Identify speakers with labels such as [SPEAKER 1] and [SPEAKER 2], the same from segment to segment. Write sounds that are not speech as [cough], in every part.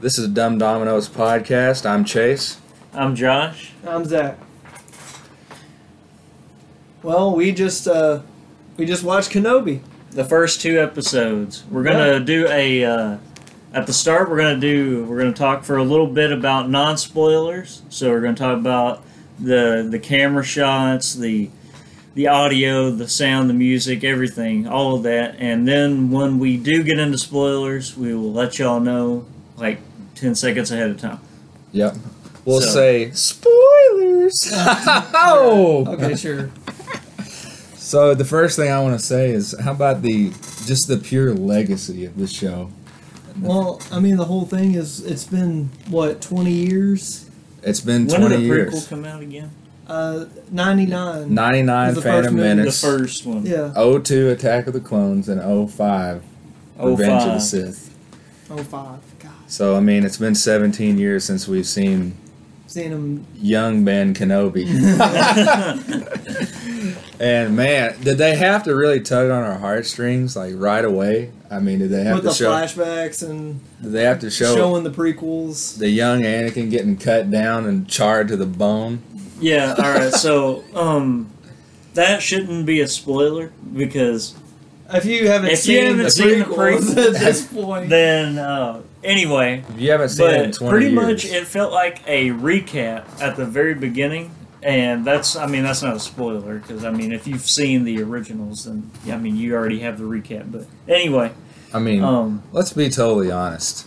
[SPEAKER 1] This is Dumb Dominoes Podcast. I'm Chase.
[SPEAKER 2] I'm Josh.
[SPEAKER 3] I'm Zach. Well, we just uh, we just watched Kenobi.
[SPEAKER 2] The first two episodes. We're gonna do a uh, at the start. We're gonna do. We're gonna talk for a little bit about non spoilers. So we're gonna talk about the the camera shots, the the audio, the sound, the music, everything, all of that. And then when we do get into spoilers, we will let y'all know like ten seconds ahead of time.
[SPEAKER 1] Yep. We'll
[SPEAKER 2] So-
[SPEAKER 1] say [laughs] spoilers. oh. [laughs]
[SPEAKER 3] Okay, sure.
[SPEAKER 1] So the first thing I want to say is, how about the just the pure legacy of this show?
[SPEAKER 3] Well, I mean, the whole thing is it's been what 20 years.
[SPEAKER 1] It's been
[SPEAKER 2] When did the
[SPEAKER 1] twenty
[SPEAKER 2] prequel
[SPEAKER 1] years.
[SPEAKER 2] come out again?
[SPEAKER 3] Uh, 99.
[SPEAKER 1] Ninety nine
[SPEAKER 3] Was the first
[SPEAKER 1] Phantom
[SPEAKER 3] movie the
[SPEAKER 2] The
[SPEAKER 1] Menace.
[SPEAKER 2] first one.
[SPEAKER 3] Yeah.
[SPEAKER 1] 02 Attack of the Clones and 05 Revenge of the
[SPEAKER 2] 05.
[SPEAKER 1] Sith.
[SPEAKER 3] Oh five. God.
[SPEAKER 1] So I mean, it's been 17 years since we've seen
[SPEAKER 3] Seeing him.
[SPEAKER 1] young Ben
[SPEAKER 2] [laughs]
[SPEAKER 1] Kenobi. And man, did they have to really tug on our heartstrings like right away? I mean, did they have
[SPEAKER 3] With
[SPEAKER 1] to
[SPEAKER 3] the
[SPEAKER 1] show?
[SPEAKER 3] flashbacks and
[SPEAKER 1] Did they have to show
[SPEAKER 3] showing the prequels.
[SPEAKER 1] the young Anakin getting cut down and charred to the bone?
[SPEAKER 2] Yeah, all right. So, um that shouldn't be a spoiler because
[SPEAKER 3] If you haven't
[SPEAKER 2] If you
[SPEAKER 3] seen,
[SPEAKER 2] haven't
[SPEAKER 3] the,
[SPEAKER 2] seen the
[SPEAKER 3] prequels
[SPEAKER 2] prequels.
[SPEAKER 3] [laughs] at this point,
[SPEAKER 2] then uh anyway,
[SPEAKER 1] If you haven't seen it in
[SPEAKER 2] but
[SPEAKER 1] 20
[SPEAKER 2] pretty
[SPEAKER 1] years,
[SPEAKER 2] much it felt like a recap at the very beginning and that's I mean that's not a spoiler because I mean if you've seen the originals then I mean you already have the recap but anyway,
[SPEAKER 1] I mean,
[SPEAKER 2] um
[SPEAKER 1] let's be totally honest.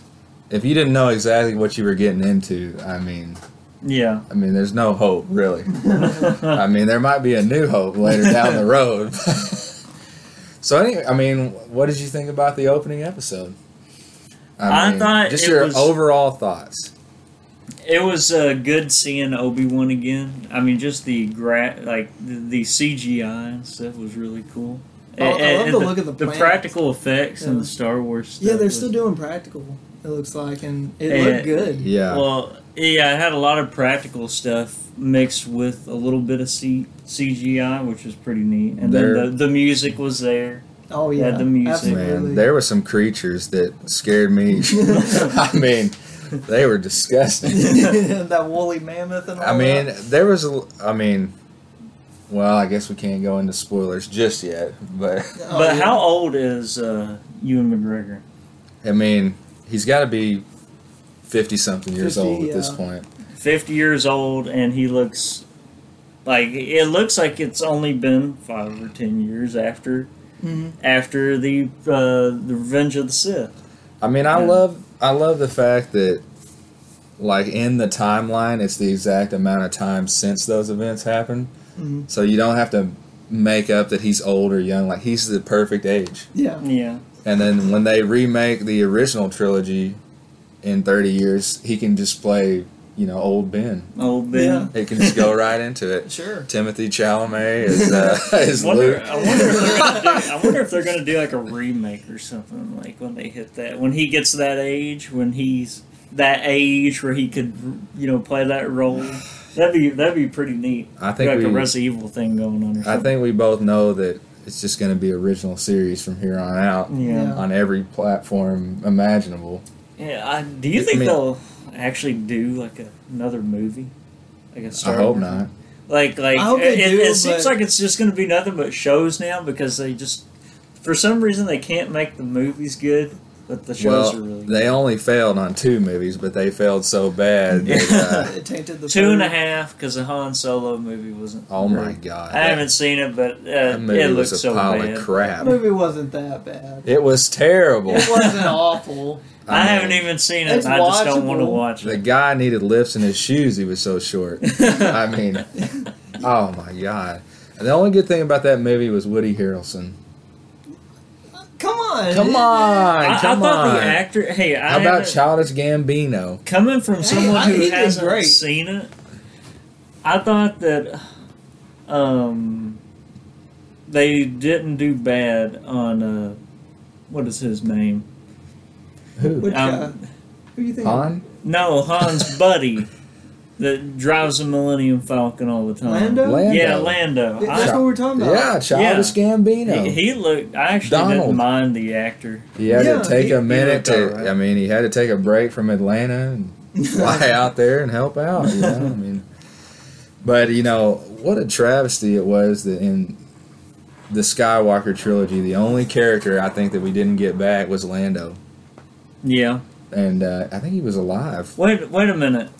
[SPEAKER 1] If you didn't know exactly what you were getting into, I mean,
[SPEAKER 2] yeah.
[SPEAKER 1] I mean, there's no hope really. I mean, there might be a new hope later down the road. [laughs] so, anyway, I mean, what did you think about the opening episode?
[SPEAKER 2] I thought
[SPEAKER 1] just
[SPEAKER 2] it
[SPEAKER 1] your
[SPEAKER 2] was-
[SPEAKER 1] overall thoughts.
[SPEAKER 2] It was uh, good seeing Obi Wan again. I mean, just the gra- like the, the CGI and stuff was really cool.
[SPEAKER 3] I- I love the look of the
[SPEAKER 2] the
[SPEAKER 3] plants.
[SPEAKER 2] practical effects and
[SPEAKER 3] Yeah.
[SPEAKER 2] the Star Wars. Stuff
[SPEAKER 3] yeah, they're
[SPEAKER 2] was-
[SPEAKER 3] still doing practical. It looks like, and it
[SPEAKER 2] Yeah.
[SPEAKER 3] looked good.
[SPEAKER 1] Yeah,
[SPEAKER 2] Well, yeah, it had a lot of practical stuff mixed with a little bit of C- CGI, which was pretty neat. And
[SPEAKER 1] There-
[SPEAKER 2] then the, the music was there.
[SPEAKER 3] Oh
[SPEAKER 2] Yeah,
[SPEAKER 3] yeah,
[SPEAKER 2] the music.
[SPEAKER 1] man, there were some creatures that scared
[SPEAKER 2] [laughs]
[SPEAKER 1] me. [laughs] I mean, they were disgusting.
[SPEAKER 3] [laughs] that woolly mammoth and all
[SPEAKER 1] I mean,
[SPEAKER 3] that.
[SPEAKER 1] there was a. I mean, well, I guess we can't go into spoilers just yet, but
[SPEAKER 3] Oh,
[SPEAKER 2] but
[SPEAKER 3] yeah.
[SPEAKER 2] how old is uh, Ewan McGregor?
[SPEAKER 1] I mean, he's got to be fifty something years
[SPEAKER 3] 50,
[SPEAKER 1] old at this
[SPEAKER 3] yeah.
[SPEAKER 1] point.
[SPEAKER 2] Fifty years old, and he looks like it looks like it's only been five or ten years after
[SPEAKER 3] Mhm.
[SPEAKER 2] after the uh, the Revenge of the Sith.
[SPEAKER 1] I mean, I
[SPEAKER 2] Yeah.
[SPEAKER 1] love I love the fact that like in the timeline, it's the exact amount of time since those events happened.
[SPEAKER 2] Mm-hmm.
[SPEAKER 3] Mhm.
[SPEAKER 1] So you don't have to make up that he's old or young. Like he's the perfect age.
[SPEAKER 3] Yeah,
[SPEAKER 2] Yeah,
[SPEAKER 1] And then when they remake the original trilogy in 30 years, he can just play, you know, old Ben.
[SPEAKER 2] old Ben.
[SPEAKER 1] He can just
[SPEAKER 2] [laughs]
[SPEAKER 1] go right into it.
[SPEAKER 3] sure.
[SPEAKER 1] Timothy Chalamet is uh, is
[SPEAKER 2] Wonder,
[SPEAKER 1] Luke.
[SPEAKER 2] [laughs] I, wonder if they're gonna do, I wonder if they're gonna do like a remake or something like when they hit that when he gets to that age when he's that age where he could you know play that role that'd be that'd be pretty neat
[SPEAKER 1] I
[SPEAKER 2] like
[SPEAKER 1] think
[SPEAKER 2] a
[SPEAKER 1] we,
[SPEAKER 2] Resident Evil thing going on or
[SPEAKER 1] I
[SPEAKER 2] something
[SPEAKER 1] think we both know that it's just going to be original series from here on out
[SPEAKER 2] yeah
[SPEAKER 1] on every platform imaginable.
[SPEAKER 2] yeah I, do you
[SPEAKER 1] I
[SPEAKER 2] think
[SPEAKER 1] mean-
[SPEAKER 2] they'll actually do like a, another movie like a Star
[SPEAKER 1] I hope
[SPEAKER 2] Wars
[SPEAKER 1] not.
[SPEAKER 2] Like, like
[SPEAKER 3] I hope
[SPEAKER 2] it,
[SPEAKER 3] they
[SPEAKER 2] it-
[SPEAKER 3] do,
[SPEAKER 2] it seems
[SPEAKER 3] but-
[SPEAKER 2] like it's just going to be nothing but shows now because they just, for some reason, they can't make the movies good, but the shows
[SPEAKER 1] Well,
[SPEAKER 2] are really good.
[SPEAKER 1] they only failed on two movies, but they failed so
[SPEAKER 2] [laughs]
[SPEAKER 1] bad. That, uh,
[SPEAKER 3] it tainted the
[SPEAKER 2] Two and a
[SPEAKER 3] food.
[SPEAKER 2] half because the Han Solo movie wasn't.
[SPEAKER 1] uh, oh my
[SPEAKER 2] great.
[SPEAKER 1] god!
[SPEAKER 2] I haven't seen it, but uh,
[SPEAKER 1] that movie
[SPEAKER 2] it
[SPEAKER 1] was
[SPEAKER 2] looks
[SPEAKER 1] a
[SPEAKER 2] so
[SPEAKER 1] pile
[SPEAKER 2] bad.
[SPEAKER 1] of crap.
[SPEAKER 3] Movie wasn't that bad.
[SPEAKER 1] It was terrible.
[SPEAKER 3] It wasn't awful.
[SPEAKER 2] [laughs] I,
[SPEAKER 1] mean,
[SPEAKER 2] haven't even seen it.
[SPEAKER 3] It's
[SPEAKER 2] and I just don't want to
[SPEAKER 3] watchable.
[SPEAKER 2] watch
[SPEAKER 1] The
[SPEAKER 2] it.
[SPEAKER 1] guy needed lifts in his shoes. He was so short.
[SPEAKER 2] [laughs]
[SPEAKER 1] I mean, oh my god. The only good thing about that movie was Woody Harrelson.
[SPEAKER 3] Come on.
[SPEAKER 1] Come on,
[SPEAKER 2] I, I
[SPEAKER 1] come
[SPEAKER 2] thought
[SPEAKER 1] on.
[SPEAKER 2] the actor. Hey, I
[SPEAKER 1] How about
[SPEAKER 2] haven't-
[SPEAKER 1] Childish Gambino?
[SPEAKER 2] coming from
[SPEAKER 3] Hey,
[SPEAKER 2] someone
[SPEAKER 3] I- he
[SPEAKER 2] who
[SPEAKER 3] did
[SPEAKER 2] hasn't
[SPEAKER 3] great.
[SPEAKER 2] seen it, I thought that um, they didn't do bad on uh, what is his name?
[SPEAKER 1] Who?
[SPEAKER 3] Which,
[SPEAKER 2] Um,
[SPEAKER 3] uh, who do you think?
[SPEAKER 1] Han?
[SPEAKER 2] No, Han's buddy. that drives the Millennium Falcon all the time.
[SPEAKER 3] Lando?
[SPEAKER 1] Lando.
[SPEAKER 2] Yeah, Lando.
[SPEAKER 3] Yeah, that's
[SPEAKER 2] I,
[SPEAKER 3] what we're talking about.
[SPEAKER 1] Yeah, Childish Gambino.
[SPEAKER 2] he, he looked. I actually
[SPEAKER 1] Donald.
[SPEAKER 2] didn't mind the actor.
[SPEAKER 1] He had
[SPEAKER 3] Yeah,
[SPEAKER 1] to take
[SPEAKER 3] he-
[SPEAKER 1] a
[SPEAKER 2] he
[SPEAKER 1] minute
[SPEAKER 2] looked
[SPEAKER 1] to.
[SPEAKER 2] all right.
[SPEAKER 3] uh,
[SPEAKER 1] I mean, he had to take a break from Atlanta
[SPEAKER 3] [laughs]
[SPEAKER 1] and fly out there and help out. You know, I mean, but you know what a travesty it was that in the Skywalker trilogy, the only character I think that we didn't get back was Lando,
[SPEAKER 2] Yeah.
[SPEAKER 1] and uh, I think he was alive.
[SPEAKER 2] Wait. Wait a minute.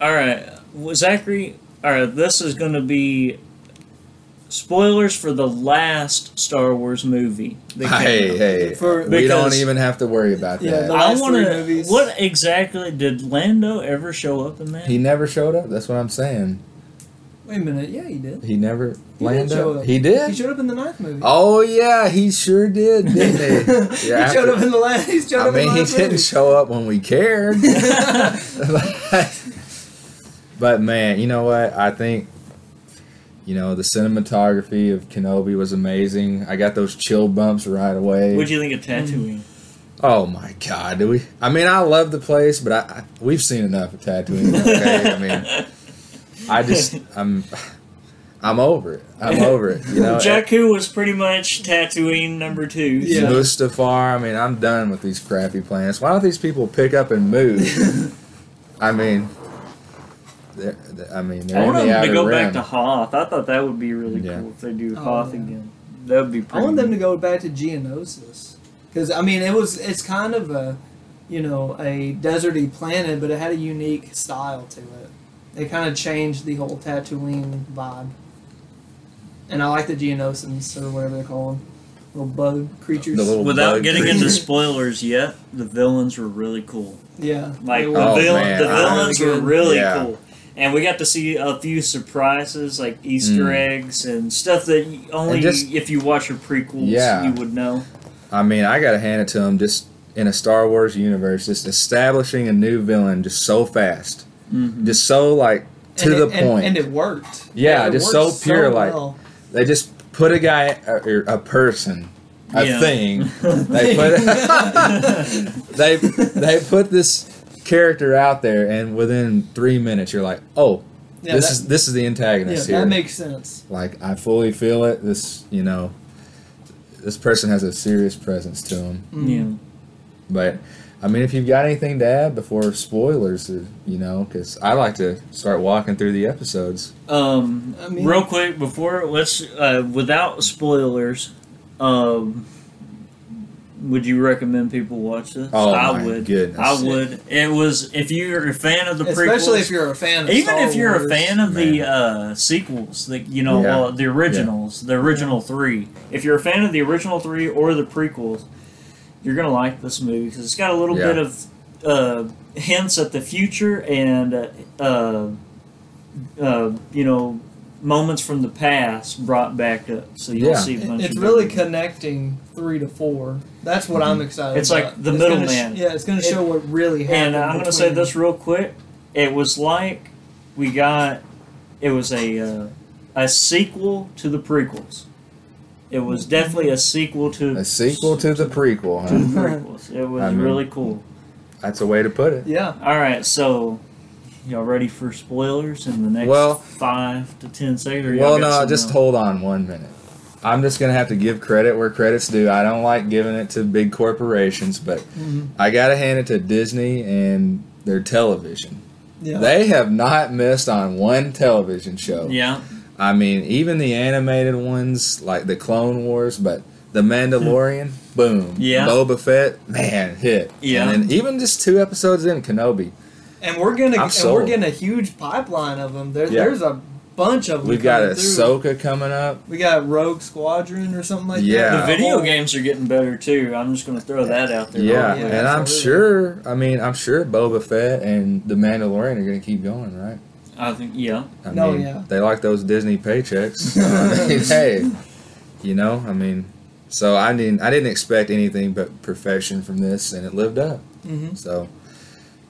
[SPEAKER 2] All right, well, Zachary. All right, this is going to be spoilers for the last Star Wars movie. That came
[SPEAKER 1] Hey,
[SPEAKER 2] out.
[SPEAKER 1] hey,
[SPEAKER 3] For-
[SPEAKER 1] we don't
[SPEAKER 2] Because-
[SPEAKER 1] even have to worry about
[SPEAKER 3] Yeah,
[SPEAKER 1] that.
[SPEAKER 3] the-
[SPEAKER 2] I
[SPEAKER 3] last
[SPEAKER 2] want
[SPEAKER 3] three movies.
[SPEAKER 2] to. What exactly did Lando ever show up in that? [laughs]
[SPEAKER 1] he never showed up. That's what I'm saying.
[SPEAKER 3] Wait a minute. Yeah, he did.
[SPEAKER 1] He never
[SPEAKER 3] He
[SPEAKER 1] Lando.
[SPEAKER 3] did show up.
[SPEAKER 1] He did.
[SPEAKER 3] He showed up in the ninth movie.
[SPEAKER 1] oh yeah, he sure did, didn't he?
[SPEAKER 3] [laughs] he
[SPEAKER 1] Yeah,
[SPEAKER 3] showed
[SPEAKER 1] after-
[SPEAKER 3] up in the last. He showed
[SPEAKER 1] I
[SPEAKER 3] up in
[SPEAKER 1] mean,
[SPEAKER 3] the
[SPEAKER 1] he
[SPEAKER 3] last
[SPEAKER 1] didn't
[SPEAKER 3] movie.
[SPEAKER 1] show up when we cared. but man, you know what? I think you know the cinematography of Kenobi was amazing. I got those chill bumps right away.
[SPEAKER 2] What'd you think of Tatooine?
[SPEAKER 1] oh my god, do we? I mean, I love the place, but I, I we've seen enough of Tatooine. Okay, I
[SPEAKER 2] [laughs]
[SPEAKER 1] mean, I just I'm I'm over it. I'm over it. You know,
[SPEAKER 2] Jakku was pretty much Tatooine number two. so-
[SPEAKER 3] Yeah.
[SPEAKER 1] Mustafar. I mean, I'm done with these crappy planets. Why don't these people pick up and move? I mean, they're, they I mean,
[SPEAKER 2] I
[SPEAKER 1] they're in
[SPEAKER 2] want
[SPEAKER 1] the
[SPEAKER 2] them
[SPEAKER 1] outer
[SPEAKER 2] to go
[SPEAKER 1] rim.
[SPEAKER 2] back to Hoth. I thought that would be really
[SPEAKER 1] Yeah.
[SPEAKER 2] cool if they do
[SPEAKER 3] Oh,
[SPEAKER 2] Hoth
[SPEAKER 3] yeah.
[SPEAKER 2] again. That would be
[SPEAKER 3] I
[SPEAKER 2] pretty.
[SPEAKER 3] want them to go back to Geonosis because I mean it was it's kind of a you know a deserty planet, but it had a unique style to it. It kind of changed the whole Tatooine vibe, and I like the Geonosians or whatever they're called, little bug creatures.
[SPEAKER 1] The little
[SPEAKER 2] Without
[SPEAKER 1] bug
[SPEAKER 2] getting
[SPEAKER 1] creature.
[SPEAKER 2] into spoilers yet, the villains were really cool.
[SPEAKER 3] yeah,
[SPEAKER 2] Like
[SPEAKER 3] they
[SPEAKER 2] the,
[SPEAKER 3] were.
[SPEAKER 1] Oh,
[SPEAKER 2] vil-
[SPEAKER 1] man,
[SPEAKER 2] the
[SPEAKER 1] I-
[SPEAKER 2] villains were really
[SPEAKER 1] Yeah.
[SPEAKER 2] cool, and we got to see a few surprises like Easter
[SPEAKER 1] Mm.
[SPEAKER 2] eggs and stuff that you- only
[SPEAKER 1] And just-
[SPEAKER 2] if you watch your prequels
[SPEAKER 1] Yeah.
[SPEAKER 2] you would know.
[SPEAKER 1] I mean, I gotta hand it to them. Just in a Star Wars universe, just establishing a new villain just so fast,
[SPEAKER 2] Mhm.
[SPEAKER 1] just so like to
[SPEAKER 3] And
[SPEAKER 1] the
[SPEAKER 3] it- and-
[SPEAKER 1] point.
[SPEAKER 3] and it worked.
[SPEAKER 1] Yeah,
[SPEAKER 3] it
[SPEAKER 1] just
[SPEAKER 3] worked
[SPEAKER 1] so pure, like-
[SPEAKER 3] well.
[SPEAKER 1] they just put a guy, or a person, a
[SPEAKER 2] Yeah. [laughs]
[SPEAKER 1] thing. [laughs] They put they they put this character out there, and within three minutes, you're like, oh,
[SPEAKER 3] yeah,
[SPEAKER 1] this
[SPEAKER 3] that,
[SPEAKER 1] is this is the
[SPEAKER 3] yeah,
[SPEAKER 1] antagonist here.
[SPEAKER 3] that makes sense.
[SPEAKER 1] like I fully feel it. This you know, this person has a serious presence to him.
[SPEAKER 3] Mm.
[SPEAKER 2] Yeah.
[SPEAKER 3] Hmm.
[SPEAKER 1] But I mean, if you've got anything to add before spoilers, uh, you know, because I like to start walking through the episodes.
[SPEAKER 2] Um,
[SPEAKER 3] I mean-
[SPEAKER 2] real quick before let's uh, without spoilers, um, would you recommend people watch this?
[SPEAKER 1] Oh
[SPEAKER 2] I
[SPEAKER 1] my
[SPEAKER 2] would.
[SPEAKER 1] goodness.
[SPEAKER 2] I would. It was if you're a fan of the
[SPEAKER 3] Especially
[SPEAKER 2] prequels,
[SPEAKER 3] if you're a fan. Of
[SPEAKER 2] even
[SPEAKER 3] Star
[SPEAKER 2] if you're a
[SPEAKER 3] Wars.
[SPEAKER 2] fan of the
[SPEAKER 1] Man.
[SPEAKER 2] uh, sequels, the you know
[SPEAKER 1] Yeah.
[SPEAKER 2] uh, the originals, the original three. If you're a fan of the original three or the prequels, you're gonna like this movie because it's got a little
[SPEAKER 1] Yeah.
[SPEAKER 2] bit of uh, hints at the future and uh, uh, uh, you know moments from the past brought back up. So you'll
[SPEAKER 1] Yeah.
[SPEAKER 2] see a bunch.
[SPEAKER 3] It's
[SPEAKER 2] of
[SPEAKER 3] really
[SPEAKER 2] different-
[SPEAKER 3] connecting three to four. That's what I'm excited.
[SPEAKER 2] Mm-hmm. It's
[SPEAKER 3] about.
[SPEAKER 2] like the
[SPEAKER 3] gonna
[SPEAKER 2] middleman.
[SPEAKER 3] Sh- yeah, it's going to
[SPEAKER 2] It-
[SPEAKER 3] show what really happened.
[SPEAKER 2] And uh, I'm going to say this real quick. It was like we got it was a uh, a sequel to the prequels. It
[SPEAKER 3] Mm-hmm.
[SPEAKER 2] was definitely a sequel to
[SPEAKER 1] A sequel to the prequel. Huh? [laughs]
[SPEAKER 2] to the prequels. It was
[SPEAKER 1] I mean-
[SPEAKER 2] really cool.
[SPEAKER 1] That's a way to put it.
[SPEAKER 3] Yeah,
[SPEAKER 2] All right, so y'all ready for spoilers in the next
[SPEAKER 1] Well-
[SPEAKER 2] five to ten seconds? Or y'all
[SPEAKER 1] Well,
[SPEAKER 2] got
[SPEAKER 1] no,
[SPEAKER 2] some,
[SPEAKER 1] just
[SPEAKER 2] uh,
[SPEAKER 1] hold on one minute. I'm just gonna have to give credit where credit's due. I don't like giving it to big corporations, but
[SPEAKER 2] Mm-hmm.
[SPEAKER 1] I gotta hand it to Disney and their television.
[SPEAKER 3] yeah.
[SPEAKER 1] They have not missed on one television show.
[SPEAKER 2] yeah.
[SPEAKER 1] I mean, even the animated ones like the Clone Wars, but the Mandalorian, boom.
[SPEAKER 2] Yeah.
[SPEAKER 1] Boba Fett, man, hit.
[SPEAKER 2] Yeah.
[SPEAKER 1] And then even just two episodes in Kenobi,
[SPEAKER 3] and we're
[SPEAKER 1] I'm
[SPEAKER 3] going to and we're
[SPEAKER 1] sold.
[SPEAKER 3] getting a huge pipeline of them. There,
[SPEAKER 1] Yeah.
[SPEAKER 3] There's a bunch of them.
[SPEAKER 1] we've got
[SPEAKER 3] coming through.
[SPEAKER 1] Ahsoka coming up.
[SPEAKER 3] We got Rogue Squadron or something like
[SPEAKER 1] Yeah.
[SPEAKER 3] that.
[SPEAKER 2] The video
[SPEAKER 3] Oh,
[SPEAKER 2] games are getting better too. I'm just going to throw that out there.
[SPEAKER 1] Yeah,
[SPEAKER 3] yeah,
[SPEAKER 1] and I'm
[SPEAKER 3] absolutely.
[SPEAKER 1] sure. I mean, I'm sure Boba Fett and the Mandalorian are going to keep going, right?
[SPEAKER 2] I think yeah.
[SPEAKER 1] I
[SPEAKER 3] No,
[SPEAKER 1] mean,
[SPEAKER 3] Oh, yeah.
[SPEAKER 1] They like those Disney
[SPEAKER 3] [laughs]
[SPEAKER 1] paychecks. So, I mean, hey, you know, I mean, so I didn't, I didn't expect anything but perfection from this, and it lived up.
[SPEAKER 3] Mhm.
[SPEAKER 1] So,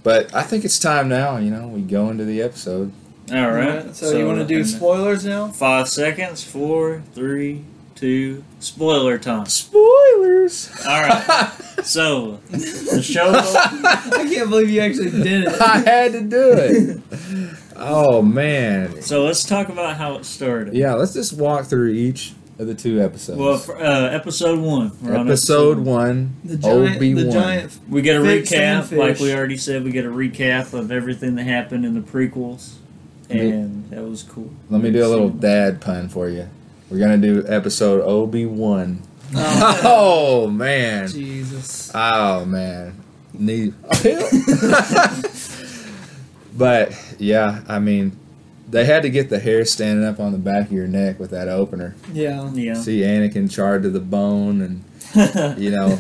[SPEAKER 1] but I think it's time now. You know, we go into the episode.
[SPEAKER 2] All right.
[SPEAKER 3] So, you want to do
[SPEAKER 2] and-
[SPEAKER 3] spoilers now?
[SPEAKER 2] Five seconds. Four, three, two. Spoiler time.
[SPEAKER 1] Spoilers. [laughs]
[SPEAKER 2] All right. So the show.
[SPEAKER 3] [laughs]
[SPEAKER 1] [laughs]
[SPEAKER 3] I can't believe you actually did it.
[SPEAKER 1] I had to do it. Oh man.
[SPEAKER 2] So let's talk about how it started.
[SPEAKER 1] Yeah, let's just walk through each of the two episodes.
[SPEAKER 2] Well, for, uh, episode one. We're on
[SPEAKER 1] episode one,
[SPEAKER 3] The giant, the
[SPEAKER 1] Obi-Wan. [laughs]
[SPEAKER 3] giant.
[SPEAKER 2] We get a
[SPEAKER 3] Fix and
[SPEAKER 2] recap,
[SPEAKER 3] fish.
[SPEAKER 2] like we already said. We get a recap of everything that happened in the prequels,
[SPEAKER 1] Me-
[SPEAKER 2] and that was cool.
[SPEAKER 1] Let me do a little dad pun for you. We're gonna do episode Obi One.
[SPEAKER 3] Oh,
[SPEAKER 1] [laughs] Oh man.
[SPEAKER 3] Jesus.
[SPEAKER 1] Oh man. Need. [laughs] but yeah, I mean, they had to get the hair standing up on the back of your neck with that opener.
[SPEAKER 3] Yeah.
[SPEAKER 1] [laughs]
[SPEAKER 2] Yeah. [laughs]
[SPEAKER 1] See Anakin charred to the bone, and you know,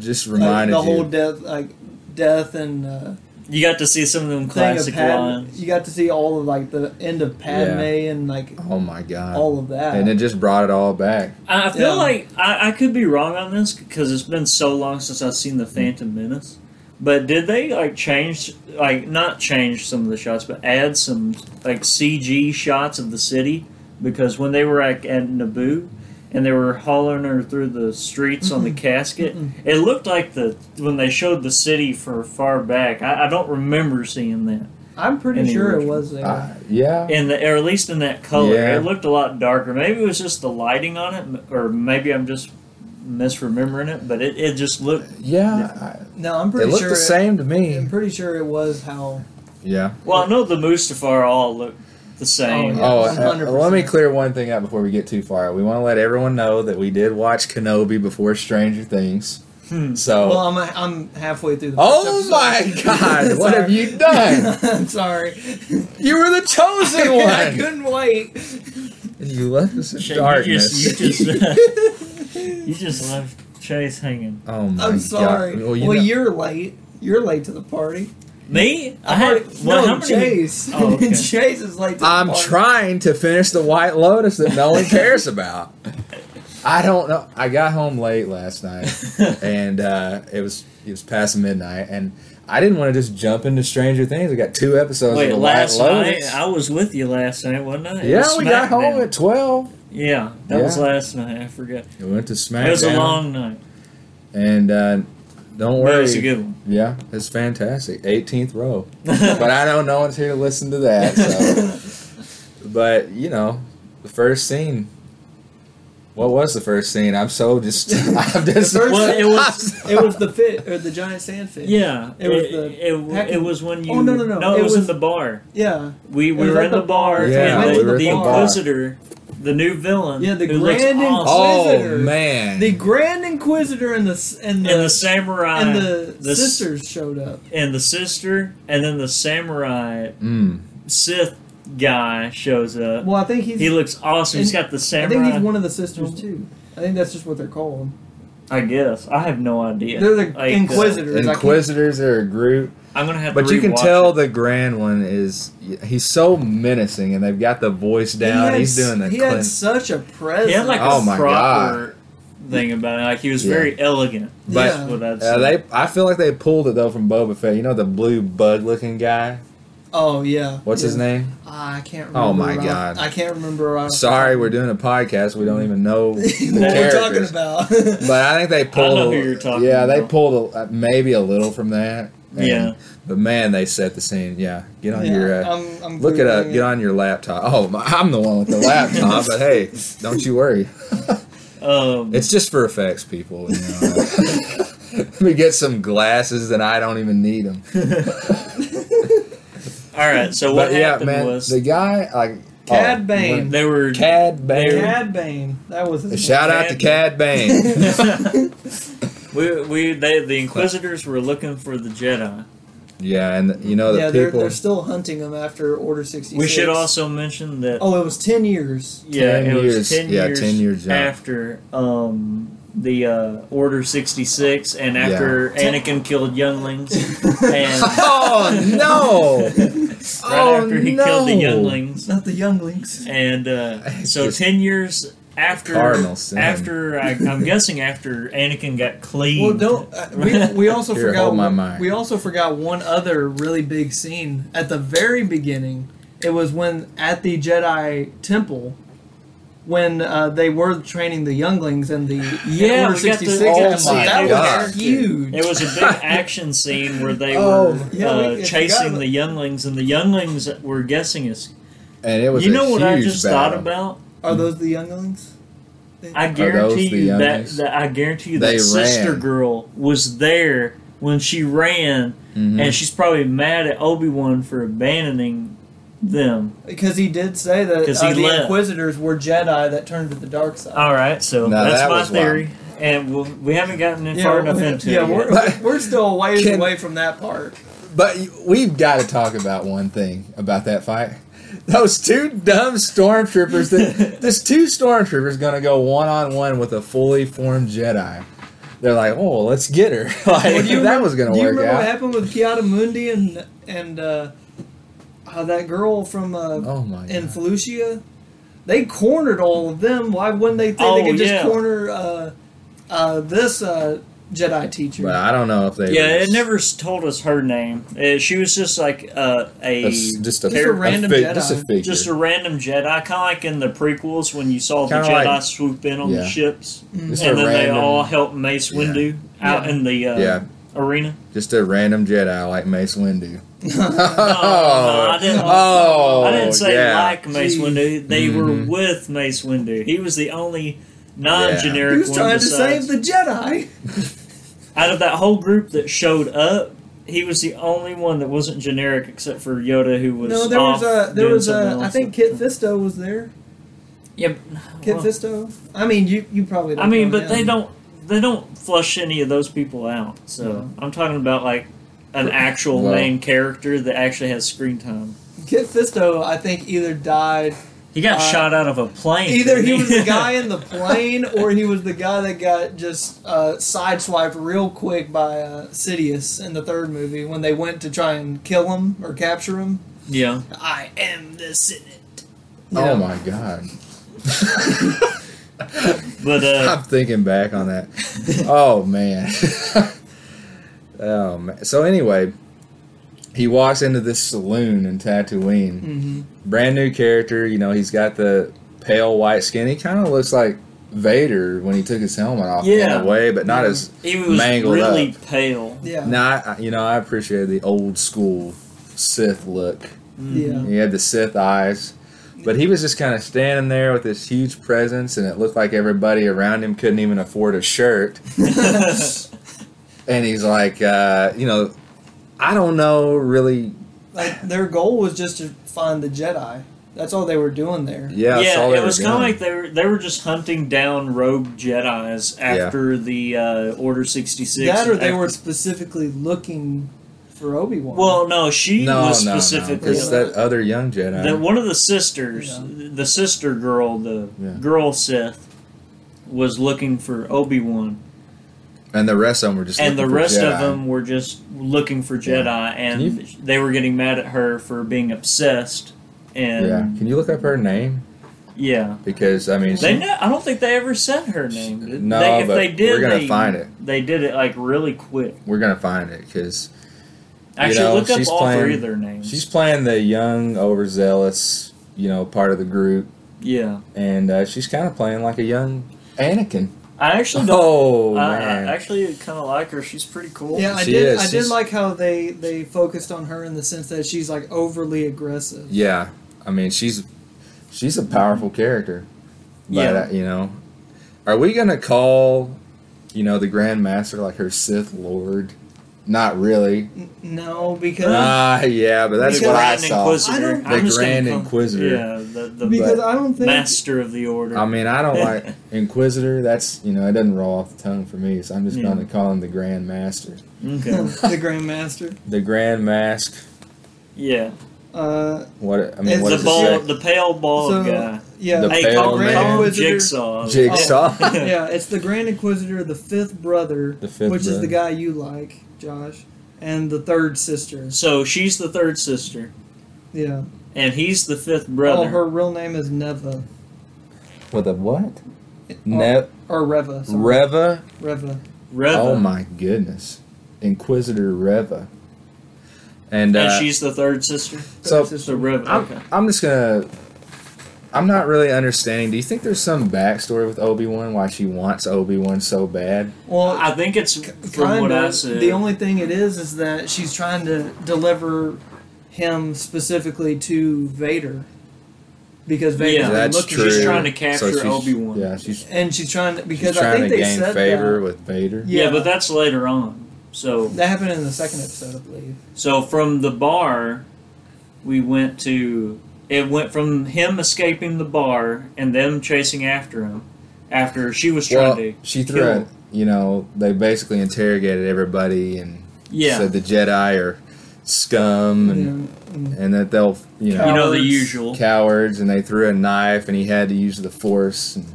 [SPEAKER 1] just
[SPEAKER 3] Like,
[SPEAKER 1] reminded
[SPEAKER 3] [laughs] the whole
[SPEAKER 1] you.
[SPEAKER 3] death, like death and uh,
[SPEAKER 2] you got to see some of them
[SPEAKER 3] thing of
[SPEAKER 2] classic
[SPEAKER 3] Padme.
[SPEAKER 2] lines.
[SPEAKER 3] You got to see all of like the end of Padme and like
[SPEAKER 1] oh my god.
[SPEAKER 3] all of that.
[SPEAKER 1] and it just brought it all back.
[SPEAKER 2] I I feel
[SPEAKER 3] Yeah.
[SPEAKER 2] like I, I could be wrong on this because it's been so long since I've seen the Phantom Menace. But did they like change, like not change some of the shots, but add some like CG shots of the city? Because when they were at, at Naboo and they were hauling her through the streets on the casket, it looked like the when they showed the city for far back. I, I don't remember seeing that
[SPEAKER 3] I'm pretty
[SPEAKER 2] in the
[SPEAKER 3] sure it
[SPEAKER 2] original.
[SPEAKER 3] was there.
[SPEAKER 1] Uh, yeah.
[SPEAKER 2] in the or at least in that color.
[SPEAKER 1] Yeah.
[SPEAKER 2] It looked a lot darker. Maybe it was just the lighting on it, m- or maybe I'm just misremembering it. But it, it just looked
[SPEAKER 1] Yeah.
[SPEAKER 3] no, I'm
[SPEAKER 1] I, it
[SPEAKER 3] pretty
[SPEAKER 1] looked
[SPEAKER 3] sure.
[SPEAKER 1] the same to
[SPEAKER 3] It,
[SPEAKER 1] me.
[SPEAKER 3] I'm pretty sure it was how.
[SPEAKER 1] Yeah.
[SPEAKER 2] well. I know the Mustafar all looked the same.
[SPEAKER 3] Yeah,
[SPEAKER 1] Oh, uh,
[SPEAKER 3] 100%.
[SPEAKER 1] let me clear one thing up before we get too far. We want to let everyone know that we did watch Kenobi before Stranger Things.
[SPEAKER 2] Hmm.
[SPEAKER 1] So,
[SPEAKER 3] Well, I'm I'm halfway through. the
[SPEAKER 1] oh my
[SPEAKER 3] [laughs]
[SPEAKER 2] [laughs]
[SPEAKER 3] first
[SPEAKER 1] God, what have
[SPEAKER 3] [laughs]
[SPEAKER 1] you done?
[SPEAKER 3] episode.
[SPEAKER 1] [laughs]
[SPEAKER 3] I'm sorry.
[SPEAKER 1] You were the
[SPEAKER 2] [laughs]
[SPEAKER 1] chosen
[SPEAKER 3] I
[SPEAKER 1] one,
[SPEAKER 3] couldn't
[SPEAKER 1] [laughs]
[SPEAKER 3] wait.
[SPEAKER 1] and you left us in
[SPEAKER 2] Shit,
[SPEAKER 1] Oh, darkness. [laughs]
[SPEAKER 2] You just you just, you just left Chase hanging.
[SPEAKER 1] oh my
[SPEAKER 3] I'm sorry.
[SPEAKER 1] God.
[SPEAKER 3] Well,
[SPEAKER 1] you know-
[SPEAKER 3] are late. You're late to the party.
[SPEAKER 2] Me? I had
[SPEAKER 3] Party-
[SPEAKER 2] well, how
[SPEAKER 3] no,
[SPEAKER 2] many- [laughs]
[SPEAKER 3] Chase.
[SPEAKER 2] Oh, okay.
[SPEAKER 3] [laughs] Chase is late. To
[SPEAKER 1] I'm
[SPEAKER 3] the party.
[SPEAKER 1] trying to finish the White Lotus that no one cares about. I don't know. I got home late last night, and uh, it was it was past midnight, and I didn't want to just jump into Stranger Things. I got two episodes
[SPEAKER 2] Wait,
[SPEAKER 1] of the
[SPEAKER 2] last
[SPEAKER 1] White
[SPEAKER 2] night
[SPEAKER 1] Lotus.
[SPEAKER 2] I was with you last night, wasn't I? It
[SPEAKER 1] yeah,
[SPEAKER 2] was
[SPEAKER 1] we got home
[SPEAKER 2] SmackDown.
[SPEAKER 1] at twelve.
[SPEAKER 2] Yeah, that was
[SPEAKER 1] Yeah.
[SPEAKER 2] last night. I forgot.
[SPEAKER 1] We went to SmackDown.
[SPEAKER 2] It was a long night.
[SPEAKER 1] and uh, don't
[SPEAKER 2] But
[SPEAKER 1] worry.
[SPEAKER 2] it was a good one.
[SPEAKER 1] Yeah, it's fantastic. 18th row. [laughs] but I know no one's here to listen to that.
[SPEAKER 3] [laughs]
[SPEAKER 1] So. but you know, the first scene. What was the first scene? I'm so just. [laughs] I'm just.
[SPEAKER 3] first-
[SPEAKER 2] Well, it was-
[SPEAKER 3] It was the fit or the giant sandfish.
[SPEAKER 2] Yeah,
[SPEAKER 3] It was
[SPEAKER 2] it,
[SPEAKER 3] the
[SPEAKER 2] it, it,
[SPEAKER 3] packing-
[SPEAKER 2] was when you.
[SPEAKER 3] Oh, no, no, no,
[SPEAKER 2] it,
[SPEAKER 3] it
[SPEAKER 2] was, in
[SPEAKER 3] was-
[SPEAKER 2] the bar.
[SPEAKER 3] Yeah.
[SPEAKER 2] We we
[SPEAKER 3] was
[SPEAKER 2] were
[SPEAKER 3] at
[SPEAKER 2] in
[SPEAKER 3] the
[SPEAKER 2] the bar.
[SPEAKER 1] Yeah,
[SPEAKER 2] and
[SPEAKER 1] we
[SPEAKER 2] the,
[SPEAKER 1] were at
[SPEAKER 2] the
[SPEAKER 1] the bar.
[SPEAKER 2] inquisitor, the new villain.
[SPEAKER 3] Yeah, the
[SPEAKER 2] who looks
[SPEAKER 3] Grand
[SPEAKER 2] awesome.
[SPEAKER 3] Inquisitor.
[SPEAKER 1] [laughs] oh
[SPEAKER 3] Inquisitor.
[SPEAKER 1] man.
[SPEAKER 3] The Grand Inquisitor and the s- and the
[SPEAKER 2] and the samurai
[SPEAKER 3] and the,
[SPEAKER 2] the s-
[SPEAKER 3] sisters showed up.
[SPEAKER 2] and the sister, and then the samurai
[SPEAKER 1] Mm.
[SPEAKER 2] Sith guy shows up.
[SPEAKER 3] Well, I think he's.
[SPEAKER 2] He looks awesome. He's got the
[SPEAKER 3] I
[SPEAKER 2] samurai.
[SPEAKER 3] think he's one of the sisters too. I think that's just what they're called.
[SPEAKER 2] I guess I have no idea.
[SPEAKER 3] They're the
[SPEAKER 2] Like, uh,
[SPEAKER 3] Inquisitors. I can't-
[SPEAKER 1] Inquisitors are a group,
[SPEAKER 2] I'm gonna have to.
[SPEAKER 1] but you can
[SPEAKER 2] rewatch
[SPEAKER 1] tell
[SPEAKER 2] it.
[SPEAKER 1] the grand one is he's so menacing, and they've got the voice down.
[SPEAKER 3] He had
[SPEAKER 1] he's
[SPEAKER 3] s-
[SPEAKER 1] doing the
[SPEAKER 3] He had
[SPEAKER 1] cleanse.
[SPEAKER 3] such a presence.
[SPEAKER 2] he had like
[SPEAKER 1] Oh
[SPEAKER 2] a
[SPEAKER 1] my
[SPEAKER 2] proper thing about it. Like he was
[SPEAKER 1] Yeah.
[SPEAKER 2] very elegant.
[SPEAKER 1] But-
[SPEAKER 2] That's what I'd
[SPEAKER 1] Uh,
[SPEAKER 2] say.
[SPEAKER 1] they, I feel like they pulled it though from Boba Fett. You know the blue bug-looking guy.
[SPEAKER 3] oh yeah.
[SPEAKER 1] What's
[SPEAKER 3] yeah.
[SPEAKER 1] his name?
[SPEAKER 3] Ah, I can't. remember
[SPEAKER 1] Oh, my
[SPEAKER 3] right off-
[SPEAKER 1] God.
[SPEAKER 3] I can't remember. Right off-
[SPEAKER 1] Sorry,
[SPEAKER 3] [laughs]
[SPEAKER 1] we're doing a podcast. We don't even know the
[SPEAKER 3] what we're talking
[SPEAKER 1] characters. [laughs]
[SPEAKER 3] about.
[SPEAKER 1] But I think they pulled.
[SPEAKER 2] know who
[SPEAKER 1] a-
[SPEAKER 2] you're talking
[SPEAKER 1] yeah, they
[SPEAKER 2] about.
[SPEAKER 1] pulled a, uh, maybe a little from that. And-
[SPEAKER 2] Yeah.
[SPEAKER 1] But man, they set the scene. Yeah, get on
[SPEAKER 3] Yeah,
[SPEAKER 1] your. Uh,
[SPEAKER 3] I'm, I'm
[SPEAKER 1] look at a
[SPEAKER 3] Googling
[SPEAKER 1] get on your laptop. Oh, my, I'm the one with the
[SPEAKER 3] [laughs]
[SPEAKER 1] laptop. but hey, don't you worry.
[SPEAKER 2] Um,
[SPEAKER 1] It's just for effects, people. You
[SPEAKER 3] [laughs]
[SPEAKER 1] know? Let me get some glasses that I don't even need them.
[SPEAKER 2] [laughs] all right. So what
[SPEAKER 1] But yeah,
[SPEAKER 2] happened
[SPEAKER 1] man,
[SPEAKER 2] was
[SPEAKER 1] the guy like
[SPEAKER 3] Cad
[SPEAKER 1] oh,
[SPEAKER 3] Bane.
[SPEAKER 2] they were
[SPEAKER 1] Cad Bane.
[SPEAKER 3] Cad Bane. That was his
[SPEAKER 1] Shout out to Cad
[SPEAKER 2] Cad
[SPEAKER 1] Bane.
[SPEAKER 2] [laughs]
[SPEAKER 1] [laughs]
[SPEAKER 2] we, we they the inquisitors were looking for the jedi
[SPEAKER 1] yeah, and you know the
[SPEAKER 3] yeah, they're,
[SPEAKER 1] people. [laughs]
[SPEAKER 3] they're still hunting him after Order 66.
[SPEAKER 2] we should also mention that
[SPEAKER 3] Oh, it was 10 years.
[SPEAKER 2] yeah
[SPEAKER 1] 10
[SPEAKER 2] it
[SPEAKER 1] years-
[SPEAKER 2] was 10
[SPEAKER 1] yeah,
[SPEAKER 2] years,
[SPEAKER 1] 10 years, yeah.
[SPEAKER 2] after um the uh order 66 and after anakin killed
[SPEAKER 3] [laughs]
[SPEAKER 2] younglings and right
[SPEAKER 1] oh no! [laughs] Oh,
[SPEAKER 2] after he
[SPEAKER 1] no.
[SPEAKER 2] killed the younglings
[SPEAKER 3] Not the younglings.
[SPEAKER 2] and
[SPEAKER 1] [laughs]
[SPEAKER 2] uh so
[SPEAKER 1] Just-
[SPEAKER 2] 10 years after
[SPEAKER 1] Cardinal sin.
[SPEAKER 2] after I, i'm guessing after anakin got cleaned
[SPEAKER 3] Well, don't. Uh,
[SPEAKER 2] [laughs]
[SPEAKER 3] we, we also
[SPEAKER 1] Here,
[SPEAKER 3] forgot.
[SPEAKER 1] hold my
[SPEAKER 3] one-
[SPEAKER 1] mic.
[SPEAKER 3] We also forgot one other really big scene at the very beginning. It was when at the Jedi Temple, when uh, they were training the younglings in
[SPEAKER 2] [sighs]
[SPEAKER 3] the
[SPEAKER 2] Yeah,
[SPEAKER 3] Order
[SPEAKER 2] we got the-
[SPEAKER 3] 66
[SPEAKER 1] Oh
[SPEAKER 3] episode.
[SPEAKER 1] my
[SPEAKER 3] that
[SPEAKER 1] God.
[SPEAKER 3] was huge.
[SPEAKER 2] It was a big action scene where
[SPEAKER 3] [laughs]
[SPEAKER 2] they
[SPEAKER 1] Oh,
[SPEAKER 2] were
[SPEAKER 3] yeah, we- I
[SPEAKER 2] uh,
[SPEAKER 3] forgot
[SPEAKER 2] chasing
[SPEAKER 3] about-
[SPEAKER 2] the younglings, and the younglings were guessing us.
[SPEAKER 1] and it was.
[SPEAKER 2] You
[SPEAKER 1] a
[SPEAKER 2] know what I
[SPEAKER 1] huge
[SPEAKER 2] just thought
[SPEAKER 1] battle.
[SPEAKER 2] about?
[SPEAKER 3] Are those the younglings?
[SPEAKER 2] I
[SPEAKER 1] those
[SPEAKER 2] guarantee
[SPEAKER 1] the
[SPEAKER 2] you that,
[SPEAKER 1] younglings?
[SPEAKER 2] that I guarantee you
[SPEAKER 1] They
[SPEAKER 2] that sister
[SPEAKER 1] ran.
[SPEAKER 2] girl was there when she ran,
[SPEAKER 1] Mhm.
[SPEAKER 2] and she's probably mad at Obi Wan for abandoning them.
[SPEAKER 3] Because he did say that
[SPEAKER 2] 'Cause
[SPEAKER 3] uh,
[SPEAKER 2] he
[SPEAKER 3] the
[SPEAKER 2] left.
[SPEAKER 3] Inquisitors were Jedi that turned to the dark side.
[SPEAKER 2] All right, so
[SPEAKER 1] Now
[SPEAKER 2] that's
[SPEAKER 1] that
[SPEAKER 2] my
[SPEAKER 1] was wild.
[SPEAKER 2] theory, and we'll, we haven't gotten in far enough
[SPEAKER 3] we-
[SPEAKER 2] into
[SPEAKER 3] yeah,
[SPEAKER 2] it.
[SPEAKER 3] we're,
[SPEAKER 2] yet.
[SPEAKER 1] yet.
[SPEAKER 3] we're still a ways
[SPEAKER 1] Can-
[SPEAKER 3] away from that part.
[SPEAKER 1] But we've got to talk about one thing about that fight. [laughs] Those two dumb stormtroopers. That,
[SPEAKER 3] [laughs]
[SPEAKER 1] this two stormtroopers going to go one on one with a fully formed Jedi. They're like, oh, let's get her. [laughs] Like,
[SPEAKER 3] Well, do you
[SPEAKER 1] that
[SPEAKER 3] remem-
[SPEAKER 1] was going
[SPEAKER 3] Do
[SPEAKER 1] to
[SPEAKER 3] you
[SPEAKER 1] work
[SPEAKER 3] remember what
[SPEAKER 1] out.
[SPEAKER 3] happened with Kiata Mundi and and uh, uh, that girl from uh,
[SPEAKER 1] Oh my
[SPEAKER 3] in
[SPEAKER 1] god!
[SPEAKER 3] Felucia? They cornered all of them. Why wouldn't they think they
[SPEAKER 2] Oh,
[SPEAKER 3] could just
[SPEAKER 2] yeah.
[SPEAKER 3] corner uh, uh, this uh, Jedi teacher?
[SPEAKER 1] But I don't know if they.
[SPEAKER 2] Yeah,
[SPEAKER 1] was-
[SPEAKER 2] it never s- told us her name. Uh, she was just like uh, a
[SPEAKER 1] That's just a,
[SPEAKER 3] Just a random
[SPEAKER 1] fi-
[SPEAKER 3] Jedi.
[SPEAKER 1] Just a figure.
[SPEAKER 2] just a random Jedi, kind of like in the prequels when you saw the
[SPEAKER 1] Kinda
[SPEAKER 2] Jedi
[SPEAKER 1] like-
[SPEAKER 2] swoop in on
[SPEAKER 1] yeah.
[SPEAKER 2] the ships,
[SPEAKER 1] Just
[SPEAKER 2] and
[SPEAKER 1] a
[SPEAKER 2] then they
[SPEAKER 1] random-
[SPEAKER 2] all help Mace
[SPEAKER 1] Yeah.
[SPEAKER 2] Windu out
[SPEAKER 3] Yeah.
[SPEAKER 2] in the uh,
[SPEAKER 1] Yeah.
[SPEAKER 2] arena.
[SPEAKER 1] Just a random Jedi like Mace
[SPEAKER 3] [laughs]
[SPEAKER 1] Windu. [laughs]
[SPEAKER 2] no, I didn't-
[SPEAKER 1] oh,
[SPEAKER 2] I didn't say
[SPEAKER 1] yeah.
[SPEAKER 2] like Mace
[SPEAKER 3] Jeez.
[SPEAKER 2] Windu; they
[SPEAKER 1] Mhm.
[SPEAKER 2] were with Mace Windu. He was the only non-generic
[SPEAKER 3] he was
[SPEAKER 2] one
[SPEAKER 3] trying to
[SPEAKER 2] besides-
[SPEAKER 3] save the Jedi.
[SPEAKER 2] out of that whole group that showed up. He was the only one that wasn't generic, except for Yoda, who was
[SPEAKER 3] No, there
[SPEAKER 2] off
[SPEAKER 3] was a there
[SPEAKER 2] doing
[SPEAKER 3] was
[SPEAKER 2] something
[SPEAKER 3] a I
[SPEAKER 2] else.
[SPEAKER 3] think Kit Fisto was there.
[SPEAKER 2] Yeah,
[SPEAKER 3] Kit
[SPEAKER 2] well-
[SPEAKER 3] Fisto. I mean, you you probably. Don't
[SPEAKER 2] I mean,
[SPEAKER 3] know
[SPEAKER 2] but
[SPEAKER 3] him.
[SPEAKER 2] they don't they don't flush any of those people out. So I'm talking about like an actual
[SPEAKER 1] Well-
[SPEAKER 2] main character that actually has screen time.
[SPEAKER 3] Kit Fisto, I think, either died.
[SPEAKER 2] He got
[SPEAKER 3] Uh,
[SPEAKER 2] shot out of a plane.
[SPEAKER 3] Either he
[SPEAKER 2] didn't
[SPEAKER 3] was the
[SPEAKER 2] [laughs]
[SPEAKER 3] guy in the plane, or he was the guy that got just uh, sideswiped real quick by uh, Sidious in the third movie when they went to try and kill him or capture him.
[SPEAKER 2] yeah.
[SPEAKER 3] I am the Senate.
[SPEAKER 1] Oh
[SPEAKER 3] Yeah.
[SPEAKER 1] my
[SPEAKER 2] [laughs]
[SPEAKER 1] god! [laughs]
[SPEAKER 2] But uh,
[SPEAKER 1] I'm thinking back on that. Oh man. [laughs] oh man. So anyway, he walks into this saloon in Tatooine.
[SPEAKER 3] Mm-hmm.
[SPEAKER 1] Brand new character. You know, he's got the pale white skin. He kind of looks like Vader when he took his helmet off
[SPEAKER 2] Yeah.
[SPEAKER 1] in a way, but not
[SPEAKER 3] Yeah.
[SPEAKER 1] as.
[SPEAKER 2] he was
[SPEAKER 1] Mangled
[SPEAKER 2] really
[SPEAKER 3] [laughs]
[SPEAKER 2] pale. [laughs]
[SPEAKER 3] Yeah.
[SPEAKER 1] No, I, you know, I appreciate the old school Sith look.
[SPEAKER 3] Yeah.
[SPEAKER 1] He had the Sith eyes. But he was just kind of standing there with this huge presence, and it looked like everybody around him couldn't even afford a shirt. And he's like, uh, you know, I don't know really.
[SPEAKER 3] Like their goal was just to find the Jedi. That's all they were doing there.
[SPEAKER 1] Yeah, that's all
[SPEAKER 2] yeah,
[SPEAKER 1] they
[SPEAKER 2] it
[SPEAKER 1] were
[SPEAKER 2] was kind of
[SPEAKER 1] doing.
[SPEAKER 2] like they were they were just hunting down rogue Jedi's after the uh, Order sixty six.
[SPEAKER 3] That or they were specifically looking for Obi Wan.
[SPEAKER 2] Well, no, she
[SPEAKER 1] no,
[SPEAKER 2] was
[SPEAKER 1] no,
[SPEAKER 2] specifically
[SPEAKER 1] because that other young Jedi.
[SPEAKER 2] The, one of the sisters,
[SPEAKER 3] Yeah.
[SPEAKER 2] the sister girl, the
[SPEAKER 1] Yeah.
[SPEAKER 2] girl Sith, was looking for Obi Wan,
[SPEAKER 1] and the rest of them were just.
[SPEAKER 2] and the
[SPEAKER 1] looking for
[SPEAKER 2] rest
[SPEAKER 1] Jedi.
[SPEAKER 2] of them were just looking for Jedi,
[SPEAKER 1] Can
[SPEAKER 2] and
[SPEAKER 1] you-
[SPEAKER 2] they were getting mad at her for being obsessed.
[SPEAKER 1] Yeah.
[SPEAKER 2] And
[SPEAKER 1] Can you look up her name?
[SPEAKER 2] yeah,
[SPEAKER 1] Because I mean,
[SPEAKER 2] they.
[SPEAKER 1] she,
[SPEAKER 2] Ne- I don't think they ever said her name. did
[SPEAKER 1] No,
[SPEAKER 2] they, if
[SPEAKER 1] but
[SPEAKER 2] they did,
[SPEAKER 1] we're gonna
[SPEAKER 2] they,
[SPEAKER 1] find it.
[SPEAKER 2] They did it like really quick.
[SPEAKER 1] we're gonna find it because
[SPEAKER 2] Actually,
[SPEAKER 1] know,
[SPEAKER 2] look up
[SPEAKER 1] she's
[SPEAKER 2] all three
[SPEAKER 1] playing-
[SPEAKER 2] of their names.
[SPEAKER 1] she's playing the young, overzealous, you know, part of the group,
[SPEAKER 2] yeah,
[SPEAKER 1] and uh, she's kind of playing like a young Anakin.
[SPEAKER 2] I actually don't.
[SPEAKER 1] Oh
[SPEAKER 2] I,
[SPEAKER 1] man,
[SPEAKER 2] I actually kind of like her. She's pretty cool.
[SPEAKER 3] Yeah, I
[SPEAKER 1] She
[SPEAKER 3] did.
[SPEAKER 1] is.
[SPEAKER 3] I did
[SPEAKER 1] She's-
[SPEAKER 3] like how they they focused on her in the sense that she's like overly aggressive.
[SPEAKER 1] yeah. I mean, she's she's a powerful character. But,
[SPEAKER 2] Yeah.
[SPEAKER 1] uh, you know, are we gonna call, you know, the Grand Master like her Sith Lord? Not really.
[SPEAKER 3] No, because
[SPEAKER 1] Ah, yeah, but that's
[SPEAKER 2] the
[SPEAKER 1] what I
[SPEAKER 2] Grand
[SPEAKER 1] saw.
[SPEAKER 2] Inquisitor.
[SPEAKER 3] I don't-
[SPEAKER 2] I'm
[SPEAKER 1] The
[SPEAKER 2] just gonna
[SPEAKER 1] Grand
[SPEAKER 2] call-
[SPEAKER 1] Inquisitor.
[SPEAKER 2] Yeah, the, the
[SPEAKER 3] because I don't think
[SPEAKER 2] master of the order.
[SPEAKER 1] I mean, I
[SPEAKER 2] [laughs]
[SPEAKER 1] don't like Inquisitor. That's you know, it doesn't roll off the tongue for me, so I'm just
[SPEAKER 2] Yeah.
[SPEAKER 1] gonna call him the Grand Master.
[SPEAKER 2] okay.
[SPEAKER 3] [laughs] [laughs] the Grand Master.
[SPEAKER 1] The Grand Mask.
[SPEAKER 2] Yeah,
[SPEAKER 3] Uh,
[SPEAKER 1] What I mean,
[SPEAKER 3] It's
[SPEAKER 1] what
[SPEAKER 2] the
[SPEAKER 1] does
[SPEAKER 3] is
[SPEAKER 1] it
[SPEAKER 2] ball,
[SPEAKER 1] say?
[SPEAKER 2] the pale ball
[SPEAKER 3] so
[SPEAKER 2] guy.
[SPEAKER 3] yeah,
[SPEAKER 1] The
[SPEAKER 2] hey,
[SPEAKER 1] pale
[SPEAKER 2] call,
[SPEAKER 1] man. Oh.
[SPEAKER 2] call him
[SPEAKER 3] Inquisitor.
[SPEAKER 2] Jigsaw.
[SPEAKER 3] Oh,
[SPEAKER 1] Jigsaw.
[SPEAKER 3] [laughs] yeah, it's the Grand Inquisitor, the fifth brother,
[SPEAKER 1] The fifth
[SPEAKER 3] which is the
[SPEAKER 1] brother.
[SPEAKER 3] guy you like, Josh, and the third sister.
[SPEAKER 2] So she's the third sister,
[SPEAKER 3] Yeah.
[SPEAKER 2] and he's the fifth
[SPEAKER 3] Oh,
[SPEAKER 2] brother.
[SPEAKER 3] her real name is Neva
[SPEAKER 1] With a what?
[SPEAKER 2] Oh,
[SPEAKER 3] or,
[SPEAKER 1] Ne-
[SPEAKER 3] or Reva. sorry.
[SPEAKER 1] Reva.
[SPEAKER 3] Reva.
[SPEAKER 2] Reva,
[SPEAKER 1] Oh my goodness, Inquisitor Reva. And,
[SPEAKER 2] and
[SPEAKER 1] uh,
[SPEAKER 2] she's the third sister.
[SPEAKER 1] so
[SPEAKER 3] Third sister.
[SPEAKER 2] So Reva.
[SPEAKER 1] I'm,
[SPEAKER 2] Okay.
[SPEAKER 1] I'm just gonna I'm not really understanding. Do you think there's some backstory with Obi Wan why she wants Obi Wan so bad?
[SPEAKER 2] Well, I think it's from
[SPEAKER 3] Kinda.
[SPEAKER 2] what I said.
[SPEAKER 3] The only thing it is is that she's trying to deliver him specifically to Vader because Vader.
[SPEAKER 2] Yeah,
[SPEAKER 1] That's
[SPEAKER 2] look, she's
[SPEAKER 1] true.
[SPEAKER 2] trying to capture
[SPEAKER 1] she's-
[SPEAKER 2] Obi-Wan.
[SPEAKER 1] Yeah, she's,
[SPEAKER 3] and she's trying to because
[SPEAKER 1] she's trying
[SPEAKER 3] I
[SPEAKER 1] to
[SPEAKER 3] think they
[SPEAKER 1] gain
[SPEAKER 3] said
[SPEAKER 1] favor
[SPEAKER 3] that.
[SPEAKER 1] with Vader.
[SPEAKER 2] yeah.
[SPEAKER 3] yeah.
[SPEAKER 2] but that's later on. So
[SPEAKER 3] That happened in the second episode, I believe.
[SPEAKER 2] so from the bar, we went to it went from him escaping the bar and them chasing after him after she was trying
[SPEAKER 1] Well,
[SPEAKER 2] to
[SPEAKER 1] she threw
[SPEAKER 2] kill-
[SPEAKER 1] it. You know, they basically interrogated everybody and
[SPEAKER 2] yeah
[SPEAKER 1] said the Jedi are scum and,
[SPEAKER 3] Yeah.
[SPEAKER 1] and that they'll you know
[SPEAKER 2] you know the
[SPEAKER 3] cowards.
[SPEAKER 2] usual
[SPEAKER 1] cowards and they threw a knife and he had to use the force and,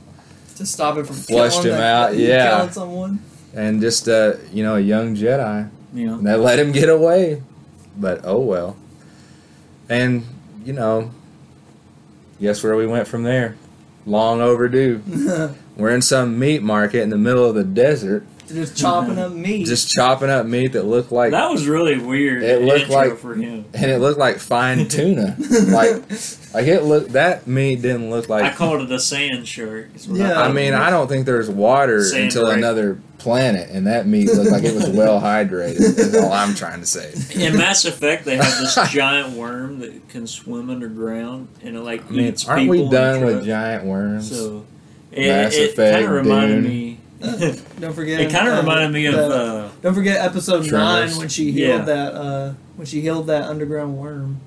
[SPEAKER 3] To stop it from
[SPEAKER 1] Flushed
[SPEAKER 3] killing
[SPEAKER 1] him
[SPEAKER 3] the-
[SPEAKER 1] out, yeah.
[SPEAKER 3] killing someone. [laughs]
[SPEAKER 1] and just uh you know a young Jedi
[SPEAKER 2] you know
[SPEAKER 1] and they [laughs] let him get away but oh well and you know guess where we went from there long overdue we're in some meat market in the middle of the desert
[SPEAKER 3] Just chopping up meat. [laughs]
[SPEAKER 1] just chopping up meat that looked like
[SPEAKER 2] that was really weird
[SPEAKER 1] It looked
[SPEAKER 2] intro
[SPEAKER 1] like-
[SPEAKER 2] for him
[SPEAKER 1] and it looked like
[SPEAKER 2] [laughs]
[SPEAKER 1] fine tuna like like it looked that meat didn't look like
[SPEAKER 2] I called it a sand shark is what
[SPEAKER 3] Yeah.
[SPEAKER 1] I mean, I don't think there's water
[SPEAKER 2] Sand,
[SPEAKER 1] until
[SPEAKER 2] Um, right?
[SPEAKER 1] another planet, and that meat looked like it
[SPEAKER 2] [laughs]
[SPEAKER 1] was well hydrated. Is all I'm trying to say.
[SPEAKER 2] In Mass Effect, they have
[SPEAKER 1] [laughs]
[SPEAKER 2] this giant worm that can swim underground and it like
[SPEAKER 1] I mean,
[SPEAKER 2] eats
[SPEAKER 1] aren't
[SPEAKER 2] people.
[SPEAKER 1] we
[SPEAKER 2] and
[SPEAKER 1] done with
[SPEAKER 2] trucks.
[SPEAKER 1] giant worms?
[SPEAKER 2] So it,
[SPEAKER 1] Mass
[SPEAKER 2] it
[SPEAKER 1] Effect,
[SPEAKER 2] kind of reminded
[SPEAKER 1] Dune.
[SPEAKER 2] me. [laughs] it
[SPEAKER 3] don't forget.
[SPEAKER 2] kind
[SPEAKER 3] uh,
[SPEAKER 2] of reminded me of
[SPEAKER 3] the-
[SPEAKER 2] uh,
[SPEAKER 3] Don't forget episode
[SPEAKER 1] Tremors.
[SPEAKER 3] nine when she healed
[SPEAKER 2] Yeah.
[SPEAKER 3] that uh, when she healed that
[SPEAKER 1] [laughs]
[SPEAKER 3] underground worm.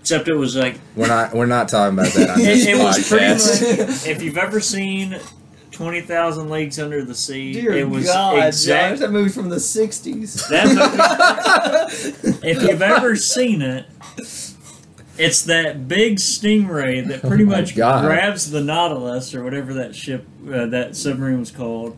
[SPEAKER 2] except it was like
[SPEAKER 1] We're not we're not talking about that on this
[SPEAKER 2] [laughs] It- it was
[SPEAKER 1] podcast.
[SPEAKER 2] pretty if you've ever seen Twenty Thousand Leagues Under the Sea,
[SPEAKER 3] [laughs] Dear
[SPEAKER 2] it was
[SPEAKER 3] God, Josh,
[SPEAKER 2] exact.
[SPEAKER 3] that movie from the '60s.
[SPEAKER 2] That
[SPEAKER 3] [laughs]
[SPEAKER 2] [laughs] if you've ever seen it, it's that big stingray that pretty
[SPEAKER 1] Oh my
[SPEAKER 2] much
[SPEAKER 1] God.
[SPEAKER 2] grabs the Nautilus or whatever that ship, uh, that submarine was called,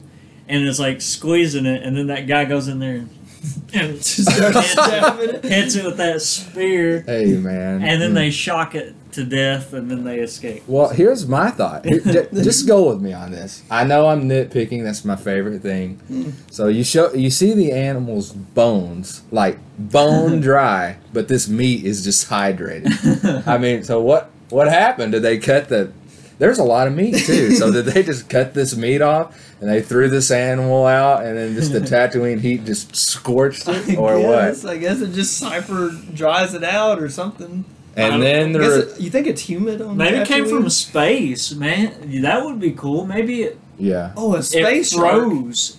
[SPEAKER 2] and is like squeezing it, and then that guy goes in there and, [laughs] and
[SPEAKER 1] [laughs]
[SPEAKER 3] Just started stabbing it.
[SPEAKER 2] hits it with that spear,
[SPEAKER 1] hey man.
[SPEAKER 2] and then
[SPEAKER 1] Mm.
[SPEAKER 2] they shock it to death, and then they escape.
[SPEAKER 1] Well, here's my thought. Here, ju- just go with me on this. I know I'm nitpicking. That's my favorite
[SPEAKER 2] Hmm.
[SPEAKER 1] thing. So you show you see the animal's bones, like
[SPEAKER 2] [laughs]
[SPEAKER 1] bone dry, but this meat is just hydrated. I mean, so what? What happened? Did they cut the? There's a lot of meat too. So did they just cut this meat off and they threw this animal out and then
[SPEAKER 3] [laughs]
[SPEAKER 1] just the Tatooine heat just scorched
[SPEAKER 3] I
[SPEAKER 1] it [laughs] or what?
[SPEAKER 3] guess, I guess it just cypher dries it out or something.
[SPEAKER 2] I
[SPEAKER 1] And
[SPEAKER 2] don't-
[SPEAKER 1] then
[SPEAKER 3] I
[SPEAKER 1] there.
[SPEAKER 3] guess
[SPEAKER 1] were-
[SPEAKER 3] it- you think it's humid on
[SPEAKER 2] Maybe it came
[SPEAKER 3] Tatooine?
[SPEAKER 2] from space, man. That would be cool. Maybe it,
[SPEAKER 1] yeah.
[SPEAKER 3] oh a
[SPEAKER 2] it
[SPEAKER 3] space shark.
[SPEAKER 2] froze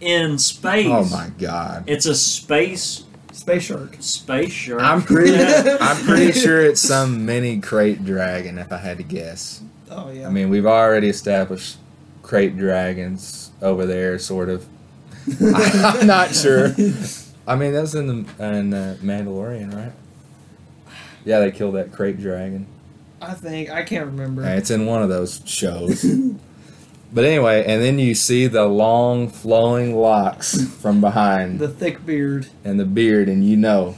[SPEAKER 2] in space.
[SPEAKER 1] Oh my god.
[SPEAKER 2] It's a space
[SPEAKER 3] Space shark.
[SPEAKER 2] space shark.
[SPEAKER 1] I'm pretty.
[SPEAKER 2] Yeah.
[SPEAKER 1] I'm pretty sure it's some mini crate dragon. If I had to guess,
[SPEAKER 3] Oh yeah. [laughs]
[SPEAKER 1] I mean we've already established crate dragons over there, sort of. I'm not sure. I mean that's in the in uh, Mandalorian, right? Yeah, they killed that crate dragon.
[SPEAKER 3] I think I can't remember.
[SPEAKER 1] Yeah, it's in one of those shows. [laughs] But anyway, and then you see the long flowing locks from behind
[SPEAKER 3] The thick beard.
[SPEAKER 1] and the beard, and you know.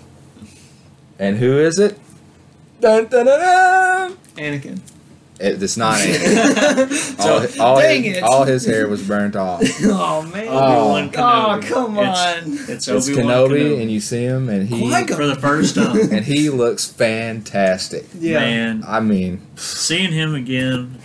[SPEAKER 1] And who is it? Dun, dun, dun, dun.
[SPEAKER 3] Anakin.
[SPEAKER 1] It, it's
[SPEAKER 3] [laughs]
[SPEAKER 1] not Anakin. all,
[SPEAKER 3] so,
[SPEAKER 1] all
[SPEAKER 3] dang
[SPEAKER 1] his,
[SPEAKER 3] it.
[SPEAKER 1] all his hair was burnt off.
[SPEAKER 3] [laughs] oh man.
[SPEAKER 2] Obi-Wan
[SPEAKER 3] Oh,
[SPEAKER 2] Kenobi.
[SPEAKER 3] come
[SPEAKER 2] It's- [laughs]
[SPEAKER 3] on.
[SPEAKER 1] It's
[SPEAKER 2] It's, Obi-Wan
[SPEAKER 1] Kenobi,
[SPEAKER 2] Kenobi,
[SPEAKER 1] and you see him, and he
[SPEAKER 3] Qui-Gon.
[SPEAKER 2] for
[SPEAKER 1] [laughs]
[SPEAKER 2] the first time.
[SPEAKER 1] and he looks fantastic.
[SPEAKER 3] Yeah.
[SPEAKER 2] Man,
[SPEAKER 1] I mean,
[SPEAKER 2] seeing him again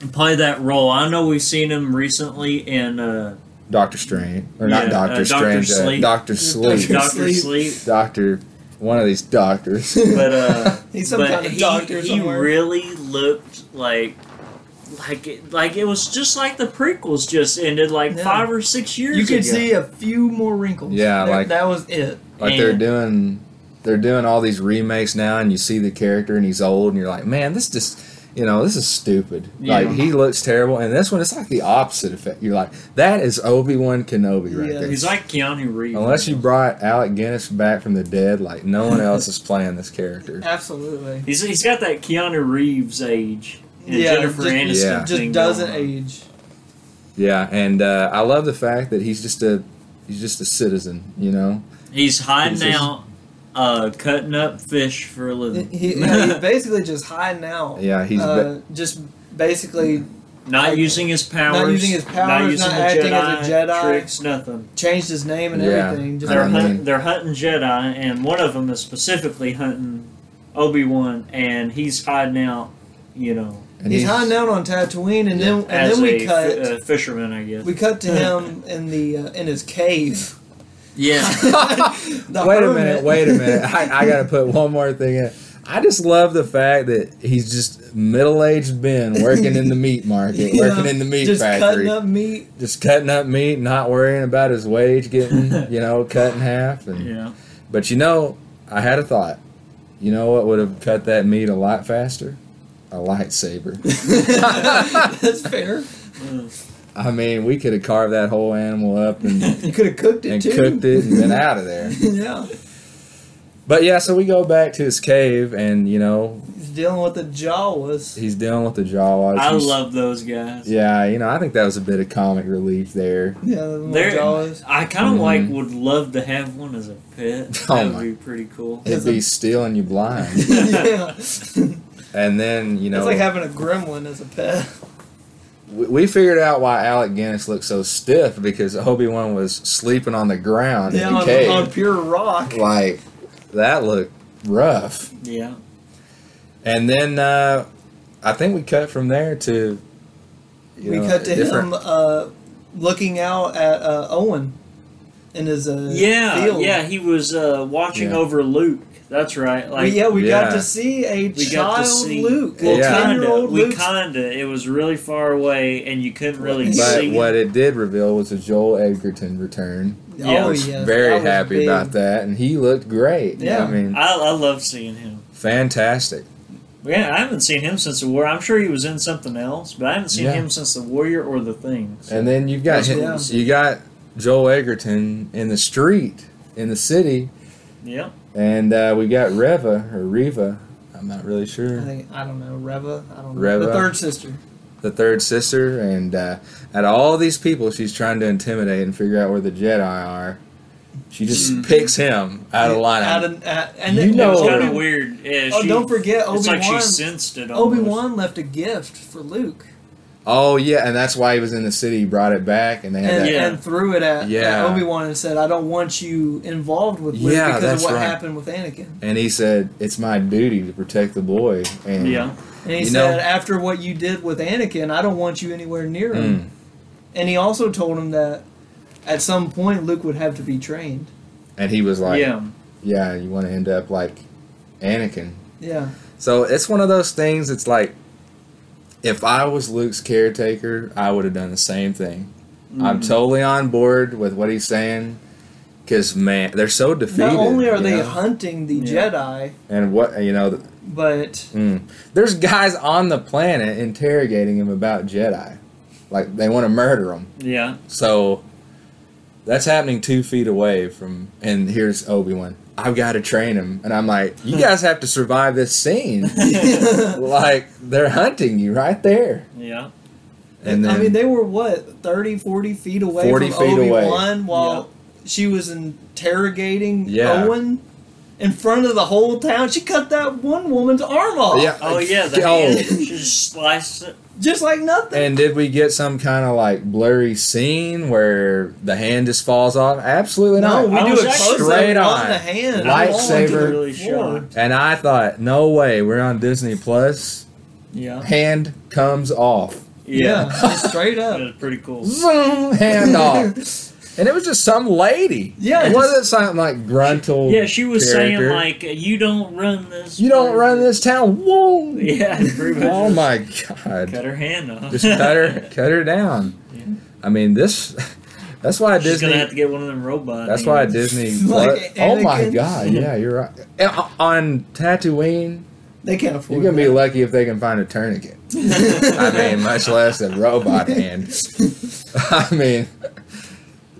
[SPEAKER 2] and play that role. I know we've seen him recently in uh,
[SPEAKER 1] Doctor Strange or
[SPEAKER 2] Yeah,
[SPEAKER 1] not Doctor
[SPEAKER 2] uh, Dr.
[SPEAKER 1] Strange, uh,
[SPEAKER 2] Sleep.
[SPEAKER 1] Doctor Sleep,
[SPEAKER 3] Doc-
[SPEAKER 2] Doctor Sleep,
[SPEAKER 1] Doctor, one of these doctors. [laughs]
[SPEAKER 2] but uh,
[SPEAKER 3] [laughs] He's some
[SPEAKER 2] but
[SPEAKER 3] kind of
[SPEAKER 2] he,
[SPEAKER 3] doctor
[SPEAKER 2] he
[SPEAKER 3] somewhere.
[SPEAKER 2] really looked like. Like it, like it was just like the prequels just ended like
[SPEAKER 3] Yeah.
[SPEAKER 2] five or six years
[SPEAKER 3] you could
[SPEAKER 2] ago.
[SPEAKER 3] see a few more wrinkles.
[SPEAKER 1] Yeah,
[SPEAKER 3] that,
[SPEAKER 1] like-
[SPEAKER 3] that was it.
[SPEAKER 1] Like they're
[SPEAKER 2] And-
[SPEAKER 1] doing they're doing all these remakes now and you see the character and he's old and you're like, Man, this just you know, this is stupid. Like
[SPEAKER 2] Yeah.
[SPEAKER 1] he looks terrible and this one it's like the opposite effect. You're like, that is Obi Wan Kenobi right
[SPEAKER 3] Yeah.
[SPEAKER 1] there.
[SPEAKER 2] He's like Keanu Reeves.
[SPEAKER 1] Unless you brought Alec Guinness back from the dead, like no one else is playing this character.
[SPEAKER 3] Absolutely.
[SPEAKER 2] He's, he's got that Keanu Reeves age. And
[SPEAKER 3] Yeah,
[SPEAKER 2] Jennifer
[SPEAKER 3] just-
[SPEAKER 2] Aniston
[SPEAKER 1] Yeah.
[SPEAKER 3] Just
[SPEAKER 2] thing
[SPEAKER 3] doesn't
[SPEAKER 2] going on.
[SPEAKER 3] age.
[SPEAKER 1] Yeah, and uh, I love the fact that he's just a he's just a citizen, you know.
[SPEAKER 2] He's hiding
[SPEAKER 1] He's just-
[SPEAKER 2] out, uh, cutting up fish for a
[SPEAKER 1] [laughs]
[SPEAKER 2] living.
[SPEAKER 3] He,
[SPEAKER 2] [laughs]
[SPEAKER 3] yeah, he's basically just hiding out.
[SPEAKER 1] Yeah, he's ba-
[SPEAKER 3] uh, just basically
[SPEAKER 2] not using his powers.
[SPEAKER 3] using his powers,
[SPEAKER 2] using
[SPEAKER 3] not
[SPEAKER 2] the
[SPEAKER 3] acting as a Jedi.
[SPEAKER 2] Tricks, nothing.
[SPEAKER 3] changed his name and
[SPEAKER 1] Yeah.
[SPEAKER 3] everything. Just
[SPEAKER 2] They're,
[SPEAKER 1] I
[SPEAKER 2] hunt,
[SPEAKER 1] mean-
[SPEAKER 2] they're hunting Jedi, and one of them is specifically hunting Obi Wan, and he's hiding out you know,
[SPEAKER 1] And
[SPEAKER 3] he's hiding out on Tatooine, and then and
[SPEAKER 2] as
[SPEAKER 3] then we
[SPEAKER 2] a
[SPEAKER 3] cut
[SPEAKER 2] fi- uh, fisherman, I guess.
[SPEAKER 3] we
[SPEAKER 2] [laughs]
[SPEAKER 3] cut to him in the uh, in
[SPEAKER 1] [laughs]
[SPEAKER 3] his cave. [laughs]
[SPEAKER 2] yeah,
[SPEAKER 3] The
[SPEAKER 1] wait a
[SPEAKER 3] hermit.
[SPEAKER 1] minute, wait a minute. I, I
[SPEAKER 3] [laughs]
[SPEAKER 1] gotta put one more thing in. I just love the fact that he's just middle-aged Ben working in the
[SPEAKER 3] [laughs]
[SPEAKER 1] meat market,
[SPEAKER 3] You know,
[SPEAKER 1] working in the meat
[SPEAKER 3] just
[SPEAKER 1] factory,
[SPEAKER 3] cutting
[SPEAKER 1] [laughs]
[SPEAKER 3] up meat. [laughs]
[SPEAKER 1] just cutting up meat, not worrying about his wage
[SPEAKER 3] [laughs]
[SPEAKER 1] getting, you know, cut in half. And,
[SPEAKER 2] yeah.
[SPEAKER 1] But you know, I had a thought. You know what would have cut that meat a lot faster? A lightsaber.
[SPEAKER 3] That's fair.
[SPEAKER 1] I mean, we could have carved that whole animal up
[SPEAKER 3] [laughs]
[SPEAKER 1] and,
[SPEAKER 3] You could have cooked it
[SPEAKER 1] and
[SPEAKER 3] too.
[SPEAKER 1] cooked it and
[SPEAKER 3] [laughs]
[SPEAKER 1] been out of there.
[SPEAKER 3] yeah,
[SPEAKER 1] But yeah, so we go back to his cave, and you know,
[SPEAKER 3] he's dealing with the Jawas.
[SPEAKER 1] he's dealing with the Jawas.
[SPEAKER 2] I
[SPEAKER 1] He's-
[SPEAKER 2] love those guys.
[SPEAKER 1] Yeah, you know, I think that was a bit of comic relief there.
[SPEAKER 3] Yeah, the little
[SPEAKER 2] They're- [laughs]
[SPEAKER 3] Jawas. [laughs]
[SPEAKER 2] I kind of like
[SPEAKER 1] Mhm.
[SPEAKER 2] would love to have one as a pet.
[SPEAKER 1] [laughs] Oh
[SPEAKER 2] that would
[SPEAKER 1] my-
[SPEAKER 2] be pretty cool.
[SPEAKER 1] It'd be stealing you
[SPEAKER 3] [laughs]
[SPEAKER 1] blind,
[SPEAKER 3] yeah, it's
[SPEAKER 1] and then you know,
[SPEAKER 3] like having a gremlin as a pet.
[SPEAKER 1] we, we figured out why Alec Guinness looked so stiff because Obi Wan was sleeping on the ground
[SPEAKER 3] [laughs] Yeah,
[SPEAKER 1] in the
[SPEAKER 3] on,
[SPEAKER 1] cave.
[SPEAKER 3] on pure rock.
[SPEAKER 1] like that looked rough
[SPEAKER 2] Yeah,
[SPEAKER 1] and then uh i think we cut from there to you
[SPEAKER 3] we
[SPEAKER 1] know,
[SPEAKER 3] cut to
[SPEAKER 1] different-
[SPEAKER 3] him uh, looking out at uh, Owen in his uh,
[SPEAKER 2] yeah,
[SPEAKER 3] field.
[SPEAKER 2] yeah. He was uh, watching
[SPEAKER 1] Yeah.
[SPEAKER 2] over Luke. That's right. Like
[SPEAKER 3] we, yeah, we got
[SPEAKER 1] Yeah.
[SPEAKER 3] to see a
[SPEAKER 2] we
[SPEAKER 3] child
[SPEAKER 2] got to see
[SPEAKER 3] Luke,
[SPEAKER 2] Well,
[SPEAKER 3] a
[SPEAKER 1] Yeah.
[SPEAKER 2] kinda.
[SPEAKER 3] ten-year-old
[SPEAKER 2] We
[SPEAKER 3] Luke.
[SPEAKER 2] kinda. It was really far away, and you couldn't really
[SPEAKER 1] but
[SPEAKER 2] see.
[SPEAKER 1] what
[SPEAKER 2] it.
[SPEAKER 1] it did reveal was a joel edgerton return
[SPEAKER 2] Yeah.
[SPEAKER 1] I
[SPEAKER 3] oh
[SPEAKER 1] was
[SPEAKER 3] yeah,
[SPEAKER 1] very
[SPEAKER 3] that was
[SPEAKER 1] happy
[SPEAKER 3] big.
[SPEAKER 1] about that and he looked great
[SPEAKER 3] Yeah.
[SPEAKER 1] i mean
[SPEAKER 2] I, I love seeing him.
[SPEAKER 1] fantastic
[SPEAKER 2] Yeah, I haven't seen him since the war. I'm sure he was in something else, but I haven't seen
[SPEAKER 1] Yeah.
[SPEAKER 2] him since the Warrior or the Thing. So-
[SPEAKER 1] and then you've got
[SPEAKER 2] That's
[SPEAKER 1] him,
[SPEAKER 3] cool to
[SPEAKER 1] you got joel edgerton in the street in the city
[SPEAKER 2] yeah,
[SPEAKER 1] and uh we got reva or reva i'm not really sure
[SPEAKER 3] I think I don't know Reva. I don't know
[SPEAKER 1] Reva.
[SPEAKER 3] the third sister.
[SPEAKER 1] the third sister, and uh, out of all these people she's trying to intimidate and figure out where the Jedi are, she just
[SPEAKER 2] Mhm.
[SPEAKER 1] picks him out of line.
[SPEAKER 3] Mm-hmm. Out of- out- and
[SPEAKER 1] You
[SPEAKER 3] then-
[SPEAKER 1] know-
[SPEAKER 2] it was
[SPEAKER 1] Oh.
[SPEAKER 2] kind of weird. Yeah,
[SPEAKER 3] Oh,
[SPEAKER 2] she-
[SPEAKER 3] don't forget Obi
[SPEAKER 2] It's like she
[SPEAKER 3] Wan.
[SPEAKER 2] sensed it.
[SPEAKER 3] Obi
[SPEAKER 2] almost.
[SPEAKER 3] Wan left a gift for Luke
[SPEAKER 1] oh yeah, and that's why he was in the city. He brought it back, and they had
[SPEAKER 3] and,
[SPEAKER 1] that.
[SPEAKER 2] Yeah.
[SPEAKER 3] and threw it at,
[SPEAKER 1] Yeah.
[SPEAKER 3] Obi Wan and said, "I don't want you involved with Luke
[SPEAKER 1] Yeah,
[SPEAKER 3] because
[SPEAKER 1] that's
[SPEAKER 3] of what
[SPEAKER 1] right.
[SPEAKER 3] happened with Anakin."
[SPEAKER 1] And he said, "It's my duty to protect the boy." And
[SPEAKER 2] Yeah,
[SPEAKER 3] And he
[SPEAKER 1] You know-
[SPEAKER 3] said, "After what you did with Anakin, I don't want you anywhere near him."
[SPEAKER 1] Mm.
[SPEAKER 3] And he also told him that at some point Luke would have to be trained.
[SPEAKER 1] and he was like, "Yeah,
[SPEAKER 2] yeah.
[SPEAKER 1] you want to end up like Anakin."
[SPEAKER 3] Yeah.
[SPEAKER 1] So it's one of those things. It's like, if I was Luke's caretaker, I would have done the same thing. I'm
[SPEAKER 3] Mm-hmm.
[SPEAKER 2] Mm.
[SPEAKER 1] totally on board with what he's saying. Because man, they're so defeated.
[SPEAKER 3] Not only are
[SPEAKER 1] you
[SPEAKER 3] they
[SPEAKER 1] know?
[SPEAKER 3] hunting the
[SPEAKER 2] Yeah.
[SPEAKER 3] Jedi,
[SPEAKER 1] and what you know, th-
[SPEAKER 3] but
[SPEAKER 1] [laughs]
[SPEAKER 3] [laughs]
[SPEAKER 1] mm, there's guys on the planet interrogating him about Jedi, like they want to murder him.
[SPEAKER 2] yeah.
[SPEAKER 1] So that's happening two feet away from. And here's Obi Wan. I've got to train him, and I'm like, you
[SPEAKER 3] Hmm.
[SPEAKER 1] guys have to survive this
[SPEAKER 3] [laughs]
[SPEAKER 1] scene. like they're hunting you right there.
[SPEAKER 2] Yeah,
[SPEAKER 1] And then
[SPEAKER 3] I mean, they were what 30, 40 feet away
[SPEAKER 1] 40
[SPEAKER 3] from
[SPEAKER 1] feet away.
[SPEAKER 3] Obi-Wan while she was interrogating
[SPEAKER 1] Yeah.
[SPEAKER 3] Owen in front of the whole town. She cut that one woman's arm off.
[SPEAKER 1] yeah.
[SPEAKER 2] Oh yeah, the
[SPEAKER 1] oh.
[SPEAKER 2] hand she just sliced it.
[SPEAKER 3] Just like nothing.
[SPEAKER 1] And did we get some kind of like blurry scene where the hand just falls off? Absolutely
[SPEAKER 3] no,
[SPEAKER 1] not.
[SPEAKER 3] we
[SPEAKER 2] I
[SPEAKER 3] do
[SPEAKER 2] was
[SPEAKER 3] a
[SPEAKER 2] actually-
[SPEAKER 3] close
[SPEAKER 1] Straight
[SPEAKER 3] on.
[SPEAKER 1] on.
[SPEAKER 3] the hand.
[SPEAKER 2] I
[SPEAKER 3] all
[SPEAKER 2] was
[SPEAKER 3] onto the
[SPEAKER 1] Lightsaber.
[SPEAKER 2] really
[SPEAKER 3] floor.
[SPEAKER 2] shocked.
[SPEAKER 1] And I thought, no way, we're on Disney Plus.
[SPEAKER 2] Yeah,
[SPEAKER 1] Hand comes off.
[SPEAKER 3] Yeah,
[SPEAKER 2] yeah.
[SPEAKER 3] just straight
[SPEAKER 2] That [laughs]
[SPEAKER 3] up.
[SPEAKER 2] was pretty cool.
[SPEAKER 1] Zoom, [laughs] hand off. And it was just some lady.
[SPEAKER 3] Yeah,
[SPEAKER 1] It
[SPEAKER 3] just-
[SPEAKER 1] wasn't something like gruntle.
[SPEAKER 2] Yeah, she was
[SPEAKER 1] character.
[SPEAKER 2] saying like, "You don't run this.
[SPEAKER 1] You don't
[SPEAKER 2] place." [laughs]
[SPEAKER 1] run this town. Whoa.
[SPEAKER 2] Yeah, pretty much.
[SPEAKER 1] Oh
[SPEAKER 2] just
[SPEAKER 1] my
[SPEAKER 2] Cut
[SPEAKER 1] God.
[SPEAKER 2] her hand off.
[SPEAKER 1] Just cut her
[SPEAKER 2] [laughs]
[SPEAKER 1] cut her down.
[SPEAKER 2] Yeah.
[SPEAKER 1] I mean this that's why
[SPEAKER 2] She's
[SPEAKER 1] Disney
[SPEAKER 2] gonna have to get one of them robots.
[SPEAKER 1] That's why
[SPEAKER 2] [laughs]
[SPEAKER 1] Disney.
[SPEAKER 3] Like
[SPEAKER 1] oh my
[SPEAKER 3] Anakin.
[SPEAKER 1] god! Yeah, you're right. And o- On Tatooine,
[SPEAKER 3] They can't
[SPEAKER 1] you're
[SPEAKER 3] afford.
[SPEAKER 1] gonna be
[SPEAKER 3] that.
[SPEAKER 1] lucky if they can find a tourniquet.
[SPEAKER 3] [laughs]
[SPEAKER 1] I mean, much less a robot
[SPEAKER 2] [laughs]
[SPEAKER 1] hand. I mean,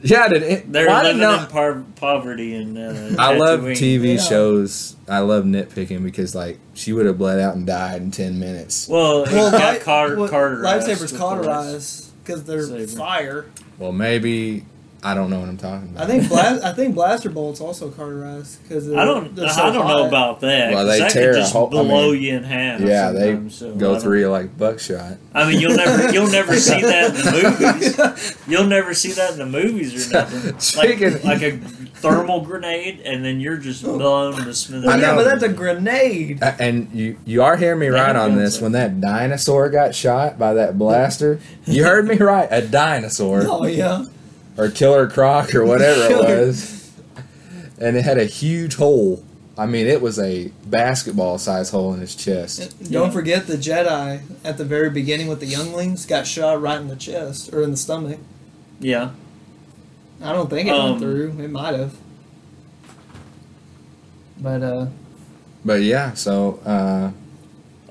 [SPEAKER 1] yeah. Did it,
[SPEAKER 2] They're
[SPEAKER 1] why did
[SPEAKER 2] living
[SPEAKER 1] not-
[SPEAKER 2] in par- poverty and. Uh,
[SPEAKER 1] I love
[SPEAKER 2] Tatooine.
[SPEAKER 1] TV
[SPEAKER 3] Yeah.
[SPEAKER 1] shows. I love nitpicking because like she would have bled out and died in ten minutes.
[SPEAKER 2] Well, it
[SPEAKER 3] Well,
[SPEAKER 2] got
[SPEAKER 3] light-
[SPEAKER 2] car-
[SPEAKER 3] well,
[SPEAKER 2] carterized.
[SPEAKER 3] Lifesavers
[SPEAKER 2] with
[SPEAKER 3] cauterized because they're
[SPEAKER 2] Saber.
[SPEAKER 3] fire.
[SPEAKER 1] Well, maybe I don't know what I'm talking about. [laughs]
[SPEAKER 3] I think blast, I think blaster bolts also carterized because
[SPEAKER 2] I don't. I don't know about that.
[SPEAKER 1] Well,
[SPEAKER 2] 'cause
[SPEAKER 1] they
[SPEAKER 2] that
[SPEAKER 1] tear a
[SPEAKER 2] could just
[SPEAKER 1] hole- I
[SPEAKER 2] blow
[SPEAKER 1] mean,
[SPEAKER 2] you in half.
[SPEAKER 1] yeah, they
[SPEAKER 2] sometimes, so I
[SPEAKER 1] go
[SPEAKER 2] don't-
[SPEAKER 1] through you like buckshot.
[SPEAKER 2] I mean, you'll never you'll never
[SPEAKER 1] [laughs]
[SPEAKER 2] see that
[SPEAKER 3] [laughs]
[SPEAKER 2] in the movies. You'll never see that in the movies or nothing.
[SPEAKER 1] Speaking-
[SPEAKER 2] Like, like a thermal grenade, and then you're just blown to smithereens.
[SPEAKER 1] Oh. I
[SPEAKER 3] yeah,
[SPEAKER 1] know.
[SPEAKER 3] but that's a grenade.
[SPEAKER 1] A- And you you are hearing me
[SPEAKER 2] That
[SPEAKER 1] right on
[SPEAKER 2] happens.
[SPEAKER 1] this. When that dinosaur got shot by that blaster, you heard me right. A dinosaur
[SPEAKER 3] Oh yeah,
[SPEAKER 1] or killer croc or whatever it
[SPEAKER 3] Killer-
[SPEAKER 1] was, and it had a huge hole. I mean, it was a basketball size hole in his chest.
[SPEAKER 3] Don't forget the Jedi at the very beginning with the younglings got shot right in the chest or in the stomach.
[SPEAKER 2] Yeah,
[SPEAKER 3] I don't think it
[SPEAKER 2] Um,
[SPEAKER 3] went through. It might have. But uh,
[SPEAKER 1] But yeah, so uh,